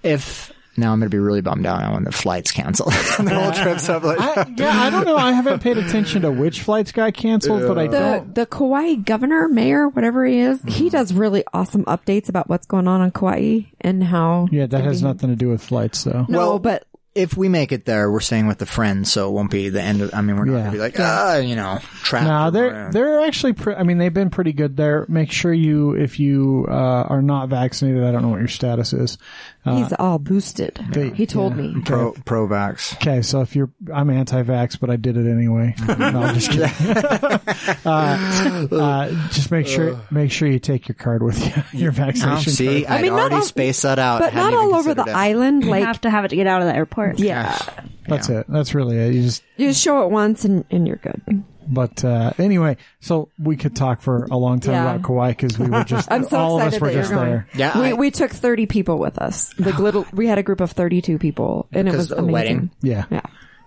S6: If now I'm going to be really bummed out now when the flight's [laughs] canceled. the whole trip's up. Like,
S3: I, yeah, I don't know. I haven't paid attention to which flights got canceled, but I
S2: The
S3: don't.
S2: the Kauai governor, mayor, whatever he is,
S3: Mm-hmm.
S2: he does really awesome updates about what's going on in Kauai and how.
S3: Yeah, that has nothing to do with flights, though.
S2: No,
S6: Well,
S2: but
S6: if we make it there, we're staying with the friends, so it won't be the end. of I mean, we're not
S3: Yeah.
S6: going to be like ah, you know, trapped.
S3: No,
S2: Oh,
S6: or
S3: Uh, they're
S6: whatever.
S3: they're actually. Pre- I mean, they've been pretty good there. Make sure you, if you uh, are not vaccinated, I don't know what your status is.
S2: He's all boosted.
S3: They-
S2: he told
S3: uh, yeah.
S2: me.
S6: pro pro vax.
S3: Okay, so if you're, I'm anti-vax, but I did it anyway.
S6: [laughs]
S3: No, I'm just kidding. [laughs] uh, uh, just make sure make sure you take your card with you, [laughs] your
S6: Oh,
S3: vaccination.
S6: see,
S3: card.
S6: I'd
S2: mean, not
S6: already
S2: all-
S6: spaced that out,
S2: But
S6: hadn't
S2: not
S6: even
S2: all over the
S6: considered it.
S2: island.
S5: You
S2: Like,
S5: have to have it to get out of the airport.
S2: yeah.
S3: that's it. That's really it. You just,
S2: You just show it once and, and you're good.
S3: but uh, anyway, so we could talk for a long time
S2: Yeah.
S3: about Kauai because we were just
S2: [laughs] I'm so
S3: all of us
S2: excited
S3: were
S2: that you're
S3: just
S2: going.
S3: there. Oh.
S6: Yeah,
S2: we,
S6: I-
S2: we took 30 people with us. The little, we had a group of 32 people and it
S6: Because
S2: was
S6: of the
S2: amazing.
S6: wedding.
S3: Yeah,
S2: Yeah.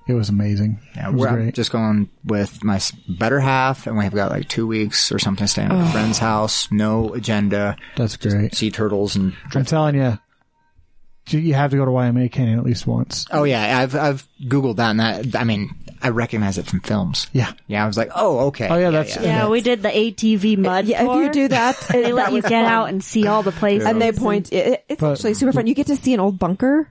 S3: it was amazing.
S6: Yeah,
S3: it was
S6: we're
S3: great.
S6: just going with my s- better half, and we've got like two weeks or something staying at a friend's house. No agenda.
S3: that's great.
S6: Sea turtles and
S3: I'm telling you, you have to go to Waimea Canyon at least once.
S6: Oh yeah, I've I've googled that, and that I mean I recognize it from films.
S3: Yeah.
S6: yeah. I was like, oh okay.
S3: Oh yeah, that's
S5: Yeah, we did the ATV mud.
S2: Yeah, if you
S5: tour.
S2: do that,
S3: [laughs]
S5: they let you get out and see all the places.
S2: and they point, it, it's
S3: But-
S2: actually super fun. You get to see an old bunker.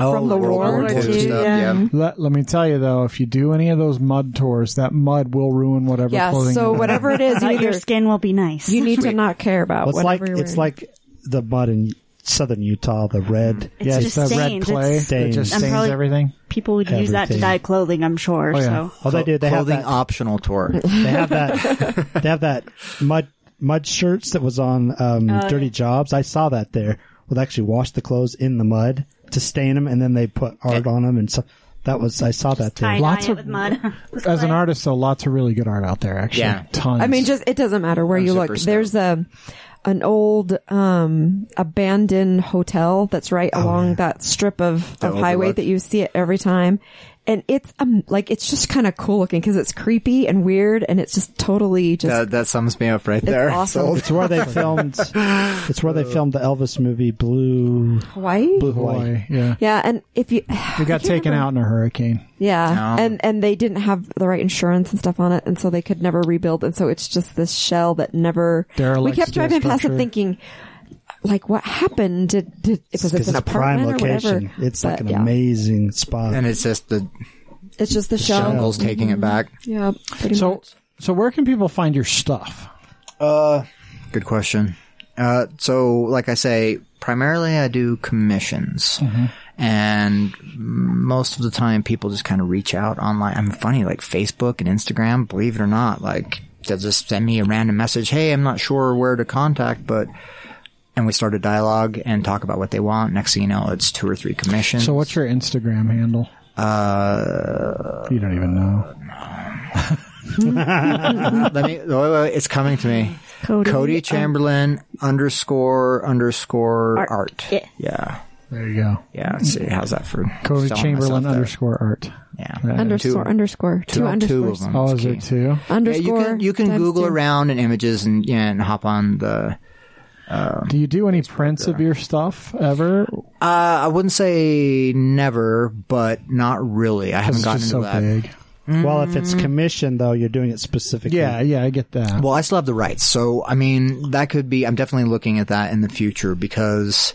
S6: oh,
S2: from the World War
S6: War
S5: II,
S6: stuff,
S5: yeah.
S6: yeah.
S3: Let, let me tell you though, if you do any of those mud tours, that mud will ruin whatever
S2: Yeah.
S3: clothing.
S2: So
S3: you-
S2: whatever
S3: [laughs]
S2: it is, you,
S5: But [laughs] your
S2: either,
S5: skin will be nice.
S2: you need to not care about
S4: Well, it's like
S2: whatever you're
S4: it's
S2: wearing.
S4: like the mud in southern Utah, the red.
S5: It's
S3: yeah,
S5: just
S3: it's that red
S5: stains.
S3: clay
S5: It's-
S3: that just
S4: I'm
S3: stains
S5: probably-
S3: everything.
S5: People would use that to
S4: Everything.
S5: dye clothing, I'm sure.
S3: yeah.
S5: So
S4: Oh, they do. They have
S6: Clothing
S4: that.
S6: optional tour.
S4: They
S2: [laughs]
S4: have that. they have that mud mud shirts that was on
S2: Oh,
S4: um, Dirty Jobs. I saw that there. Well, they actually wash the clothes in the mud to stain them, and then they put art on them and stuff. That was I saw that too.
S5: Tie
S3: Lots
S5: dye
S3: of-
S5: it with mud. With
S3: As an
S5: clay.
S3: artist, though, lots of really good art out there. Actually,
S6: Yeah.
S3: tons.
S2: I mean, just it doesn't matter where you look.
S6: Zipper style.
S2: There's a an old um, abandoned hotel that's right
S4: Oh,
S2: along that strip of, of highway
S6: overlook.
S2: that you see it every time, and it's um like it's just kind of cool looking because it's creepy and weird, and it's just totally just
S6: That, that sums me up right there.
S2: awesome.
S6: Sold.
S2: [laughs]
S4: it's where they filmed. It's where they filmed the Elvis movie Blue
S2: Hawaii.
S4: Blue Hawaii.
S3: Hawaii. Yeah,
S2: Yeah, and if you [sighs]
S3: it got taken out in a hurricane.
S2: Yeah.
S6: No.
S2: And and they didn't have the right insurance and stuff on it and so they could never rebuild and so it's just this shell that never We
S3: Derelict
S2: kept
S3: steel
S2: driving past it
S3: structure.
S2: thinking like what happened? Did, did it was it
S4: Because
S2: an
S4: it's a prime
S2: apartment or
S4: location.
S2: whatever?
S4: It's like
S2: But,
S4: an
S2: yeah.
S4: amazing spot.
S6: And it's just the
S2: It's just the, shell.
S6: jungle's taking it back.
S2: Yeah, pretty
S3: So,
S2: much.
S3: so where can people find your stuff?
S6: Good question. Uh, so, like I say, primarily I do commissions, and most of the time people just kind of reach out online. I'm funny, like Facebook and Instagram. Believe it or not, like they'll just send me a random message. Hey, I'm not sure where to contact, but and we start a dialogue and talk about what they want. Next thing you know, it's two or three commissions.
S3: So, what's your Instagram handle? Uh, you don't even know.
S6: Let me. [laughs] wait, wait, wait, it's coming to me.
S5: Cody,
S6: Cody Chamberlain underscore underscore art.
S5: Yeah.
S6: yeah.
S3: There you go.
S6: Yeah, let's see. How's that for
S3: Hmm. Cody
S6: selling myself
S3: Chamberlain
S6: there?
S3: underscore art.
S6: Yeah,
S2: underscore
S6: two-
S2: underscore two,
S6: two
S2: underscores
S6: of them.
S3: Oh,
S6: That's
S3: is there
S6: key.
S3: two?
S6: Yeah,
S2: underscore.
S6: you can you can
S2: times
S6: Google
S2: two.
S6: around in images and yeah, and hop on the.
S3: Do you do any prints of your stuff ever?
S6: Uh, I wouldn't say never, but not really. I haven't
S3: It's
S6: gotten
S3: just
S6: into
S3: so
S6: that.
S3: big.
S4: well, if
S2: Mm-hmm.
S4: it's commissioned though, you're doing it specifically.
S3: Yeah, yeah, I get that.
S6: Well, I still have the rights, so I mean that could be. I'm definitely looking at that in the future because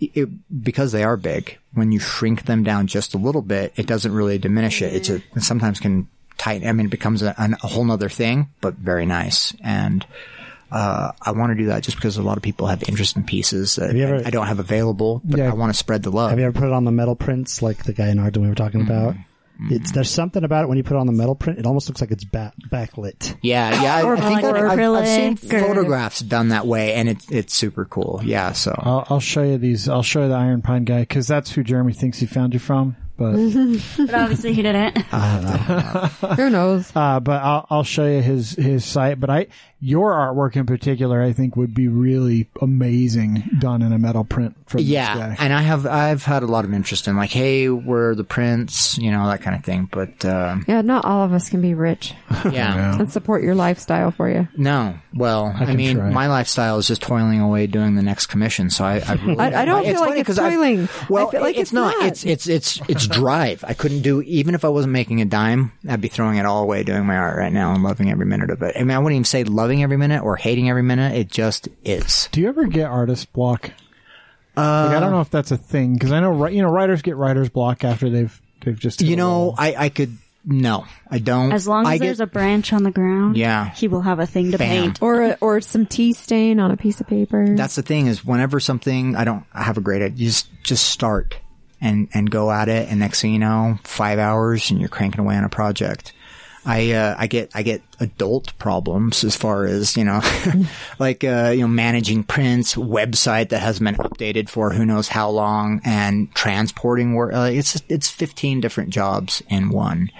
S6: it, because they are big. When you shrink them down just a little bit, it doesn't really diminish it. It's a, it sometimes can tighten. I mean, it becomes a, an- a whole nother thing, but very nice. And uh, I want to do that just because a lot of people have interest in pieces that
S4: you ever-
S6: I don't have available, but
S3: Yeah.
S6: I want to spread the love.
S4: Have you ever put it on the metal prints like the guy in Ogden we were talking about? It's there's something about it when you put it on the metal print. It almost looks like it's back, backlit.
S6: yeah, yeah. I, I think
S5: like
S6: I've, I've- I've seen
S5: acrylic or-
S6: photographs done that way, and it's it's super cool. Yeah, so.
S3: I'll, I'll show you these. I'll show you the Iron Pine guy because that's who Jeremy thinks he found you from. But
S5: But obviously he didn't.
S2: Who knows?
S3: uh, but I'll, I'll show you his his site. But I your artwork in particular, I think would be really amazing done in a metal print from
S6: yeah
S3: this guy.
S6: and i have i've had a lot of interest in like hey we're the prince you know that kind of thing
S2: [laughs]
S6: but uh,
S2: Yeah, not all of us can be rich
S6: yeah
S2: and support your lifestyle for you.
S6: no well i,
S3: can
S6: mean
S3: try.
S6: my lifestyle is just toiling away doing the next commission so i i,
S2: [laughs]
S6: really,
S2: I- I don't feel like
S6: funny
S2: it's
S6: 'cause I-
S2: toiling.
S6: well
S2: I feel like
S6: it's,
S2: it's
S6: not.
S2: not.
S6: it's it's it's it's drive i couldn't do even if i wasn't making a dime i'd be throwing it all away doing my art right now and loving every minute of it i mean i wouldn't even say loving every minute or hating every minute it just is
S3: Do you ever get artist block? like, I don't know
S6: Uh,
S3: if that's a thing because I know ri- you know writers get writers block after they've they've just hit
S6: you
S3: a
S6: know
S3: wall.
S6: i i could no i don't
S5: As long as
S6: I
S5: there's
S6: get,
S5: a branch on the ground,
S6: Yeah.
S5: he will have a thing to
S6: Bam.
S5: paint.
S2: Or a, or some tea stain on a piece of paper.
S3: Mm-hmm.
S6: that's the thing is whenever something I don't have a great idea, you just just start and and go at it, and next thing you know, five hours and you're cranking away on a project. I uh, I get I get adult problems as far as you know, [laughs] like uh, you know managing prints, website that hasn't been updated for who knows how long, and transporting work. Like it's it's fifteen different jobs in one.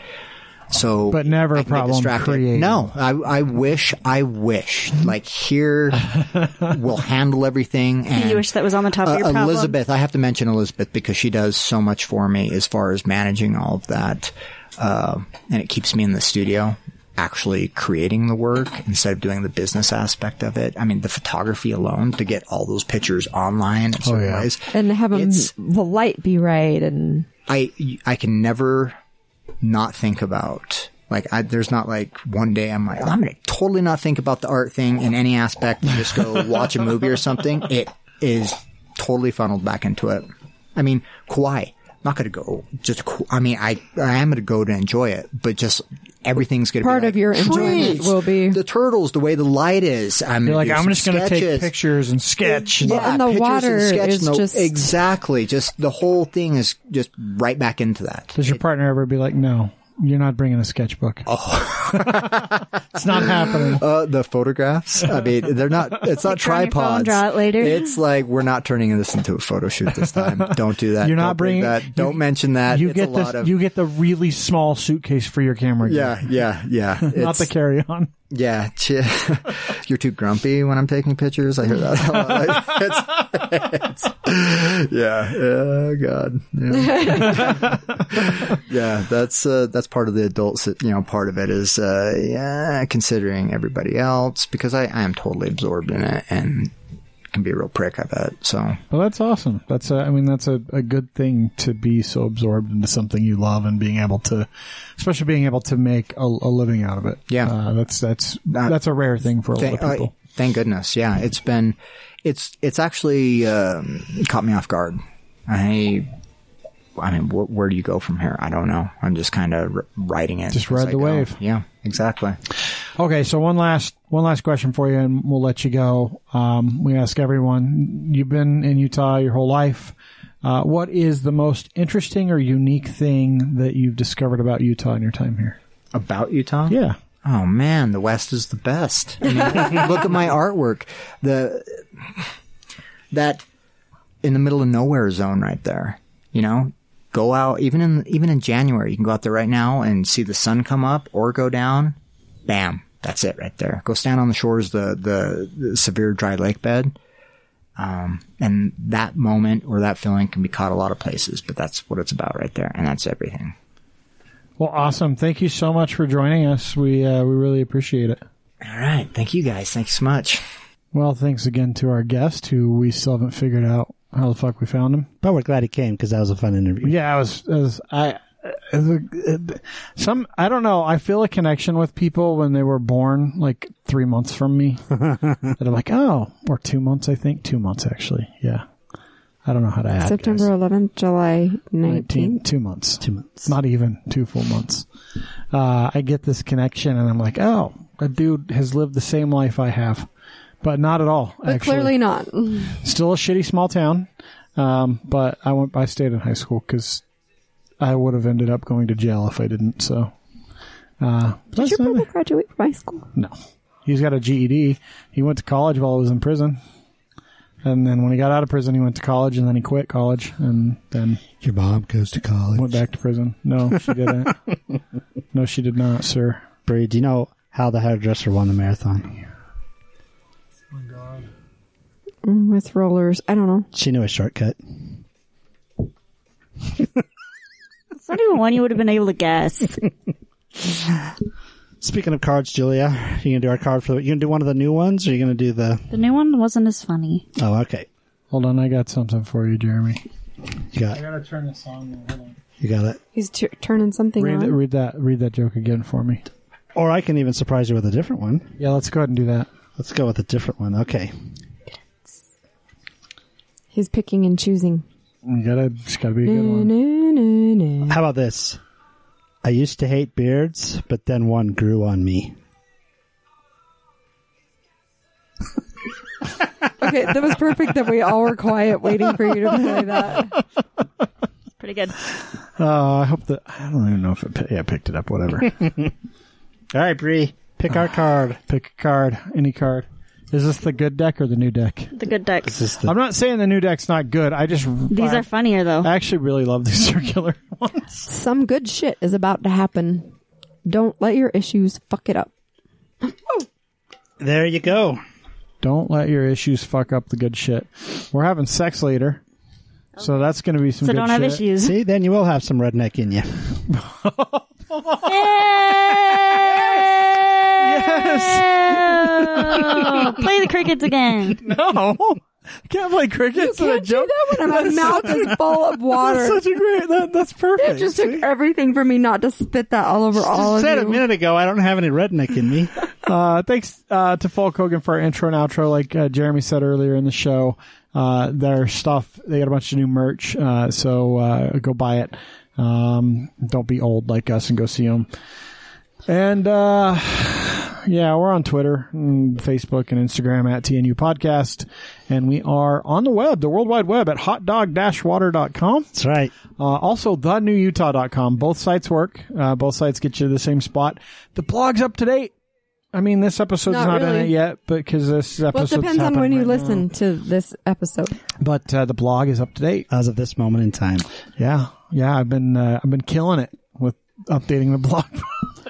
S6: So,
S3: But never
S6: I
S3: a
S6: can get
S3: problem
S6: distracted.
S3: creating.
S6: No, I, I wish, I wish. Like here, will handle everything.
S5: [laughs]
S6: And
S5: You wish that was on the top
S6: uh,
S5: of your problem.
S6: Elizabeth, I have to mention Elizabeth because she does so much for me as far as managing all of that, uh, and it keeps me in the studio actually creating the work instead of doing the business aspect of it. I mean, the photography alone to get all those pictures online in certain
S3: yeah.
S6: ways.
S2: and have them,
S6: It's-
S2: the light be right and
S6: I I can never not think about like I, there's not like one day I'm like I'm gonna totally not think about the art thing in any aspect and
S3: [laughs]
S6: just go watch a movie or something. It is totally funneled back into it. I mean, Kauai. Not gonna go. Just Ka- I mean, I I am gonna go to enjoy it, but just everything's gonna
S2: Part
S6: be
S2: of
S6: like,
S2: your enjoyment
S6: "Trees,
S2: will be-
S6: the turtles, the way the light is. I'm
S3: You're like I'm just
S6: gonna
S3: going
S6: do
S3: to take
S6: some sketches."
S3: pictures and sketch.
S6: Yeah,
S2: and the
S6: pictures
S2: water
S6: sketch
S2: is
S6: no-
S2: just-
S6: exactly just the whole thing is just right back into that.
S3: Does your partner ever be like, no, You're not bringing a sketchbook. Oh, [laughs] it's not happening.
S6: Uh, the photographs. I
S5: [laughs]
S6: mean, they're not. It's not
S5: Turn your phone,
S6: tripods.
S5: draw it later.
S6: It's like we're not turning this into a photo shoot this time. Don't do that.
S3: You're
S6: Don't
S3: not
S6: bring
S3: bringing-
S6: that. Don't mention that.
S3: You
S6: It's a
S3: get
S6: lot
S3: the
S6: of
S3: you get the really small suitcase for your camera. gear.
S6: yeah, yeah, yeah.
S3: [laughs] not
S6: It's-
S3: the carry on.
S6: Yeah, [laughs] ch- you're too grumpy when I'm taking pictures. I hear that. a lot. Like, [laughs] it's- it's- yeah. Oh God. Yeah. [laughs] yeah, that's uh, that's part of the adult. si- You know, part of it is uh, yeah, considering everybody else because I I am totally absorbed in it and can be a real prick. I bet. So
S3: Well, that's awesome. That's a, I mean, that's a, a good thing to be so absorbed into something you love and being able to, especially being able to make a, a living out of it.
S6: Yeah.
S3: uh, that's that's
S6: Not-
S3: that's a rare thing for a lot
S6: Thank,
S3: of people.
S6: uh, thank goodness. Yeah, it's been, it's it's actually um, caught me off guard. I, I mean, wh- where do you go from here? I don't know. I'm just kind of r- riding it.
S3: Just
S6: as
S3: ride
S6: I
S3: the wave.
S6: Yeah, exactly.
S3: Okay, so one last one last question for you, and we'll let you go. Um, we ask everyone: You've been in Utah your whole life. Uh, what is the most interesting or unique thing that you've discovered about Utah in your time here?
S6: About Utah.
S3: Yeah,
S6: Oh man, the West is the best. I mean, [laughs] look at my artwork. The that in the middle of nowhere zone right there. You know, go out even in even in January. You can go out there right now and see the sun come up or go down. Bam, that's it right there. Go stand on the shores of the the, the severe dry lake bed. Um, and that moment or that feeling can be caught a lot of places, but that's what it's about right there, and that's everything.
S3: Well, awesome. Thank you so much for joining us. We uh, we really appreciate it.
S6: All right, thank you guys. Thanks so much.
S3: Well, thanks again to our guest, who we still haven't figured out how the fuck we found him.
S4: But we're glad he came because that was a fun interview.
S3: Yeah, I was, I was I. I was, uh, Some I don't know. I feel a connection with people when they were born, like three months from [laughs] me. that I'm like, oh, or two months. I think two months actually. Yeah, I don't know how to add.
S2: September 11th, July 19th.
S3: nineteen, two months.
S4: Two months.
S3: not even two full months. Uh, I get this connection, and I'm like, oh, that dude has lived the same life I have, but not at all.
S2: But
S3: actually.
S2: clearly not.
S3: still a shitty small town, um, but I went. I stayed in high school because I would have ended up going to jail if I didn't. So, uh, but
S2: Did
S3: that's
S2: your
S3: not-
S2: brother graduate from high school?
S3: no, he's got a GED. He went to college while he was in prison, and then when he got out of prison, he went to college, and then he quit college, and then
S4: Your mom goes to college.
S3: went back to prison. No, she
S2: [laughs]
S3: didn't. no, she did not, sir.
S4: Bree, do you know how the hairdresser won the marathon?
S2: Mm, With rollers. I don't know.
S4: She knew a shortcut.
S5: It's not even one you would have been able to guess.
S4: Speaking of cards, Julia, you gonna do our card for the, you gonna do one of the new ones, or you gonna do the?
S5: The new one wasn't as funny.
S4: Oh, okay.
S3: Hold on, I got something for you, Jeremy.
S4: You got,
S3: gotta turn this on. Hold on.
S4: you got it.
S2: He's tu- turning something
S3: Read,
S2: on.
S3: read that. Read that joke again for me.
S4: Or I can even surprise you with a different one.
S3: Yeah, let's go ahead and do that.
S4: Let's go with a different one. Okay.
S2: He's picking and choosing.
S3: You gotta, it's gotta be a good
S5: Mm-hmm.
S3: one.
S2: Na-na-na-na.
S4: How about this? I used to hate beards, but then one grew on me.
S2: Okay, that was perfect that we all were quiet waiting for you to [laughs] play that.
S5: Pretty good.
S3: Uh, I hope that I don't even know if it. Yeah, I picked it up.
S5: [laughs]
S3: Whatever.
S4: All right, Bree, pick our card.
S3: Pick a card, any card. Is this the good deck or the new deck?
S5: The good decks.
S4: This is the
S3: I'm not saying the new deck's not good. I just
S5: These
S3: I,
S5: are funnier though.
S3: I actually really love these [laughs] circular ones.
S2: Some good shit is about to happen. Don't let your issues fuck it up.
S4: There you go.
S3: Don't let your issues fuck up the good shit. We're having sex later, so that's going to be some.
S5: So
S3: good
S5: don't have
S3: shit.
S4: [laughs]
S5: issues.
S4: See, then you will have some redneck
S2: [laughs]
S4: in you.
S3: Yes.
S5: Oh, [laughs] play the crickets again.
S3: [laughs] No. Can't play crickets in a joke.
S2: that when my mouth [laughs] is full of
S3: That's
S2: water.
S3: such a great. That, that's perfect.
S2: It just took everything for me not to spit that all over all
S4: Said a
S2: of you.
S4: minute ago, I don't have any redneck in me.
S3: Uh, thanks uh, to Folk Hogan for our intro and outro. Like uh, Jeremy said earlier in the show, uh, their stuff, they got a bunch of new merch, uh, so uh, go buy it. Um, don't be old like us and go see them. And uh, yeah, we're on Twitter, and Facebook, and Instagram at TNU Podcast. And we are on the web, the World Wide Web, at hotdog-water.com.
S4: That's right.
S3: Uh, also, thenewutah.com. Both sites work. Uh, both sites get you to the same spot. The blog's up to date. I mean, this episode's not,
S2: Not
S3: in
S2: really.
S3: it yet, but because this
S2: Well, it
S3: episode's
S2: depends on
S3: happening
S2: when you
S3: right now.
S2: listen to this episode.
S3: But uh, the blog is up to date.
S4: As of this moment in time.
S3: Yeah, yeah, I've been uh, I've been killing it with updating the blog. [laughs]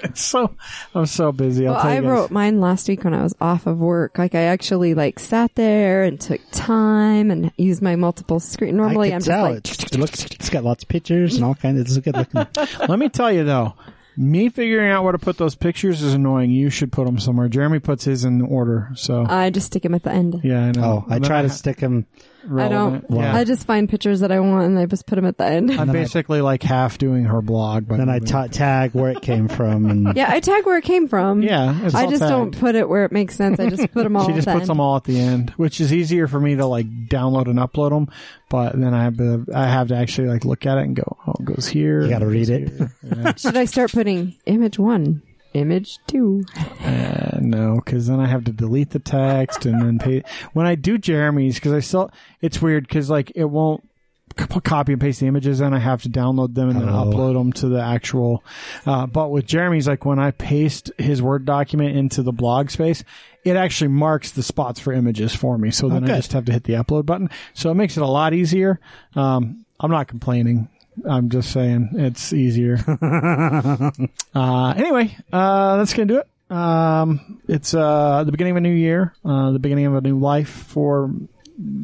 S3: it's so I'm so busy. I'll
S2: Well,
S3: tell
S2: I
S3: you guys.
S2: wrote mine last week when I was off of work. Like I actually like sat there and took time and used my multiple screen. Normally,
S4: I
S2: I'm
S4: could
S2: just
S4: tell.
S2: like,
S4: it's, it looks, it's got lots of pictures and all kinds. It's a good
S2: [laughs]
S4: looking.
S3: Let me tell you though, me figuring out where to put those pictures is annoying. You should put them somewhere. Jeremy puts his in order, so
S2: I just stick them at the end.
S3: yeah, I know.
S4: Oh, I
S3: And then
S4: try to
S3: ha-
S4: stick them.
S2: I
S3: relevant.
S2: don't.
S3: Yeah.
S2: I just find pictures that I want and I just put them at the
S3: [laughs]
S2: end.
S3: I'm basically like half doing her blog, but
S4: Then I ta- tag where it came
S2: [laughs]
S4: from. And
S2: yeah, I tag where it came from.
S3: Yeah, it's
S2: I
S3: all
S2: just
S3: tagged.
S2: don't put it where it makes sense. I just
S3: [laughs]
S2: put them all.
S3: She
S2: at
S3: just
S2: the
S3: puts
S2: end.
S3: them all at the end, which is easier for me to like download and upload them. But then I have to, I have to actually like look at it and go, oh, it goes here.
S4: you got to read it.
S2: Should I start putting image one, image two?
S3: Uh, no, because then I have to delete the text and then pay. When I do Jeremy's, because I still, it's weird because like it won't c- copy and paste the images, and I have to download them and then
S4: Oh.
S3: upload them to the actual. Uh, but with Jeremy's, like when I paste his Word document into the blog space, it actually marks the spots for images for me. So then I
S4: Oh, good.
S3: just have to hit the upload button. So it makes it a lot easier. Um, I'm not complaining. I'm just saying it's easier. [laughs] Uh, anyway, uh, that's gonna do it. Um, it's uh, the beginning of a new year, uh, the beginning of a new life for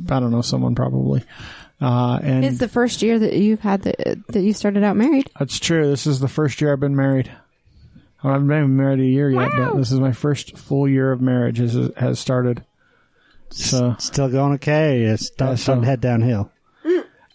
S3: I don't know someone probably. Uh, and
S2: It's the first year that you've had the, that you started out married.
S3: that's true. This is the first year I've been married. I haven't been married a year yet, but this is my first full year of marriage has has started. So
S4: Still going okay. It's don't,
S3: Yeah, so-
S4: don't head downhill.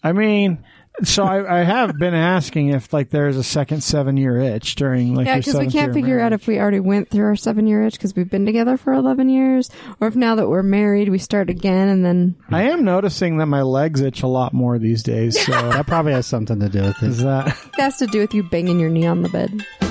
S3: I mean. So I, I have been asking if like there's a second seven year itch during like
S2: Yeah,
S3: your
S2: because we
S3: seventh year
S2: can't
S3: of
S2: figure out
S3: marriage.
S2: if we already went through our seven year itch because we've been together for eleven years, or if now that we're married we start again and then
S3: I am noticing that my legs itch a lot more these days. So
S2: [laughs]
S4: That probably has something to do with it.
S3: is that
S2: it has to do with you banging your knee on the bed.